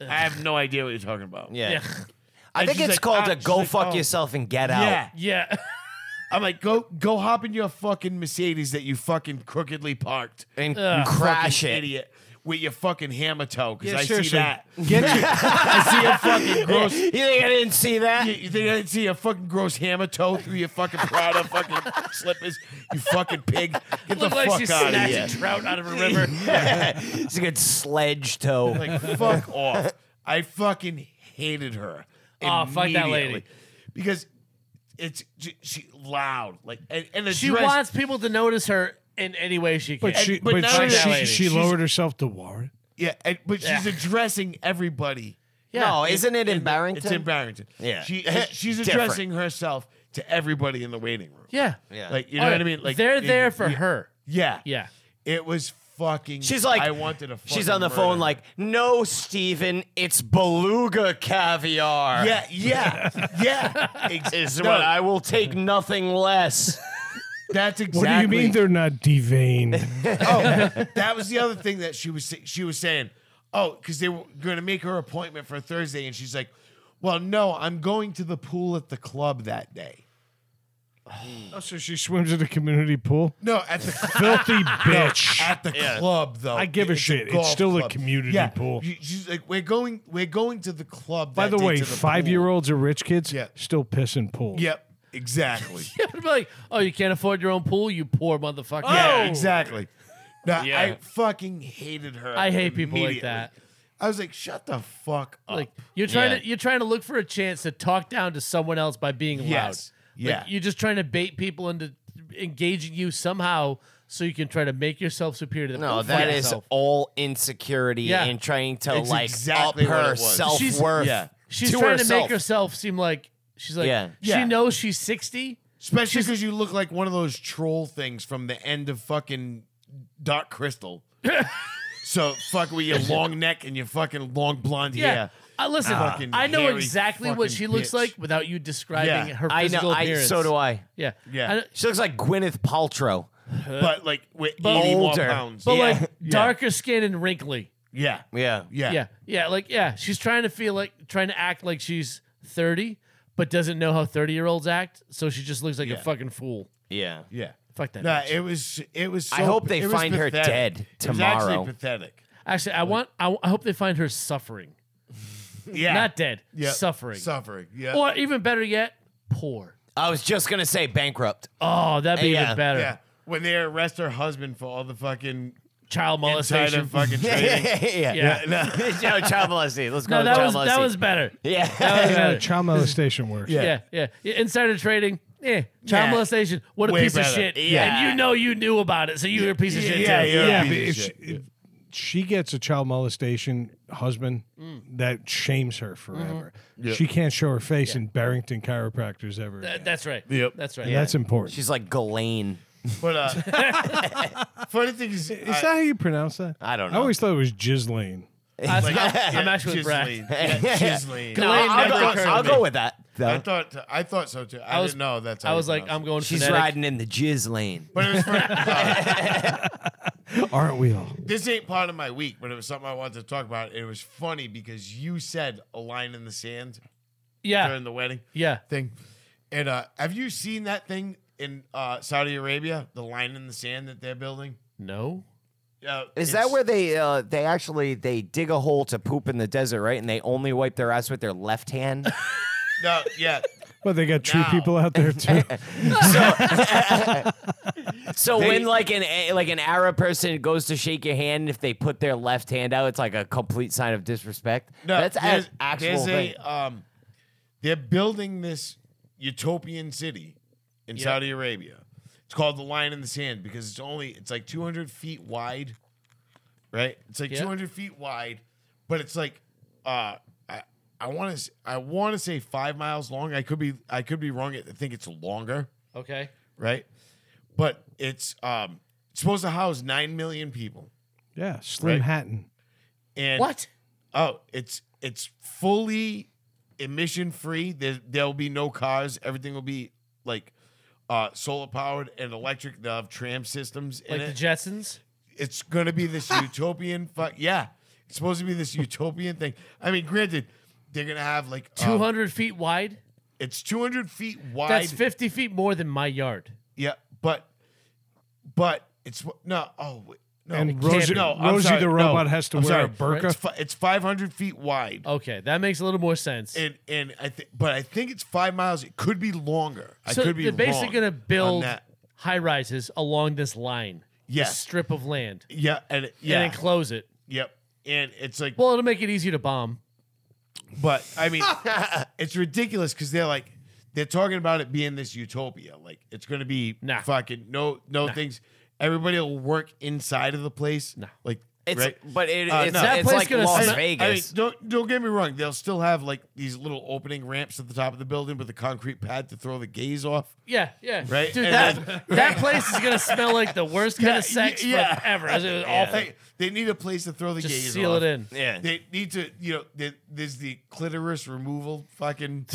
I have no idea what you're talking about.
Yeah.
Yeah.
I
And
think
she's
it's
like,
called
ah,
a
she's
go
like,
fuck
oh.
yourself and get out.
Yeah.
Yeah.
I'm like, go go hop in your fucking Mercedes that you fucking crookedly parked.
And
Ugh.
crash
fucking
it.
idiot with your fucking hammer toe because
Yeah,
I see
seriously.
that. I see a fucking gross.
You
You,
think I didn't see that?
you think I didn't see a fucking gross hammer toe through your fucking Prada fucking slippers? You fucking pig! Get the
Look like
fuck
she's
out of
snatching
here!
trout out of a river.
it's a good sledge toe.
Like fuck off! I fucking hated her.
Aw, Oh, fuck that lady.
immediately. Because it's she, she loud like and, and the
she
dress-
wants people to notice her in any way she can.
But she
but
but,
not
she,
only that
she,
lady,
she
she's-
lowered herself to Warren.
yeah, and, but she's
Yeah.
addressing everybody.
no, isn't it in Barrington?
It's in Barrington.
Yeah.
she
Different.
she's addressing herself to everybody in the waiting room.
yeah.
Yeah.
Like you know
Oh,
what I mean? Like
they're
it-
there for her.
Yeah.
Yeah.
It was fucking.
She's like,
I wanted to.
She's
fucking
on the
murder
phone,
her.
like, no, Steven, it's beluga caviar.
yeah, yeah, yeah. Ex-
Is
no,
what I will take nothing less.
that's
What
exactly.
do you mean they're not deveined?
oh, that was the other thing that she was sa- she was saying. Oh, because they were going to make her appointment for Thursday, and she's like, "Well, no, I'm going to the pool at the club that day."
oh, so she swims in a community pool.
No, at the cl-
Filthy bitch.
at the club though.
I give a
It's
shit. It's
golf
still a community pool.
You- She's like, "We're going, we're going to the club."
By
that
the
day
way,
to
five
pool."
year olds are rich kids
Yeah.
still piss in pools.
Yep, exactly.
It'd be like, oh, you can't afford your own pool, you poor motherfucker.
Yeah, exactly. Now,
Yeah.
I fucking hated her.
I hate people like
immediately.
that.
I was like, shut the fuck up.
Like you're trying
Yeah.
to you're trying to look for a chance to talk down to someone else by being
Yes.
loud.
Yeah.
Like, you're just trying to bait people into engaging you somehow so you can try to make yourself superior to them. Go
No,
fuck
that is
yourself.
all insecurity
Yeah.
and trying to
It's
like
exactly
up
what it
her
was.
self
She's-
worth.
yeah.
She's
to
trying to
herself.
make herself seem like she's like
Yeah.
she
Yeah.
knows she's 60.
Especially because you look like one of those troll things from the end of fucking Dark Crystal. so fuck with your long neck and your fucking long blonde
Yeah.
hair.
Uh, listen,
Ah.
Fucking
I know
hairy
exactly what
fucking
she looks
bitch.
like without you describing
Yeah.
her
I know.
physical
I,
appearance.
so do I.
Yeah.
Yeah.
I know-
She looks like Gwyneth Paltrow.
But like with
But
80 more
older.
pounds.
but
yeah.
like darker skin and wrinkly.
yeah.
Yeah.
Yeah.
Yeah. Yeah. Like, yeah. She's trying to feel like, trying to act like she's 30, but doesn't know how 30 year olds act. So she just looks like a
Yeah.
fucking fool.
Yeah.
Yeah.
Fuck that.
Nah,
bitch.
it was it was
I
so-
hope they
it was
find her
pathetic.
dead
It was actually
tomorrow.
pathetic.
Actually, I want, I, I hope they find her suffering.
Yeah.
Not dead,
Yeah.
suffering.
Suffering. Yeah.
or even better yet, poor.
I was just gonna say bankrupt.
Oh, that'd be
Yeah.
even better.
yeah. When they arrest her husband for all the fucking
Child
inside
molestation.
of fucking training.
yeah.
Yeah.
No. child molestation. Let's go.
no,
with
that
child
was, that
molestation.
was better.
Yeah.
That was
Yeah,
better.
child molestation works.
Yeah.
Yeah, yeah. yeah. Insider trading. Yeah. Child
Yeah.
molestation. What a
Way
piece of
better.
shit.
Yeah.
And you know you knew about it, so you were a piece of shit
Yeah,
too.
yeah.
Yeah,
piece
but
of
if she,
shit,
if she gets a child molestation husband
Mm.
that shames her forever,
Mm-hmm.
she can't show her face in Barrington chiropractors ever.
Th-
again.
that's right.
Yep.
That's right.
And That's important.
She's like Ghislaine.
But uh, funny thing is,
Is that how you pronounce that?
I don't
I
know.
always thought it was Gislaine.
That's- I'm, I'm actually with Brad.
Gislaine. Yeah, Gislaine.
No,
Ghislaine
I'll,
never
go,
occurred to
I'll
me.
go with that.
I thought I thought so too. I,
was-
didn't know that's. How
I
you
was like,
pronounce
I'm going
She's
phonetic.
riding in the jizz lane.
it. But it was for,
Aren't we all?
this ain't part of my week, but it was something I wanted to talk about. It was funny because you said a line in the sand
Yeah,
during the wedding
yeah.
thing, and uh, have you seen that thing in uh, Saudi Arabia? The line in the sand that they're building.
No.
Uh,
Is
it's-
that where they uh, they actually they dig a hole to poop in the desert, right? And they only wipe their ass with their left hand.
No, yeah.
Well, they got two
No.
people out there too.
So when like an A- like an Arab person goes to shake your hand, if they put their left hand out, it's like a complete sign of disrespect.
No,
that's
there's-
an actual
there's
thing.
A, um, they're building this utopian city in Saudi Arabia. It's called the Line in the Sand because it's only it's like 200 feet wide, right? It's like
Yeah.
200 feet wide, but it's like uh, I I want to I want to say five miles long. I could be I could be wrong. I think it's longer,
Okay.
right? But it's um it's supposed to house nine million people.
yeah, Slim
Right.
Hatton.
And
What?
Oh, it's it's fully emission free. There there'll be no cars. Everything will be like uh solar powered and electric. They'll have tram systems in
Like the
it.
Jetsons?
it's gonna be this utopian fuck yeah. It's supposed to be this utopian thing. I mean, granted, they're gonna have like um,
200 feet wide?
it's two hundred feet wide.
That's 50 feet more than my yard.
yeah, but but it's no oh wait, no
And
it can't-
Rosie,
no, I'm
Rosie
sorry,
the
no,
robot has to
I'm
wear
sorry.
a burqa.
It's, fi- it's five hundred feet wide.
Okay, that makes a little more sense.
and and I think, but I think it's five miles. It could be longer. I
so
could be
they're basically
wrong
going to
on
build
that.
high rises along this line, this
Yes.
strip of land,
Yeah, and it- yeah,
and then close it.
yep. And it's like,
Well, it'll make it easier to bomb.
but I mean, it's ridiculous because they're like, they're talking about it being this utopia. Like it's going to be
Nah.
fucking no no things. Everybody will work inside of the place.
Nah.
Like
it's
right.
but it,
Uh,
it's,
no.
That
it's
place
like
gonna
Las
smell- I
I mean,
Vegas.
don't don't get me wrong. They'll still have like these little opening ramps at the top of the building with a concrete pad to throw the gaze off.
Yeah, yeah.
Right,
Dude,
and
that,
then-
that place is going to smell like the worst kind
Yeah,
of sex
Uh, y- yeah.
book ever. It's awful.
Hey, they need a place to throw the
Just
gaze
seal
off.
it in.
yeah.
They need to, you know, there- there's the clitoris removal fucking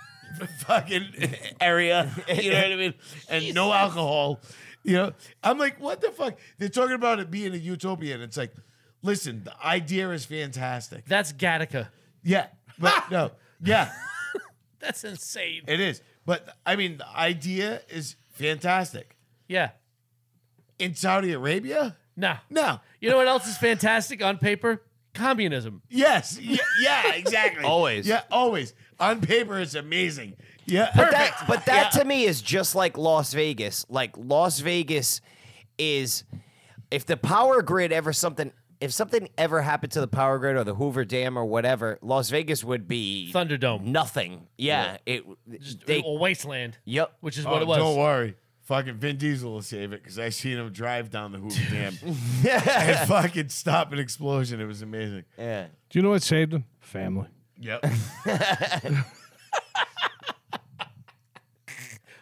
fucking area. You know what I mean? And no alcohol. You know, I'm like, what the fuck? They're talking about it being a utopia, and it's like, listen, the idea is fantastic.
That's Gattaca.
Yeah, but no, yeah,
That's insane.
it is. But I mean, the idea is fantastic.
Yeah.
In Saudi Arabia,
Nah.
no.
You know what else is fantastic on paper? Communism.
Yes, yeah, yeah exactly.
Always.
yeah, always. On paper, it's amazing. Yeah,
But that, but that to me is just like Las Vegas. Like Las Vegas is, if the power grid ever something, if something ever happened to the power grid or the Hoover Dam or whatever, Las Vegas would be
Thunderdome.
nothing. Yeah, it. they.
or wasteland.
Yep.
Which is what it
Oh, Don't
was.
worry. Fucking Vin Diesel will save it because I seen him drive down the Hoover Dam and fucking stop an explosion. It was amazing.
Yeah.
Do you know what saved him? Family.
Yep.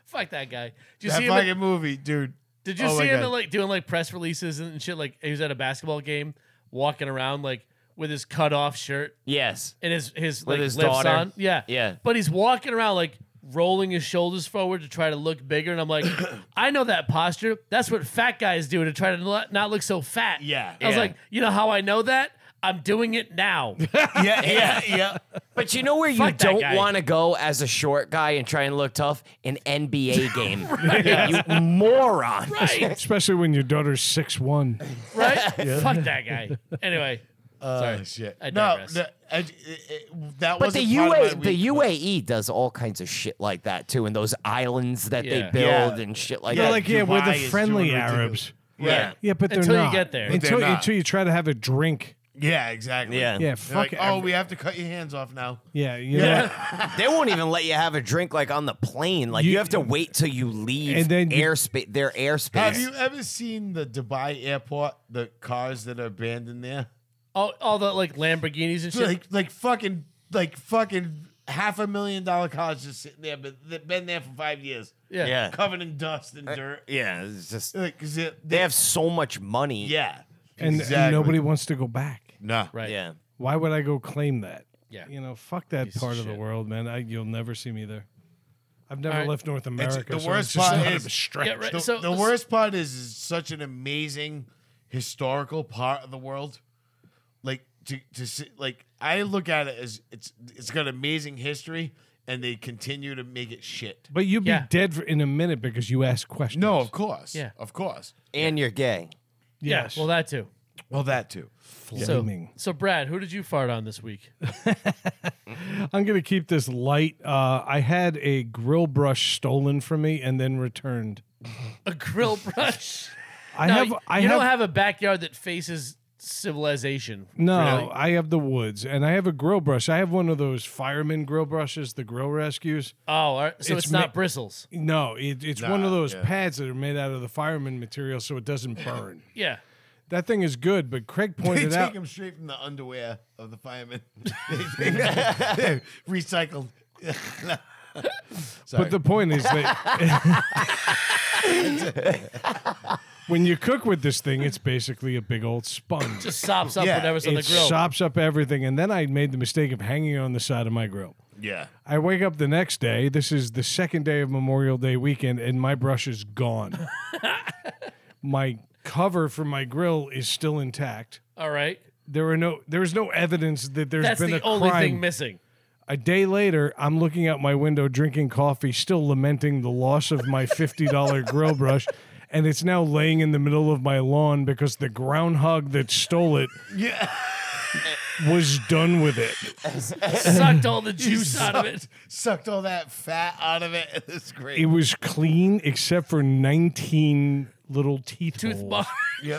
Fuck that guy. Did you
that
see him? at-
fucking movie, dude.
Did you
Oh my
see him
God.
in, like doing like press releases and shit? Like he was at a basketball game, walking around like with his cut off shirt
Yes.
and his his like
his
lips
daughter.
on. Yeah,
Yeah.
But he's walking around like rolling his shoulders forward to try to look bigger. And I'm like, I know that posture. That's what fat guys do to try to not not look so fat.
Yeah.
I was
Yeah.
like, you know how I know that? I'm doing it now.
Yeah, yeah, yeah.
But you know where you
Fuck that
don't
guy.
want to go as a short guy and try and look tough? An NBA game. You moron.
right,
Especially when your daughter's six one.
right. Fuck that guy. Anyway,
Sorry, Uh, shit.
I
no,
digress.
no, I- it- it- that
But
was
the UA, the UAE does all kinds of shit like that too, and those islands that
Yeah.
they build
Yeah.
and shit like
Yeah,
They're
that.
like, yeah, we're
Dubai
the
is
friendly
doing
Arabs.
Yeah,
Yeah, but they're
Until you
not.
get there. But
they're
Until,
not.
until you try to have a drink.
yeah, exactly.
Yeah.
Yeah,
They're like,
fuck.
oh,
every-
we have to cut your hands off now.
yeah, you know what?
Yeah,
They won't even let you have a drink like on the plane. Like you,
You-
have to wait till you leave
And then you-
airspace, their airspace.
have you ever seen the Dubai airport? The cars that are abandoned there,
all, all the like Lamborghinis and shit.
like like fucking like fucking half a million dollar cars just sitting there, but they've been there for five years.
yeah.
Yeah.
covered in dust and dirt.
Yeah, it's just
Like, 'cause they,
they have so much money.
yeah,
and, and nobody wants to go back.
No,
Right.
yeah.
Why would I go claim that?
Yeah.
You know, fuck that
of
part of, the
shit.
world, man. I, you'll never see me there. I've never
Alright.
left North America.
the
so
worst
it's just
part
not a
is-
stretch.
Yeah, right.
The,
So-
the worst part is, is such an amazing historical part of the world. Like to to see, like I look at it as it's it's got amazing history, and they continue to make it shit.
But you'll
Yeah.
be dead for, in a minute because you asked questions.
No, of course,
Yeah.
of course.
And you're gay.
Yes.
Well, that too.
Well, that too.
So,
Flaming.
so Brad, who did you fart on this week?
I'm going to keep this light. Uh, I had a grill brush stolen from me and then returned.
A grill brush.
I
No,
have.
you
I
don't have a backyard that faces civilization.
No,
really.
I have the woods and I have a grill brush. I have one of those fireman grill brushes, the grill rescues.
Oh, all right. so
It's
it's, not
ma-
bristles.
No, it, it's one of
Nah,
those
yeah.
pads that are made out of the fireman material so it doesn't burn.
Yeah.
that thing is good, but Craig
They
pointed
take
out.
them straight from the underwear of the firemen. They take 'em- Recycled.
But the point is that when you cook with this thing, it's basically a big old sponge.
Just sops up
Yeah,
whatever's on the
It
grill.
sops up everything, and then I made the mistake of hanging it on the side of my grill.
Yeah.
I wake up the next day. This is the second day of Memorial Day weekend, and my brush is gone. my cover for my grill is still intact.
all right.
There are no there's no evidence that there's
That's
been
the
a
only
crime.
thing missing.
a day later, I'm looking out my window drinking coffee, still lamenting the loss of my $50 grill brush, and it's now laying in the middle of my lawn because the groundhog that stole it
Yeah.
was done with it.
Sucked all the
You
juice out of it.
Sucked all that fat out of it. It's great.
It was clean except for 19 little teeth
Tooth
holes.
bar.
Yeah.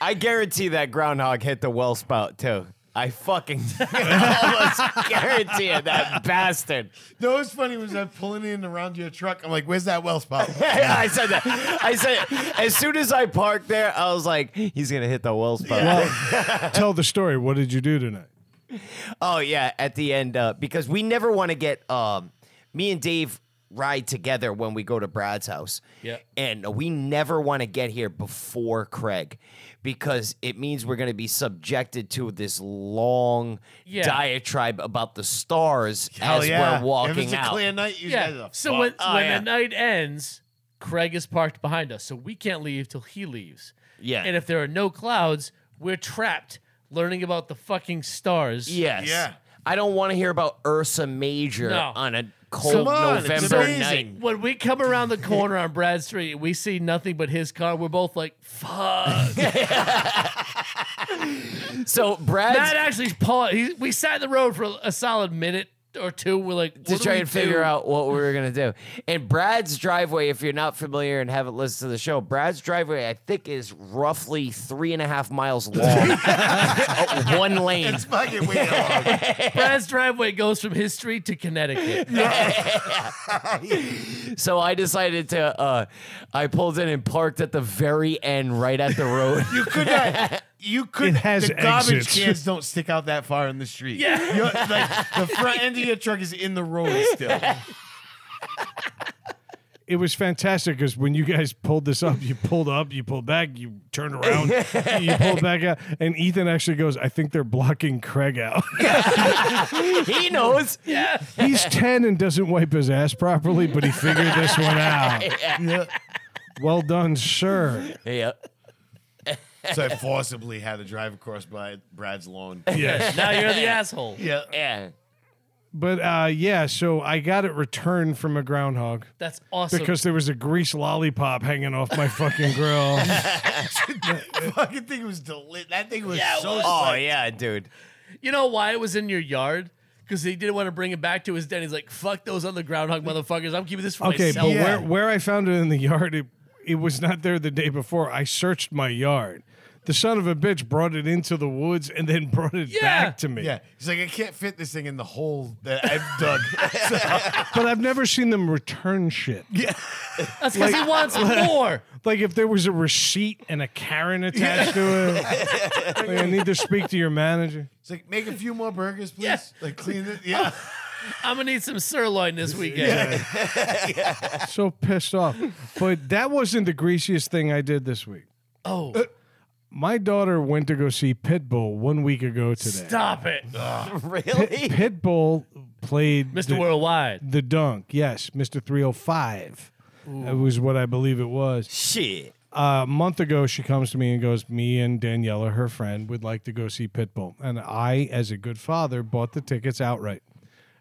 I guarantee that groundhog hit the well spout too. I fucking almost guarantee it, that bastard.
No, what's funny was I pulling in around your truck. I'm like, where's that well spot?
I said that. I said as soon as I parked there, I was like, he's gonna hit the well spout.
Tell the story. What did you do tonight?
Oh yeah, at the end uh, because we never want to get um, me and Dave ride together when we go to Brad's house.
Yeah.
and we never want to get here before Craig because it means we're going to be subjected to this long
Yeah.
diatribe about the stars as we're
Oh, if it's
walking
a
out.
clear night, you guys
Yeah.
are
So
fucked.
when,
Oh,
when
yeah.
the night ends, Craig is parked behind us, so we can't leave till he leaves.
Yeah.
And if there are no clouds, we're trapped learning about the fucking stars.
yes.
Yeah.
I don't want to hear about Ursa Major
No.
on a cold
Come on, it's
November
amazing.
night.
When we come around the corner on Brad Street, and we see nothing but his car. We're both like, "Fuck!"
So Brad's
Matt actually paused. He, we sat in the road for a solid minute or two. We're like,
to
what do
try
we
and figure
do?
out what we were gonna do. And Brad's driveway, if you're not familiar and haven't listened to the show, Brad's driveway I think is roughly three and a half miles long, Oh, one lane.
it's fucking weird. yeah.
Brad's driveway goes from his street to Connecticut.
So I decided to, uh, I pulled in and parked at the very end, right at the road.
You could not. You could.
It has
the garbage
exits.
cans don't stick out that far in the street.
Yeah.
You're- like, the front end of your truck is in the road still.
It was fantastic because when you guys pulled this up, you pulled up, you pulled back, you turned around, you pulled back out, and Ethan actually goes, "I think they're blocking Craig out."
he knows.
yeah.
He's 10 and doesn't wipe his ass properly, but he figured this one out. Well done, sir.
Yeah.
So I forcibly had to drive across by Brad's lawn.
Yes.
Now you're the asshole.
Yeah.
Yeah.
But uh, yeah, so I got it returned from a groundhog
That's awesome.
because there was a grease lollipop hanging off my fucking grill.
fucking thing was delicious. That thing was
Yeah, it
so
was.
Oh
psyched.
yeah, dude.
You know why it was in your yard? Because he didn't want to bring it back to his den. He's like, fuck those other groundhog motherfuckers. I'm keeping this for
Okay,
myself.
but
Yeah.
where, where I found it in the yard, it, it was not there the day before. I searched my yard. The son of a bitch brought it into the woods and then brought it
Oh, Yeah.
back to me.
Yeah. He's like, I can't fit this thing in the hole that I've dug. So-
But I've never seen them return shit.
That's because he wants more.
Like if there was a receipt and a Karen attached to it, like, I need to speak to your manager.
It's like, make a few more burgers, please.
Yeah.
Like, clean it. Yeah.
I'm going to need some sirloin this weekend.
So pissed off. But that wasn't the greasiest thing I did this week.
Oh,
Uh, My daughter went to go see Pitbull one week ago today.
stop it.
Really?
Pitbull played
Mr.
the,
Worldwide.
the dunk. Yes, Mr. 305. That was what I believe it was.
Shit.
a month ago, she comes to me and goes, Me and Daniela, her friend, would like to go see Pitbull. And I, as a good father, bought the tickets outright.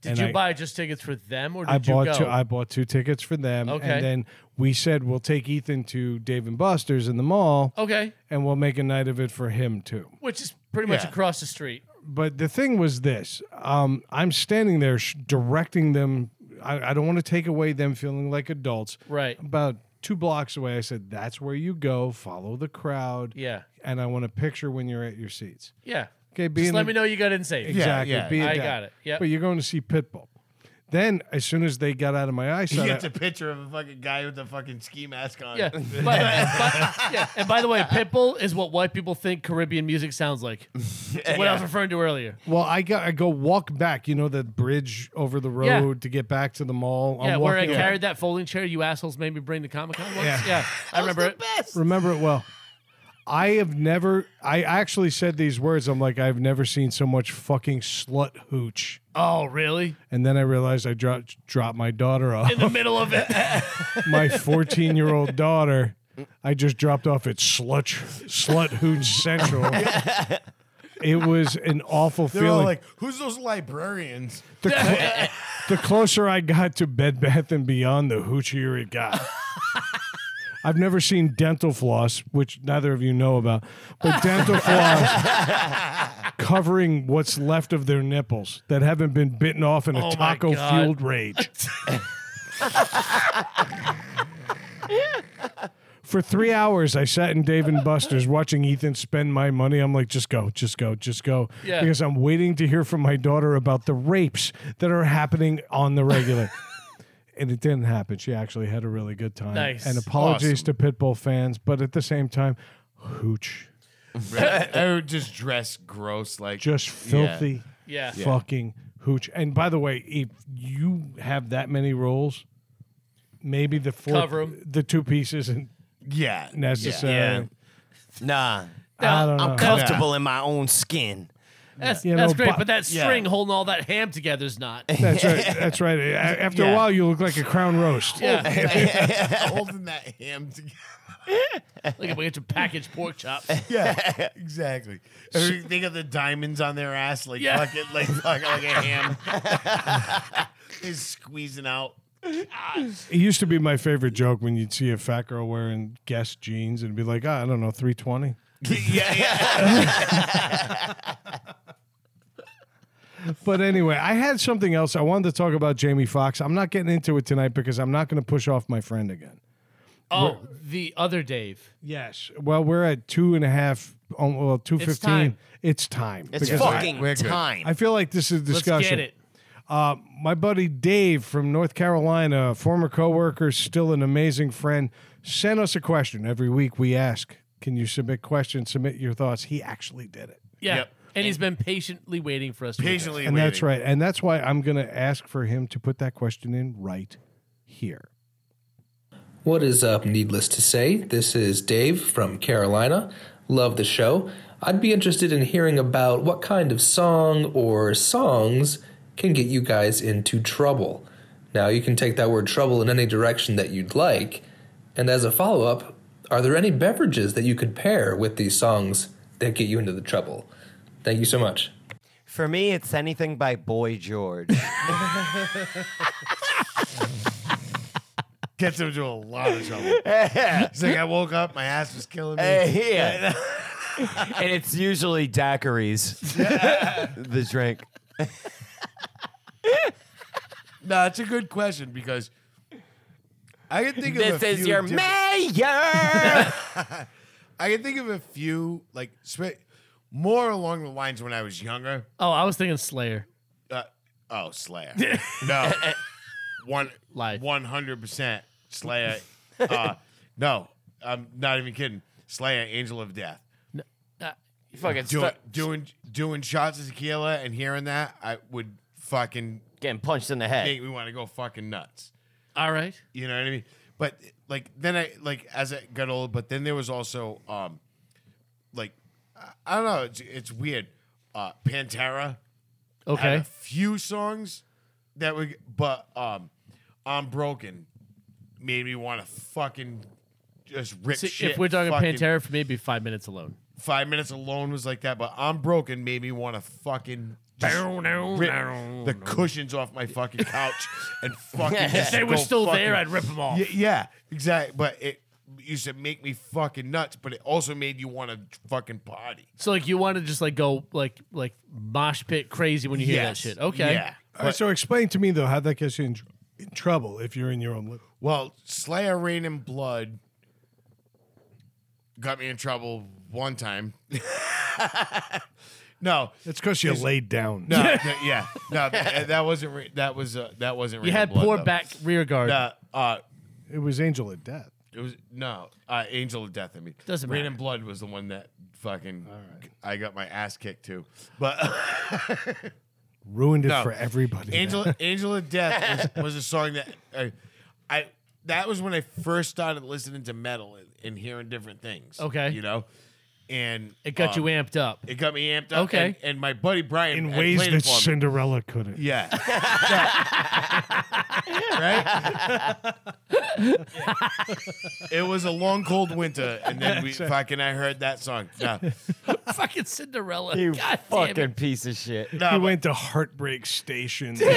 Did
And
you
I-
buy just tickets for them or did
I
you
bought
go?
two. I bought two tickets for them,
Okay.
and then we said we'll take Ethan to Dave and Buster's in the mall,
okay,
and we'll make a night of it for him too.
which is pretty much
Yeah.
across the street.
But the thing was this: um, I'm standing there sh- directing them. I, I don't want to take away them feeling like adults.
Right.
About two blocks away, I said, "That's where you go. Follow the crowd."
Yeah.
And I want a picture when you're at your seats.
Yeah.
Okay,
Just
being
let
a-
me know you got in safe.
Exactly.
yeah.
be a
I
dad.
got it. Yep.
But you're going to see Pitbull. Then, as soon as they got out of my
You
eyesight,
get
I-
a picture of a fucking guy with a fucking ski mask on.
Yeah. By the way- by- yeah. And by the way, Pitbull is what white people think Caribbean music sounds like. What I was referring to earlier.
Well, I go, I go walk back. You know the bridge over the road
Yeah.
to get back to the mall. I'm
yeah, where I
walking-
carried that folding chair, you assholes made me bring the Comic Con once. Yeah, I remember it.
Remember it well. I have never. I actually said these words. I'm like, I've never seen so much fucking slut hooch.
Oh, really?
And then I realized I dropped dropped my daughter off.
In the middle of it.
my 14 year old daughter. I just dropped off at slut slut hooch central. It was an awful
They're all
feeling.
like, "Who's those librarians?"
The, cl- the closer I got to Bed Bath and Beyond, the hoochier it got. I've never seen dental floss, which neither of you know about, but dental floss covering what's left of their nipples that haven't been bitten off in a
Oh my
taco
God.
fueled rage. For three hours, I sat in Dave and Buster's watching Ethan spend my money. I'm like, just go, just go, just go.
Yeah.
Because I'm waiting to hear from my daughter about the rapes that are happening on the regular. and it didn't happen. She actually had a really good time.
Nice.
And apologies to Pitbull fans, but at the same time, hooch.
I would just dress gross, like
Just filthy
Yeah.
fucking hooch. And by the way, if you have that many roles, maybe the four,
Cover 'em.
the two pieces isn't
yeah.
necessary.
Yeah. Nah.
I don't know.
I'm comfortable in my own skin.
That's,
You
that's
know,
great,
but-
but, that string holding all that ham together is not.
That's right. That's right. A- After a
Yeah.
while, you look like a crown roast.
Yeah,
holding that ham together.
like a bunch of packaged pork chops.
Yeah, exactly.
Or They got the diamonds on their ass, like
Yeah.
fucking, like fucking, like a ham. Is squeezing out.
It used to be my favorite joke when you'd see a fat girl wearing Guess jeans and be like, "Ah, I don't know, 320.
yeah, yeah.
But anyway, I had something else I wanted to talk about Jamie Foxx. I'm not getting into it tonight because I'm not going to push off my friend again.
Oh, the other Dave.
Yes. Well, we're at two and a half, um, well, two fifteen.
time.
It's time.
It's
because I-
fucking time.
I feel like this is a
Let's
discussion.
get it.
my buddy Dave from North Carolina, a former coworker, still an amazing friend, sent us a question. Every week we ask, can you submit questions, submit your thoughts? He actually did it.
Yeah.
Yep.
And he's been patiently waiting for us to
Patiently
And
waiting.
that's right. And that's why I'm going to ask for him to put that question in right here.
What is up, needless to say? This is Dave from Carolina. Love the show. I'd be interested in hearing about what kind of song or songs can get you guys into trouble. Now, you can take that word trouble in any direction that you'd like. And as a follow up, are there any beverages that you could pair with these songs that get you into the trouble? Thank you so much.
For me, it's anything by Boy George.
Gets him into a lot of trouble. He's like, I woke up, my ass was killing me.
Hey, yeah. and it's usually daiquiris, the drink.
No, it's a good question because I can think of
This
a
is
few
your
different-
mayor.
I can think of a few like spe- more along the lines when I was younger.
Oh, I was thinking Slayer.
Uh, oh, Slayer. no. One,
Life.
100% Slayer. Uh, no, I'm not even kidding. Slayer, Angel of Death.
You fucking
Doing, doing, doing shots of tequila and hearing that, I would fucking
Getting punched in the head.
make me want to go fucking nuts.
All right.
You know what I mean? But like then I like as I got old, but then there was also um like I- I don't know, it's, it's weird. Uh Pantera had
Okay.
a few songs that were but um I'm broken made me want to fucking just rip
See,
shit.
if we're talking
fucking-
Pantera, for me, it'd be five minutes alone.
five minutes alone was like that, but I'm broken made me want to fucking
rip the cushions off my fucking couch and fucking.
If
just
they were
go
still
fucking-
there, I'd rip them off.
Y- yeah, exactly. But it used to make me fucking nuts. But it also made you want to fucking party.
So like you want to just like go like like mosh pit crazy when you hear that
Yes.
shit. Okay.
Yeah.
All right, so explain to me though how that gets you in, tr- in trouble if you're in your own. Li-
Well, Slayer Rain and Blood
got me in trouble one time. no,
it's because you laid down.
no, th- yeah, no, th- that wasn't re- that was uh, that wasn't.
You
Rain
had
and Blood,
poor
though.
back rear guard.
Uh, uh,
It was Angel of Death.
it was no uh, Angel of Death. I mean,
Doesn't
Rain
matter.
and Blood was the one that fucking I got my ass kicked to, but.
Ruined it
No.
for everybody.
Angel Angel of Death was, was a song that I, I that was when I first started listening to metal and, and hearing different things.
Okay.
you know, and um,
it got you amped up.
Uh, It got me amped up.
Okay.
and, and my buddy Brian
in
had
ways
played it
that
for me.
Cinderella couldn't.
Yeah. right? It was a long cold winter, and then we fucking I heard that song. No,
Fucking Cinderella.
You
God damn it.
fucking piece of shit.
no,
He
but-
went to Heartbreak Station.
No,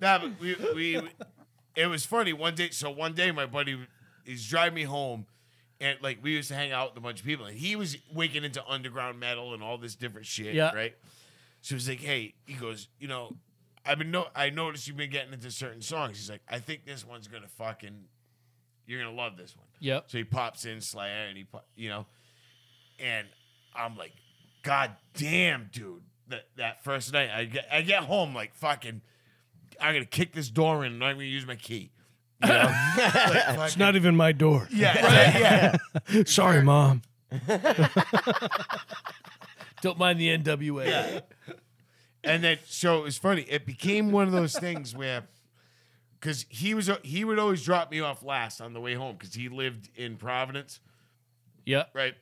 but we, we it was funny one day. So one day, my buddy he's driving me home, and like we used to hang out with a bunch of people, and he was waking into underground metal and all this different shit,
Yeah.
right? So he's like, "Hey," he goes, "You know, I've been no, I noticed you've been getting into certain songs." He's like, "I think this one's gonna fucking, you're gonna love this one."
Yep.
So he pops in Slayer, and he, po- you know, and I'm like, "God damn, dude!" That that first night, I get I get home like fucking. I'm gonna kick this door in and I'm gonna use my key. You know? Like,
It's
fucking-
not even my door.
yeah, yeah.
Sorry, mom.
Don't mind the NWA.
And then so it was funny. It became one of those things where because he was he would always drop me off last on the way home because he lived in Providence,
Yep.
right?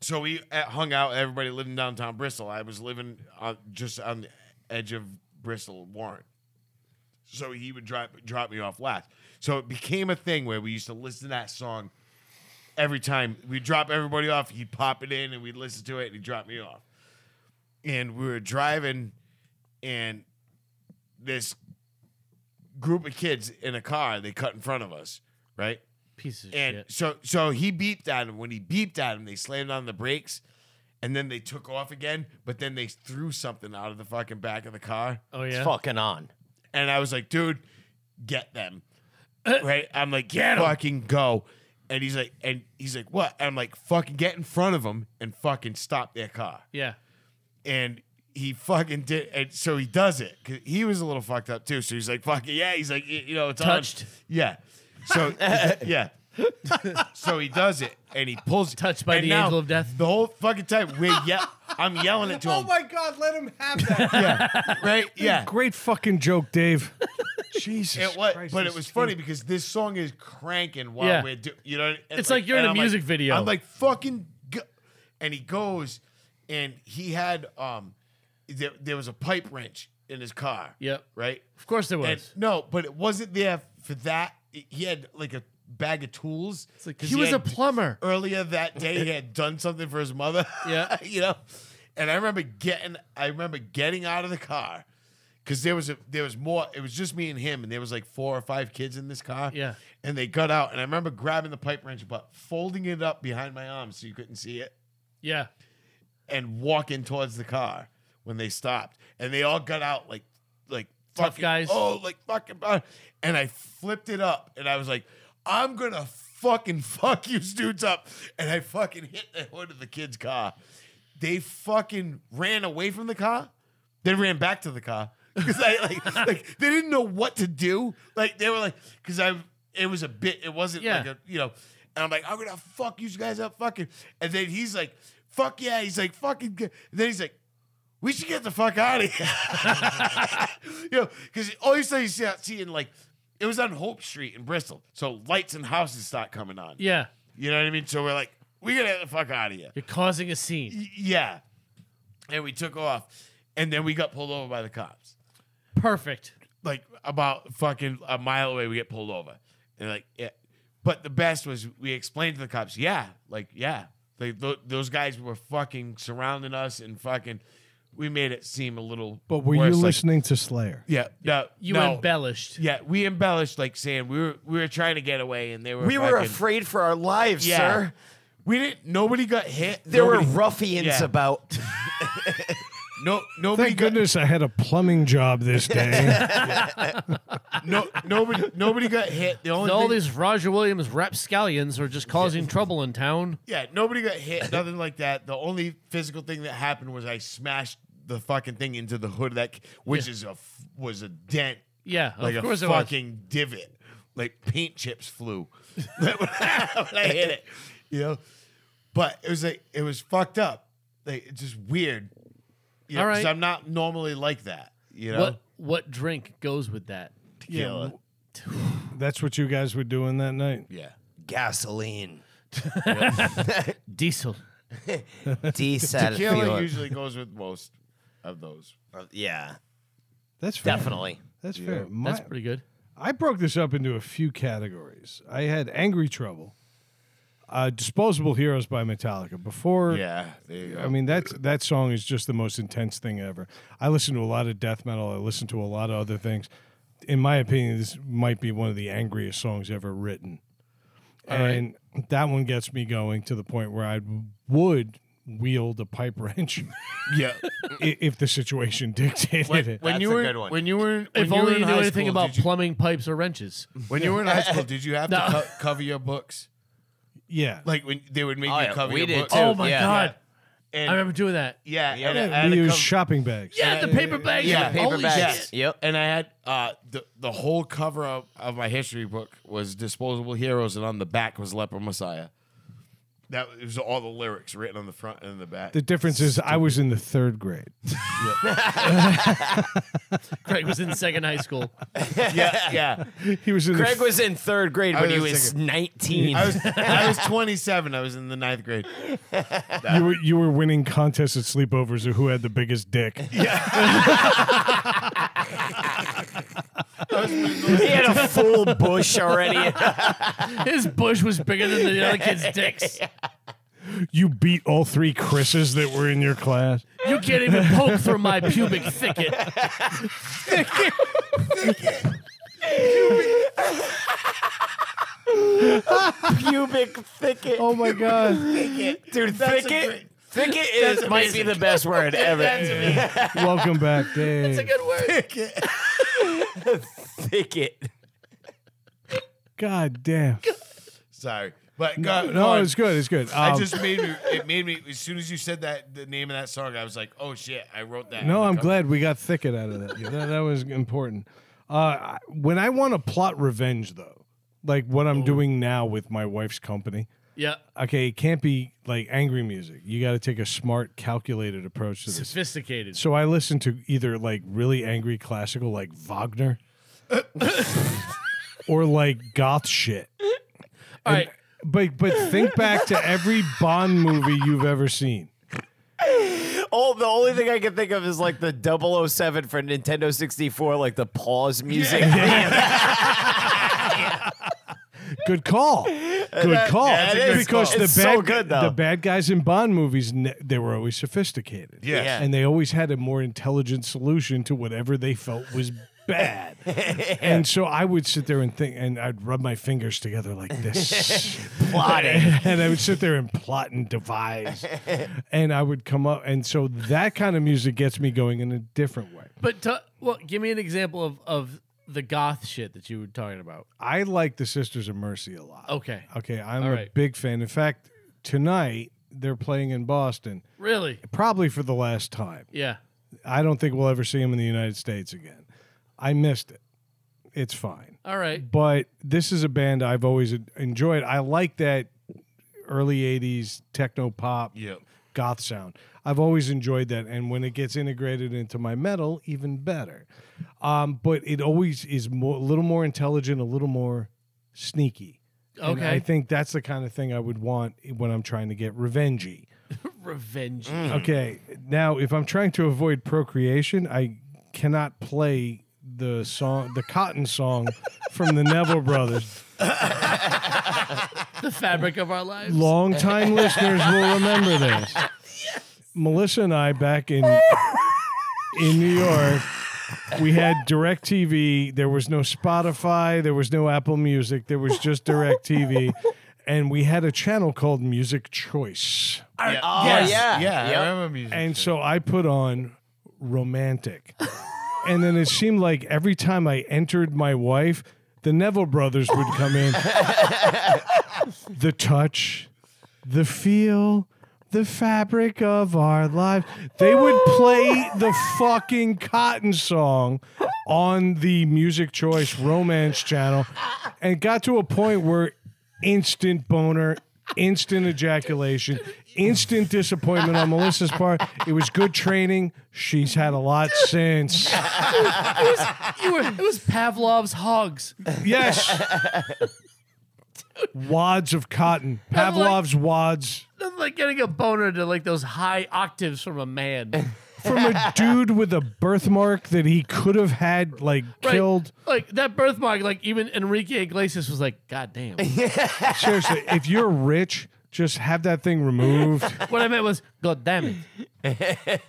So we uh, hung out. Everybody lived in downtown Bristol. I was living on, just on the edge of Bristol, Warren. So he would drop drop me off last. So it became a thing where we used to listen to that song every time we drop everybody off, he'd pop it in and we'd listen to it and he'd drop me off. And we were driving and this group of kids in a car, they cut in front of us, right?
Piece of
And
shit.
so so he beeped at him. When he beeped at him, they slammed on the brakes and then they took off again, but then they threw something out of the fucking back of the car.
Oh
It's
yeah.
fucking on.
And I was like, dude, get them. right? I'm like, get fucking go. And he's like, and he's like, what? And I'm like, fucking get in front of them and fucking stop their car.
Yeah.
And he fucking did. And so he does it. 'Cause He was a little fucked up too. So he's like, fucking, yeah. He's like, y- you know, it's on.
Touched.
Yeah. So, yeah. so he does it and he pulls
Touched by
and
the
now,
angel of death.
The whole fucking time, we're ye- I'm yelling it to him.
Oh God, let him have that.
yeah. Right? Yeah.
Great fucking joke, Dave. Jesus.
It was,
Christ,
but it
this
was
kid-
funny because this song is cranking while
Yeah.
we're doing. You know, and
It's like you're in
and
a music video.
I'm like fucking, go-. and he goes, and he had um, there, there was a pipe wrench in his car.
Yep.
Right.
Of course there was.
And no, but it wasn't there for that. He had like a bag of tools.
like-
'cause
He was a
had-
plumber.
Earlier that day, he had done something for his mother.
Yeah.
you know, and I remember getting, I remember getting out of the car because there was a, there was more. It was just me and him, and there was like four or five kids in this car.
Yeah.
and they got out, and I remember grabbing the pipe wrench, but folding it up behind my arm so you couldn't see it,
yeah.
and walking towards the car when they stopped, and they all got out like, like
Tough
fucking,
guys.
Oh, like fucking, uh, and I flipped it up, and I was like, I'm gonna fucking fuck you dudes up, and I fucking hit the hood of the kid's car. They fucking ran away from the car, then ran back to the car because I like, like they didn't know what to do. Like they were like, because I, it was a bit, it wasn't
Yeah.
like a, you know, and I'm like, I'm gonna fuck you guys up, fucking, and then he's like, fuck yeah, he's like fucking, good. And then he's like we should get the fuck out of here. you know, because all you saw you see, seeing like it was on Hope Street in Bristol, so lights and houses start coming on.
Yeah.
You know what I mean? So we're like, we gotta get the fuck out of here.
You're causing a scene.
Y- Yeah, and we took off, and then we got pulled over by the cops.
Perfect.
Like about fucking a mile away, we get pulled over, and like, yeah. But the best was we explained to the cops, yeah, like yeah, Like th- those guys were fucking surrounding us and fucking. We made it seem a little.
But were
worse,
you
like-
listening to Slayer?
yeah. No.
You
no.
embellished.
Yeah, we embellished like saying we were we were trying to get away, and they were.
We were
fucking-
afraid for our lives,
Yeah.
sir.
We didn't. Nobody got hit.
There
nobody,
were ruffians
Yeah.
about.
no. Nobody
Thank
got.
goodness I had a plumbing job this day.
No. Nobody. Nobody got hit. The only.
all
thing-
these Roger Williams rapscallions are just causing trouble in town.
Yeah, nobody got hit, nothing like that. The only physical thing that happened was I smashed the fucking thing into the hood of that, c- which is a f- was a dent,
Yeah,
like
of
a
course it was.
fucking divot, like paint chips flew when I when I hit it, you know. But it was like it was fucked up, like it's just weird. You know,
All
'cause
right.
I'm not normally like that, you know.
What what drink goes with that?
Tequila.
That's what you guys were doing that night.
yeah.
Gasoline.
Diesel.
Diesel
Tequila
fuel.
usually goes with most of those.
Yeah,
That's fair.
definitely.
That's fair. My-
That's pretty good.
I broke this up into a few categories. I had Angry Trouble, uh, Disposable Heroes by Metallica. Before,
Yeah, there you go.
I mean, that's, that song is just the most intense thing ever. I listen to a lot of death metal, I listen to a lot of other things. In my opinion, this might be one of the angriest songs ever written. and that one gets me going to the point where I would wield a pipe wrench
yeah.
i- if the situation dictated it.
When
That's
you
a
were
good one.
when you were in- when
If
you were
only
in
you knew
high
anything
school,
about
did you-
plumbing pipes or wrenches.
When you were in high school, did you have
No.
to co- cover your books?
yeah.
Like when they would make
Oh,
you
yeah,
cover
we
your
did
books.
too.
Oh my
Yeah.
god.
And,
I remember doing that.
Yeah,
Yeah.
and I had
we
to
use
cover-
shopping bags.
Yeah, the paper bags.
yeah,
Yeah,
paper
holy
bags.
shit.
Yep.
And I had uh, the the whole cover of, of my history book was Disposable Heroes, and on the back was Leper Messiah. That it was all the lyrics written on the front and the back.
The difference is I was in the third grade.
Craig was in second high school.
yeah, yeah.
He was in
Greg
the
was in third grade when
was
he
in
was
second.
19.
I was I was 27. I was in the ninth grade.
you were you were winning contests at sleepovers of who had the biggest dick.
he had a full bush already.
His bush was bigger than the other kids' dicks.
You beat all three Chris's that were in your class.
You can't even poke through my pubic thicket.
Pubic thicket.
Oh my god!
Dude, thicket. thicket is might be the best word ever.
Welcome back, Dave.
thicket.
God damn. Uh,
Sorry, but God,
No, it's good. It's good.
I
Um,
just made me. It made me. As soon as you said that, the name of that song, I was like, "Oh shit!" I wrote that.
No,
on
I'm
the
glad we got thicket out of that. That, that was important. Uh, I- when I want to plot revenge, though, like what I'm doing now with my wife's company,
Yeah,
okay, it can't be like angry music. You got to take a smart, calculated approach to this.
sophisticated.
So I listen to either like really angry classical, like Wagner, or like goth shit.
All right,
But but think back to every Bond movie you've ever seen.
Oh, the only thing I can think of is like the 007 for Nintendo 64, like the pause music.
Good call. Good call.
that is
because
good.
the
It's
bad
so good, though.
the bad guys in Bond movies ne- they were always sophisticated.
Yes.
Yeah.
And they always had a more intelligent solution to whatever they felt was bad. And so I would sit there and think and I'd rub my fingers together like this.
Plotting.
and I would sit there and plot and devise. And I would come up and so that kind of music gets me going in a different way.
but to, well, give me an example of of the goth shit that you were talking about.
I like the Sisters of Mercy a lot.
Okay,
Okay, I'm
All
a
right.
big fan. In fact, tonight they're playing in Boston,
really?
probably for the last time.
Yeah.
I don't think we'll ever see them in the United States again. I missed it. It's fine.
All right.
But this is a band I've always en- enjoyed. I like that early 80s techno pop
Yep.
goth sound. I've always enjoyed that. And when it gets integrated into my metal, even better. Um, but it always is more, a little more intelligent, a little more sneaky. And
Okay.
I think that's the kind of thing I would want when I'm trying to get revengey.
Revenge.
Okay. Now, if I'm trying to avoid procreation, I cannot play the song, the Cotton song from the Neville Brothers.
the fabric of our lives.
Longtime listeners will remember this. Melissa and I back in in New York, we had DirecTV. There was no Spotify. There was no Apple Music. There was just DirecTV, and we had a channel called Music Choice.
Oh yeah,
Yeah,
Yep.
I remember music.
And so I put on romantic. and then it seemed like every time I entered my wife, the Neville brothers would come in. the touch, the feel, the fabric of our lives. They would play the fucking cotton song on the music choice romance channel and got to a point where instant boner, instant ejaculation, instant disappointment on Melissa's part. It was good training. She's had a lot since.
You were, it was Pavlov's hogs.
Yes. Wads of cotton.
I'm like-
Pavlov's wads
Nothing like getting a boner to like those high octaves from a man.
from a dude with a birthmark that he could have had like
Right.
killed.
Like that birthmark, like even Enrique Iglesias was like, God damn.
Seriously, if you're rich, just have that thing removed.
what I meant was, God damn it.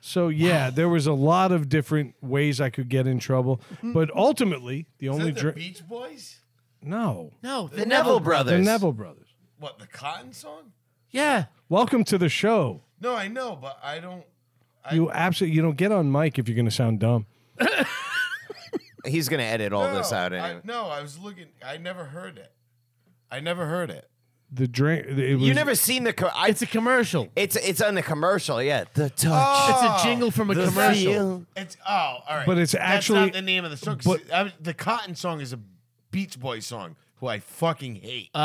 So yeah, there was a lot of different ways I could get in trouble, but ultimately the only
the
drink.
Beach Boys?
No,
No, the,
The Neville
the
brothers.
Neville brothers.
What, the Cotton song?
Yeah.
Welcome to the show.
No, I know, but I don't.
You absolutely you don't get on mic if you're going to sound dumb.
He's gonna edit all
No,
this out
I-
anyway.
no, I was looking. I never heard it. I never heard it.
The drink. It was,
You never seen the. Co- I,
It's a commercial.
it's it's on the commercial. Yeah, the touch.
It's a jingle from a commercial.
feel.
It's oh, all right.
But it's
That's
actually-
not the name of the song. 'cause
but-
I was- the Cotton song is a Beach Boy song, who I fucking hate.
Oh,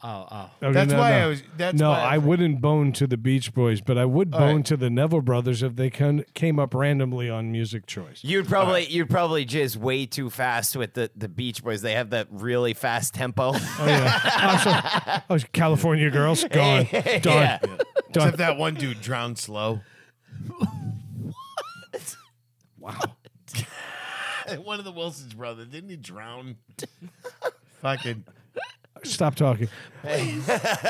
oh, oh.
Okay,
that's
no,
why
no.
I was- that's
no,
why I-
I wouldn't bone to the Beach Boys, but I would bone to the Neville brothers if they con- came up randomly on Music Choice.
You'd probably you'd probably jizz way too fast with the, the Beach Boys. They have that really fast tempo.
Oh, yeah. oh, so- oh, California girls gone, done,
Yeah.
done.
Except that one dude drowned slow. Wow. one of the Wilson's brother didn't he drown? fucking.
Stop talking.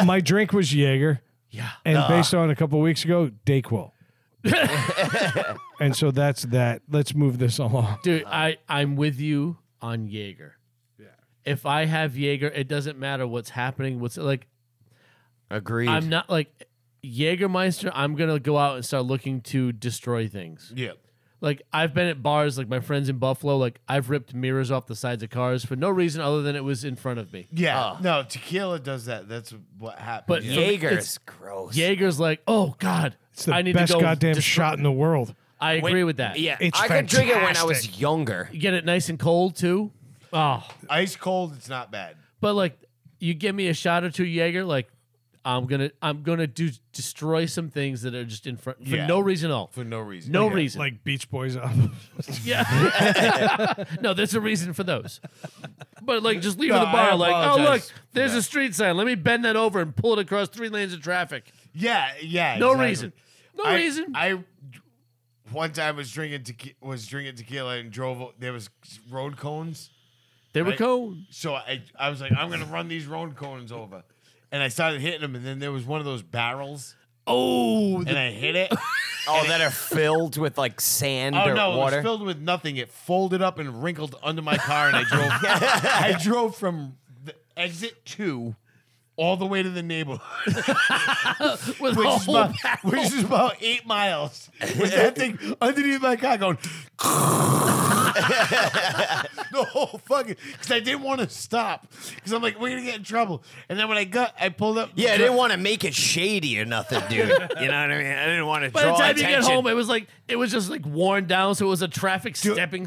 My drink was Jaeger. Yeah. And based on a couple weeks ago, Dayquil. and so that's that. Let's move this along.
Dude, I, I'm with you on Jaeger. Uh, Yeah. If I have Jaeger, it doesn't matter what's happening. What's like,
Agreed.
I'm not like Jägermeister. I'm gonna go out and start looking to destroy things.
Yeah.
Like I've been at bars, like my friends in Buffalo. Like I've ripped mirrors off the sides of cars for no reason other than it was in front of me.
Yeah. No, tequila does that. That's what happened.
Ah. But
yeah.
Jaeger
it's-
is gross.
Jaeger's like, oh god,
It's the
I need
best
to go
goddamn
destroy-
shot in the world.
I agree with that.
yeah,
It's
I could drink it when I was younger.
you get it nice and cold too. Oh,
ice cold, it's not bad.
but like you give me a shot or two Jaeger, like I'm gonna I'm gonna do destroy some things that are just in front for
Yeah.
no reason at all.
For no reason.
no reason.
Like Beach Boys up.
Yeah. no, there's a reason for those. But like, just leaving
No,
the
I
bar, like, oh look,
apologize for
there's
that.
a street sign. Let me bend that over and pull it across three lanes of traffic.
Yeah, yeah.
No
exactly.
reason. No
I,
reason.
I one time was drinking tequila, was drinking tequila and drove. There was road cones,
they were
I-
cones.
so I I was like, I'm gonna run these road cones over, and I started hitting them, and then there was one of those barrels,
Oh,
and I hit it.
Oh, that are filled with like sand
Oh
or
no, it
water.
was filled with nothing. It folded up and wrinkled under my car, and I drove. I drove from the exit two. All the way to the neighborhood,
with
which,
a
is
whole
about,
pack.
which is about eight miles. With that thing underneath my car going, the whole fucking because I didn't want to stop because I'm like we're gonna get in trouble. And then when I got, I pulled up.
yeah, I didn't want to make it shady or nothing, dude. you know what I mean? I didn't want to
By the
draw
time
attention.
you get home, it was like it was just like worn down, so it was a traffic stepping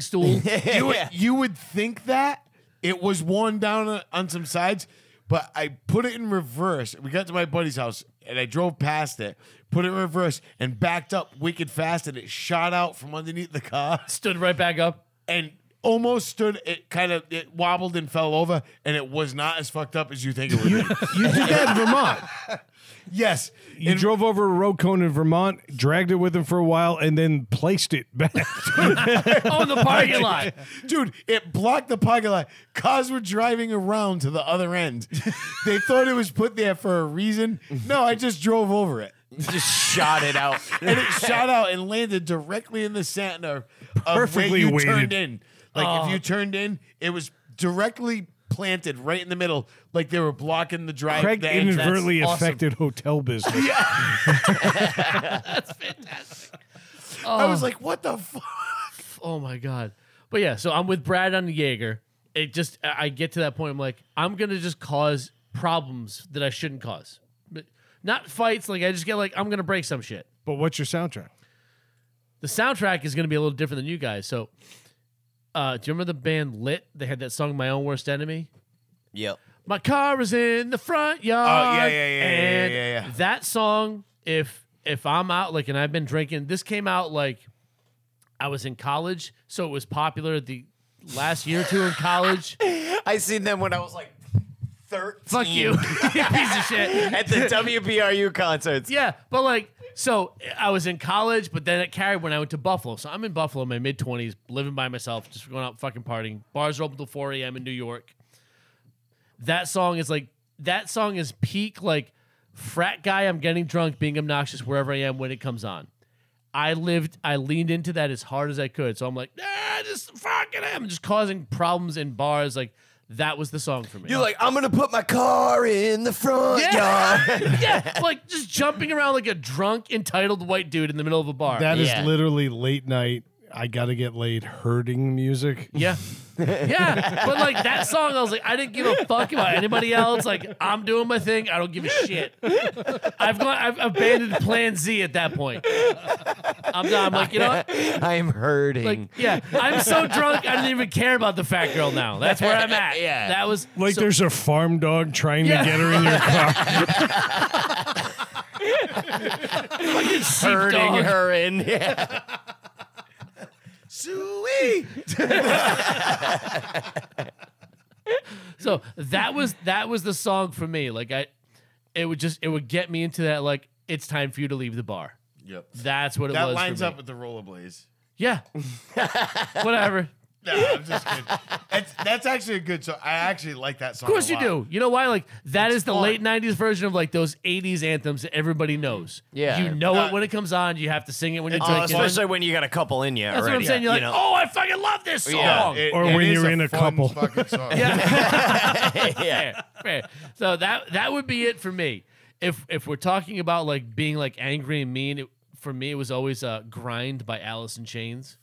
stool.
You would, you would think that it was worn down on, on some sides, but I put it in reverse. We got to my buddy's house and I drove past it, put it in reverse, and backed up wicked fast, and it shot out from underneath the car
Stood right back up.
and almost stood. It kind of it wobbled and fell over, and it was not as fucked up as you think it would be.
You did that in Vermont.
yes,
You drove over a road cone in Vermont, dragged it with him for a while, and then placed it back.
Oh, in the parking lot.
dude, it blocked the parking lot. Cars were driving around to the other end. they thought it was put there for a reason. No, I just drove over it.
Just shot it out.
and it shot out and landed directly in the center of
Perfectly
where you
weighted.
turned in. Like if you turned in, it was directly planted right in the middle, like they were blocking the drive.
Craig
the entrance.
inadvertently affected hotel business.
I was like, "What the fuck?"
Oh my god. But yeah, so I'm with Brad on the Jaeger. It just I I get to that point. I'm like, I'm gonna just cause problems that I shouldn't cause, but not fights. Like I just get like I'm gonna break some shit.
But what's your soundtrack?
The soundtrack is gonna be a little different than you guys. So, uh, do you remember the band Lit? They had that song "My Own Worst Enemy."
Yep.
My car is in the front yard.
Oh, yeah, yeah, yeah, yeah,
and
yeah, yeah.
That song, if if I'm out like and I've been drinking, this came out like I was in college, so it was popular the last year or two in college.
I seen them when I was like 13.
Fuck you, piece of shit.
At the WBRU concerts.
Yeah, but like, so I was in college, but then it carried when I went to Buffalo. So I'm in Buffalo, in my mid 20s, living by myself, just going out fucking partying. Bars are open till 4 a.m. in New York. That song is like, that song is peak, like, frat guy, I'm getting drunk, being obnoxious wherever I am when it comes on. I lived, I leaned into that as hard as I could. So I'm like, ah, just fucking am, just causing problems in bars. Like, that was the song for me.
You're like, I'm going to put my car in the front yard.
yeah, like just jumping around like a drunk, entitled white dude in the middle of a bar.
That is
Yeah.
literally late night. I gotta get laid. Hurting music.
yeah. yeah, but like that song, I was like, I didn't give a fuck about anybody else. Like, I'm doing my thing. I don't give a shit. I've gone. I've abandoned Plan Z at that point. I'm done. I'm like, you know, what?
I'm hurting.
like, yeah, I'm so drunk. I don't even care about the fat girl now. That's where I'm at.
Yeah.
that was
Like
so-
there's a farm dog trying
Yeah.
to get her in your car.
hurting
dog.
her in. Yeah.
Suey.
So that was that was the song for me. Like I, it would just it would get me into that. Like it's time for you to leave the bar.
Yep.
That's what it
That
was. for
lines
me.
up with the rollerblades.
Yeah. Whatever.
No, I'm just kidding. It's, that's actually a good song. I actually like that song.
Of course
a
you
lot.
do. You know why? Like that is the late '90s version of like those '80s anthems that everybody knows.
Yeah.
You know
Uh,
it when it comes on. You have to sing it when you're
it's
Oh,
drinking.
like-
especially when you got a couple in you
That's what I'm
already,
saying. You're like,
you know?
oh, I fucking love this song.
Yeah,
It-
Or
it
when
is
you're in a
fun
couple.
Fucking song.
yeah.
fair, fair. So that that would be it for me. If if we're talking about like being like angry and mean, it, for me it was always uh, "Grind" by Alice in Chains.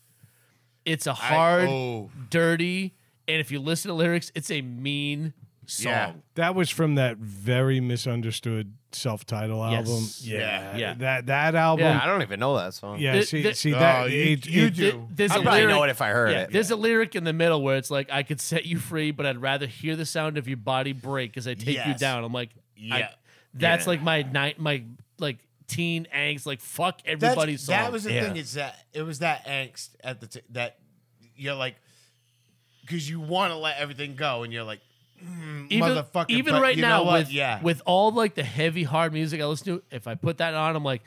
It's a hard,
oh.
dirty, and if you listen to lyrics, it's a mean song.
Yeah.
That was from that very misunderstood self-title
Yes.
album.
Yeah.
Yeah.
That that album.
Yeah.
I don't even know that song.
Yeah,
Th-
see,
th-
see
Oh,
that
you-
it-
you
it-
do.
Th- there's
I
a
probably
lyric,
know it if I heard
yeah,
it.
There's a lyric in the middle where it's like, "I could set you free, but I'd rather hear the sound of your body break as I take you
Yes.
down." I'm like, I-
Yeah.
that's like my night, my like teen angst, like fuck
That's-
everybody's song.
That was the
Yeah.
thing. It's that it was that angst at the t- that you're like because you want to let everything go and you're like mm, motherfucker.
even
but
right
you
now
know what?
with
yeah,
with all like the heavy hard music I listen to, if I put that on, I'm like,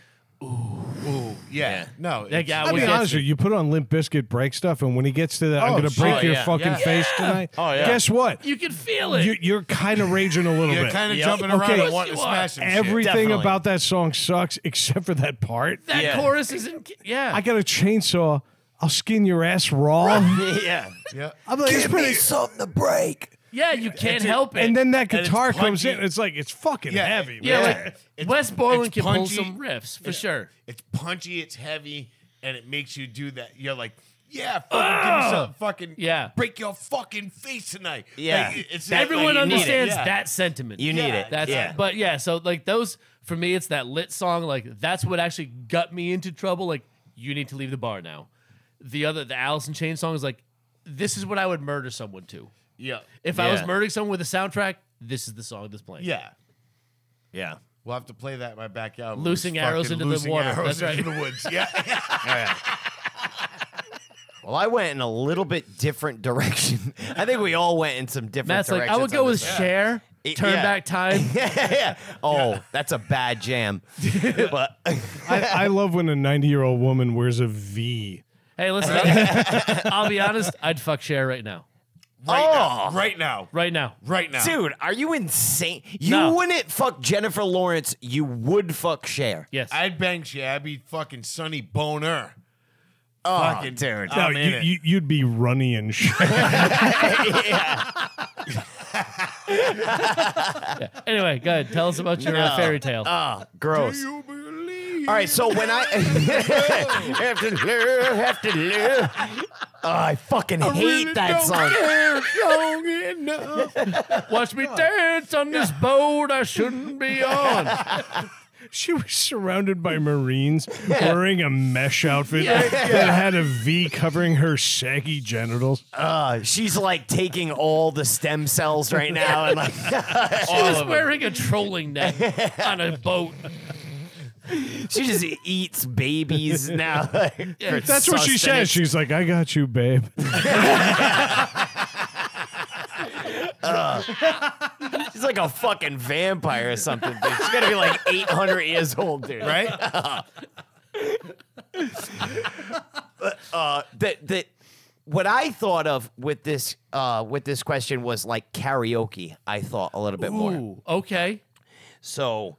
Ooh, yeah, no,
That
it's-
guy
I'll
would
be
get
honest
me.
with you, you put on Limp Biscuit break stuff, and when he gets to that, I'm
Oh,
gonna break
sure,
your
yeah,
fucking
yeah.
face tonight.
Oh, yeah.
Guess what?
you can feel it.
You're, you're kind of raging a little
you're
bit.
kind of
Yep.
jumping around
Okay.
and wanting to
Yes, you are.
smash him.
Everything
Definitely.
about that song sucks except for that part.
that
Yeah.
chorus isn't, yeah.
I got a chainsaw. I'll skin your ass raw.
yeah.
yeah,
I'm like, it's pretty.
something to break.
yeah, you can't help it.
And then that
And it's
guitar comes
punchy.
in. It's like it's fucking
Yeah.
heavy.
yeah,
man.
like
It's-
Wes Borland
it's
can pull
punchy.
some riffs for sure.
it's punchy, it's heavy, and it makes you do that. You're like. Yeah, fucking give me some fucking
Ah! Yeah.
break your fucking face tonight.
Yeah.
Like, it's like, you
Everyone
need it.
understands
Yeah.
that sentiment.
You need
Yeah,
it.
That's
yeah.
but yeah, so like those for me, it's that lit song. Like that's what actually got me into trouble. Like you need to leave the bar now. The other, the Allison Chain song is like, this is what I would murder someone to.
Yeah,
If I was
Yeah.
murdering someone with a soundtrack, this is the song that's playing.
yeah.
yeah.
We'll have to play that in my backyard. when
Loosing
we're
arrows
fucking
into the
loosing
water.
arrows
That's
into the woods. Yeah.
Well, I went in a little bit different direction. I think we all went in some different
Matt's like,
directions.
I would go
on
with
this one.
share,
It-
turn
yeah.
back time.
yeah. Oh, that's a bad jam. but
I, I love when a 90 year old woman wears a V.
Hey, listen, I'll, I'll be honest, I'd fuck share right now.
oh,
Right now.
Right now.
Right now.
dude, are you insane? You
No.
wouldn't fuck Jennifer Lawrence. You would fuck Cher.
Yes.
I'd bang shit. I'd be fucking Sonny Boner.
Oh,
Fucking-
dude.
I'm in
you,
it.
you, you'd be runny and shit.
anyway, go ahead. Tell us about your uh, fairy tale.
Oh, gross.
You believe?
All right, so when I have to live, have to live. Oh, I fucking hate that song.
Watch me dance on this boat I shouldn't be on.
she was surrounded by Marines wearing a mesh outfit that had a V covering her saggy genitals.
Uh, she's like taking all the stem cells right now and like
She was wearing a trolling net on a boat.
she just eats babies now.
That's what she says. She's like, I got you, babe.
She's like a fucking vampire or something. Dude. She's gotta be like 800 years old, dude.
Right?
Uh, that that what I thought of with this uh, with this question was like karaoke. I thought a little bit more.
Ooh, okay.
So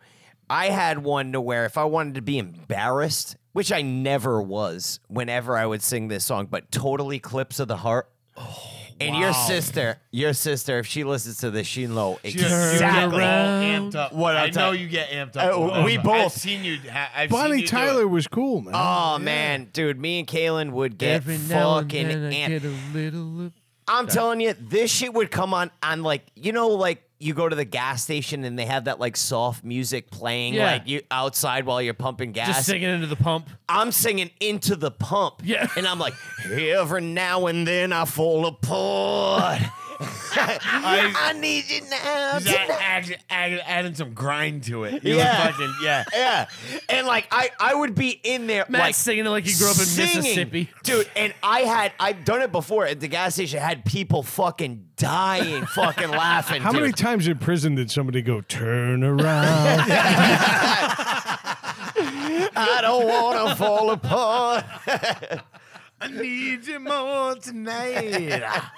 I had one to where if I wanted to be embarrassed, which I never was whenever I would sing this song, but totally clips of the heart.
Oh,
and your sister, your sister, if she listens to this, she know
Exactly.
exactly.
amped up.
What
I
I'm
know
ta-
you get amped
Uh,
up.
w- we
I've
both-
seen you. ha- I've seen
Bonnie
you do it.
Tyler was cool, man.
Oh man, dude, me and Kaylin would get
Every now and
fucking
then I
amped.
get a little.
I'm telling you, this shit would come on on like you know, like you go to the gas station and they have that like soft music playing
Yeah.
like you outside while you're pumping gas.
Just singing into the pump.
I'm singing into the pump.
Yeah.
And I'm like, every now and then I fall apart. I, need you now.
He's add, add, add, adding some grind to it. You
Yeah.
yeah. Fucking, yeah.
Yeah. And like I, I would be in there
Matt's
like
singing it like he grew up in
singing.
Mississippi.
Dude, and I had I've done it before at the gas station, I had people fucking dying, fucking laughing.
How
dude.
many times in prison did somebody go, turn around?
I don't wanna fall apart.
I need you more tonight.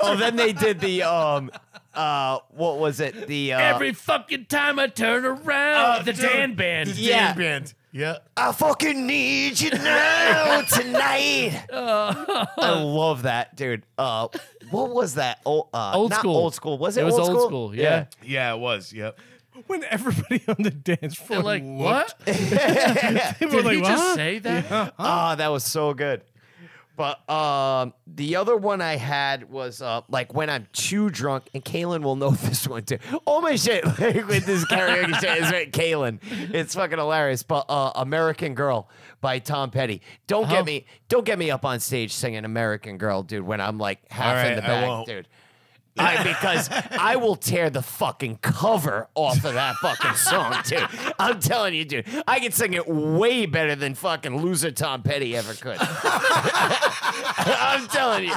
Oh, then they did the um uh what was it? The uh
Every fucking time I turn around, the
dude.
Dan Band.
The
Yeah.
Dan band. Yeah.
I fucking need you now tonight. I love that, dude. Uh, what was that? Oh, uh,
Old
not
school.
Old school. Was it,
It was
old,
old
school?
school, yeah.
Yeah, it was. Yep.
when everybody on the dance
They're
floor
like,
looked,
what? Did
They were like,
he just
"Huh?"
say that?
Ah, that was so good. But um, the other one I had was uh, like when I'm too drunk, and Kalen will know this one too. All my shit like, with this karaoke shit is with Kalen. It's fucking hilarious. But uh, American Girl by Tom Petty. Don't
Huh?
get me, don't get me up on stage singing American Girl, dude. When I'm like half in
right,
the
I
back,
won't.
dude. I, because I will tear the fucking cover off of that fucking song, too. I'm telling you, dude, I can sing it way better than fucking loser Tom Petty ever could. I'm telling you,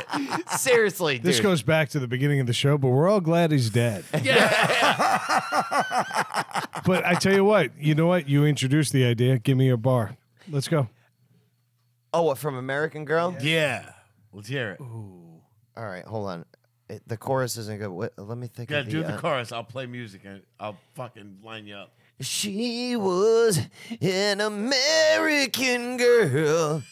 seriously, dude.
This goes back to the beginning of the show, but we're all glad he's dead.
Yeah.
but I tell you what, you know what? You introduced the idea. Give me a bar. Let's go.
oh, what from American Girl?
Yeah. Let's hear it.
All right, hold on. It, the chorus isn't good. What, let me think.
Yeah,
of the,
do the
uh,
chorus. I'll play music and I'll fucking line you up.
She was an American girl.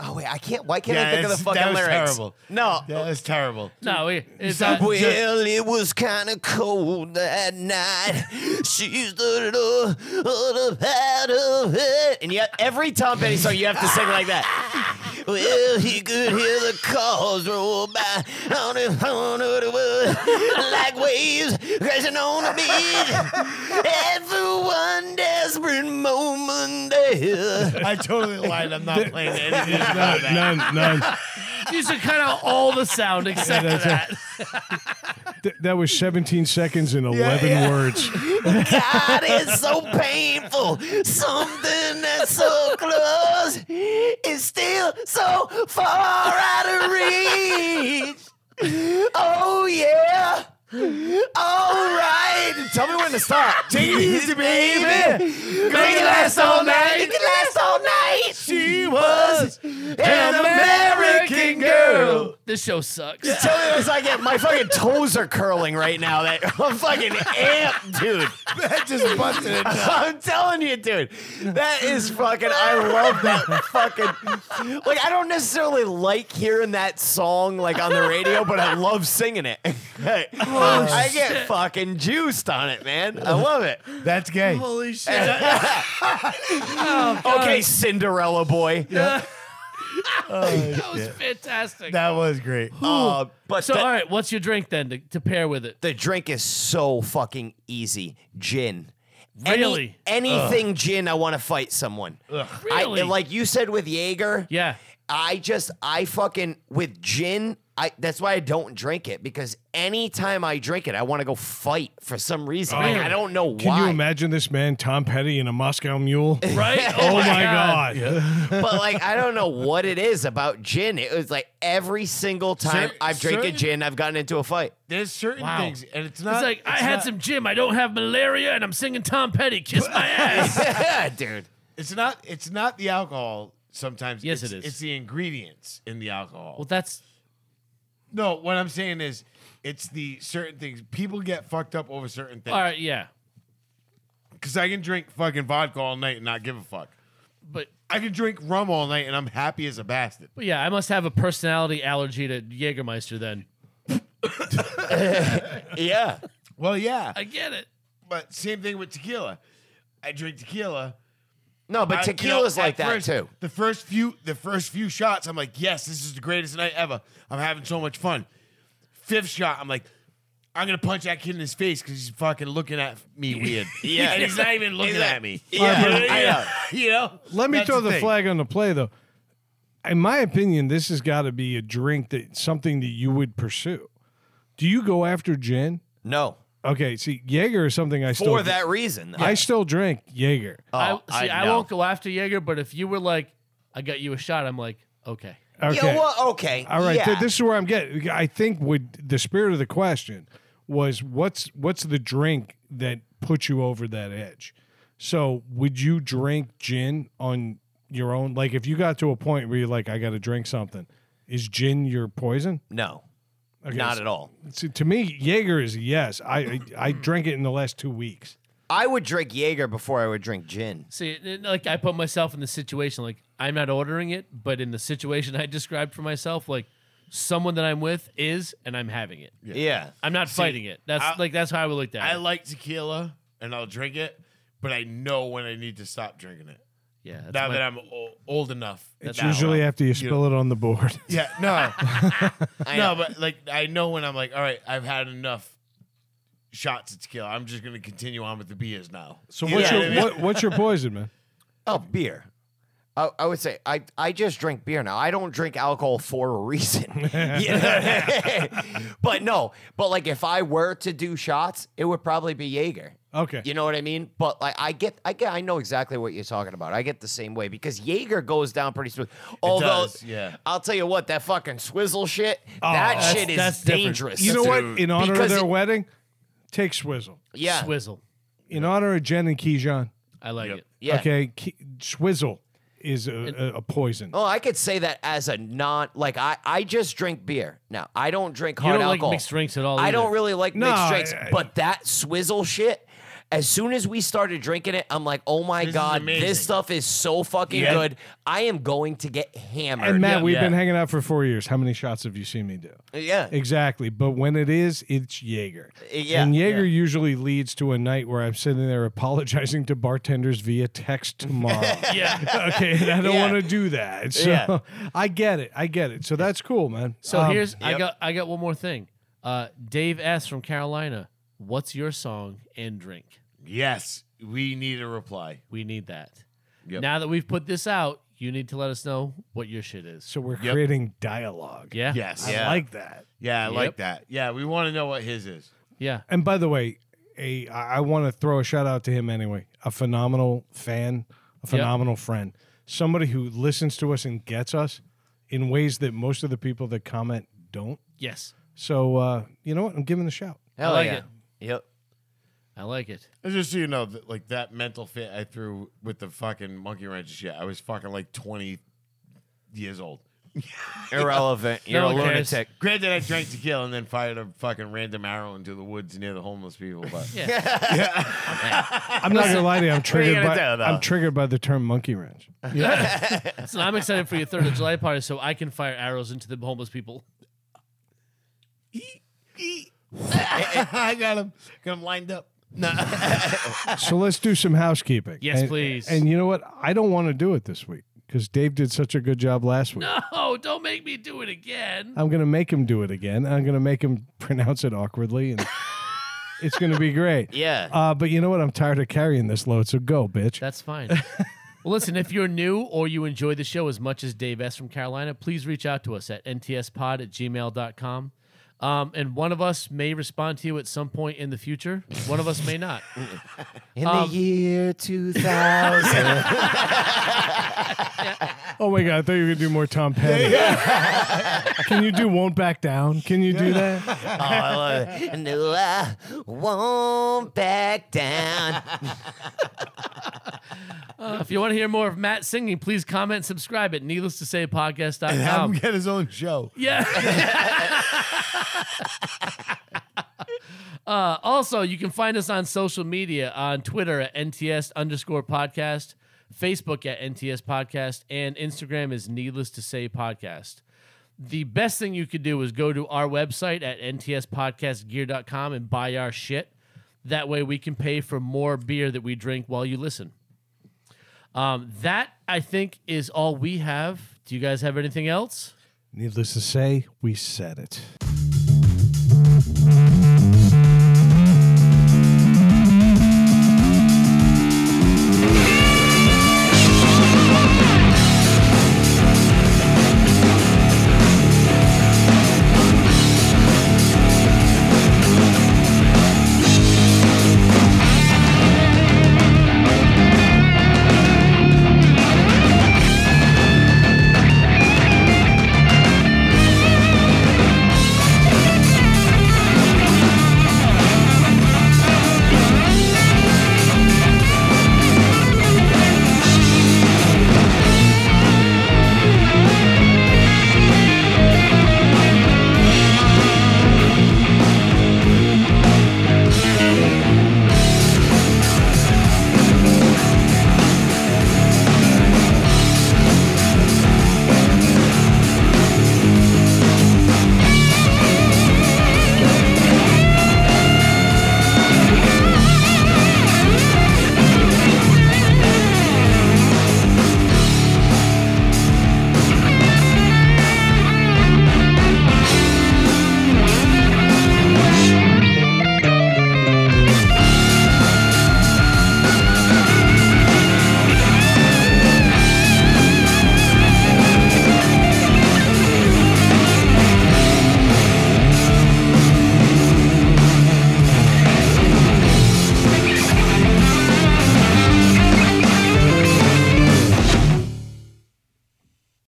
Oh wait, I can't. Why can't I
Yeah,
think of the
it's-
fucking
that was
lyrics?
terrible.
No,
That was terrible.
no, it- it's not.
Well, it was kind of cold that night. She's the love of the heart of it. And yet, every Tom Petty song, you have to sing like that. Well, he could hear the cars roll by on the horn of the wood, like waves crashing on the beach. And for one desperate moment there.
I totally lied. I'm not playing anything. about that.
None, none.
You should cut out all the sound except
that's
that.
Th- that was 17 seconds and 11 words.
God, it's so painful. Something that's so close. It is still so far out of reach. Oh yeah. All right. Tell me when to stop. Take it easy, baby. Make it last all night. Make it last all night. She was an American girl.
This show sucks.
Tell me as I get my fucking toes are curling right now. That I'm fucking amped, dude.
That just busted it.
I'm telling you, dude. That is fucking. I love that fucking. Like I don't necessarily like hearing that song like on the radio, but I love singing it. Hey, I get fucking juiced on it, man. I love it.
That's gay.
Holy shit.
Okay, Cinderella boy.
That was fantastic.
That was great.
Uh, but
so,
the,
all right, what's your drink then to, to pair with it?
the drink is so fucking easy. Gin. Any-
Really?
anything gin, I want to fight someone.
Really?
I, like you said with Jaeger.
Yeah.
I just I fucking with gin. I that's why I don't drink it because anytime I drink it, I want to go fight for some reason.
Oh.
Like, I don't know
Can
why.
you imagine this man, Tom Petty, in a Moscow mule?
Right?
Oh my God.
But like I don't know what it is about gin. It was like every single time
Cer-
I've drank a
certain-
gin, I've gotten into a fight.
There's certain
Wow.
things, and it's
Uh,
not.
It's like, I
it's
had
not-
some gym. I don't have malaria, and I'm singing Tom Petty. Kiss my ass.
yeah, dude.
It's not. It's not the alcohol. Sometimes.
Yes,
it's,
it is.
It's the ingredients in the alcohol.
well, that's
no, what I'm saying is, it's the certain things. People get fucked up over certain
all
things.
right. Yeah.
Because I can drink fucking vodka all night and not give a fuck.
But,
I can drink rum all night and I'm happy as a bastard.
but yeah, I must have a personality allergy to Jägermeister then.
Yeah.
Well, yeah,
I get it.
but same thing with tequila. I drink tequila.
No, but
I- you know,
tequila's like
at
that
first-
too.
The first few, the first few shots, I'm like, yes, this is the greatest night ever. I'm having so much fun. Fifth shot, I'm like, I'm gonna punch that kid in his face because he's fucking looking at me weird.
Yeah.
and he's not even looking at me.
Yeah, I know.
you know.
Let me
That's
throw the,
thing.
flag on the play, though. In my opinion, this has got to be a drink that something that you would pursue. Do you go after gin?
No.
Okay, see, Jaeger is something I still
For that reason.
I still drink Jaeger.
Oh,
I, see, I,
know.
won't go after Jaeger, but if you were like, I got you a shot, I'm like, okay.
Okay.
Yeah, well, okay.
All right,
yeah.
th- this is where I'm getting. I think with the spirit of the question was what's what's the drink that puts you over that edge. So would you drink gin on your own? Like if you got to a point where you're like, I got to drink something, is gin your poison?
no,
Okay,
not
so-
at all.
so to me, Jaeger is a yes. I, I I drank it in the last two weeks.
I would drink Jaeger before I would drink gin.
See, it- it- like I put myself in the situation, like I'm not ordering it, but in the situation I described for myself, like someone that I'm with is, and I'm having it.
Yeah.
I'm not fighting it. That's
I-
like that's how I would look at
I
it.
like tequila and I'll drink it, but I know when I need to stop drinking it.
yeah, that's
now
my-
that I'm o- old enough.
It's
now.
usually after you spill it on the board.
Yeah, no,
I
no,
know.
but like I know when I'm like, all right, I've had enough shots at tequila. I'm just gonna continue on with the beers now.
So what's
Yeah.
your what, what's your poison, man?
Oh, beer. I, I would say I, I just drink beer now. I don't drink alcohol for a reason. You know? but no, but like if I were to do shots, it would probably be Jaeger.
Okay.
You know what I mean? But like I get I get I know exactly what you're talking about. I get the same way because Jaeger goes down pretty smooth. Although
does, yeah.
I'll tell you what, that fucking swizzle shit, that
Oh, that's-
shit is
that's different.
dangerous.
You know what? In honor of
Because
their
it-
wedding, take Swizzle.
Yeah.
swizzle.
In honor of Jen and Keyshawn.
I like it.
yeah.
Okay, ki- swizzle is a, a, a poison.
Oh, I could say that as a non like I, I just drink beer. Now I don't drink
You
hard
don't
alcohol.
like mixed drinks at all.
I
either.
don't really like mixed
No,
drinks,
I- I-
but that swizzle shit. As soon as we started drinking it, I'm like, oh my
is
god,
amazing.
this stuff is so fucking
Yeah.
good. I am going to get hammered.
and Matt, we've
yeah.
been hanging out for four years. How many shots have you seen me do?
yeah,
Exactly. But when it is, it's Jaeger.
Yeah,
And Jaeger usually leads to a night where I'm sitting there apologizing to bartenders via text tomorrow. yeah. Okay. And I don't
Yeah.
want to do that. So
Yeah.
I get it. I get it. So that's cool, man.
So
Um,
here's I
Yep.
got I got one more thing. Uh, Dave S from Carolina, what's your song and drink?
Yes, we need a reply.
We need that.
Yep.
Now that we've put this out, you need to let us know what your shit is.
So we're creating dialogue.
Yeah.
Yes,
I
yeah,
like that.
yeah, I
Yep.
like that. Yeah, we want to know what his is.
Yeah.
And by the way, a I want to throw a shout out to him anyway. A phenomenal fan, a phenomenal friend. somebody who listens to us and gets us in ways that most of the people that comment don't.
Yes,
So uh, you know what? I'm giving the shout.
Hell
like
yeah.
it.
Yep.
I like it.
And just so you know, that, like that mental fit I threw with the fucking monkey wrench shit, I was fucking like 20 years old.
Irrelevant. You're
No
a
one cares.
lunatic.
Granted, I drank tequila and then fired a fucking random arrow into the woods near the homeless people, but
I'm not gonna lie to you. I'm triggered
gonna
by
do, though?
I'm triggered by the term monkey wrench.
So I'm excited for your Third of July party, so I can fire arrows into the homeless people.
I got him, got him lined up.
So let's do some housekeeping.
Yes,
And-
please.
And you know what? I don't want to do it this week because Dave did such a good job last week.
Oh, don't make me do it again.
I'm gonna make him do it again. I'm gonna make him pronounce it awkwardly, and it's gonna be great.
Yeah.
Uh, but you know what? I'm tired of carrying this load, so go, bitch.
That's fine. well, listen, if you're new or you enjoy the show as much as Dave S. from Carolina, please reach out to us at ntspod at gmail.com. Um, and one of us may respond to you at some point in the future. One of us may not.
In the year 2000.
Oh my god, I thought you were gonna do more Tom Petty. Can you do "Won't Back Down"? Can you do that?
oh, I love it. No, I won't back down.
Uh, if you want to hear more of Matt singing, please comment and subscribe at needless to say
Have him
podcast.com.
get his own show.
Yeah. uh, also, you can find us on social media on Twitter at NTS underscore podcast, Facebook at NTS podcast, and Instagram is needless to say podcast. The best thing you could do is go to our website at ntspodcastgear.com and buy our shit. That way we can pay for more beer that we drink while you listen. Um, that, I think, is all we have. Do you guys have anything else?
Needless to say, we said it.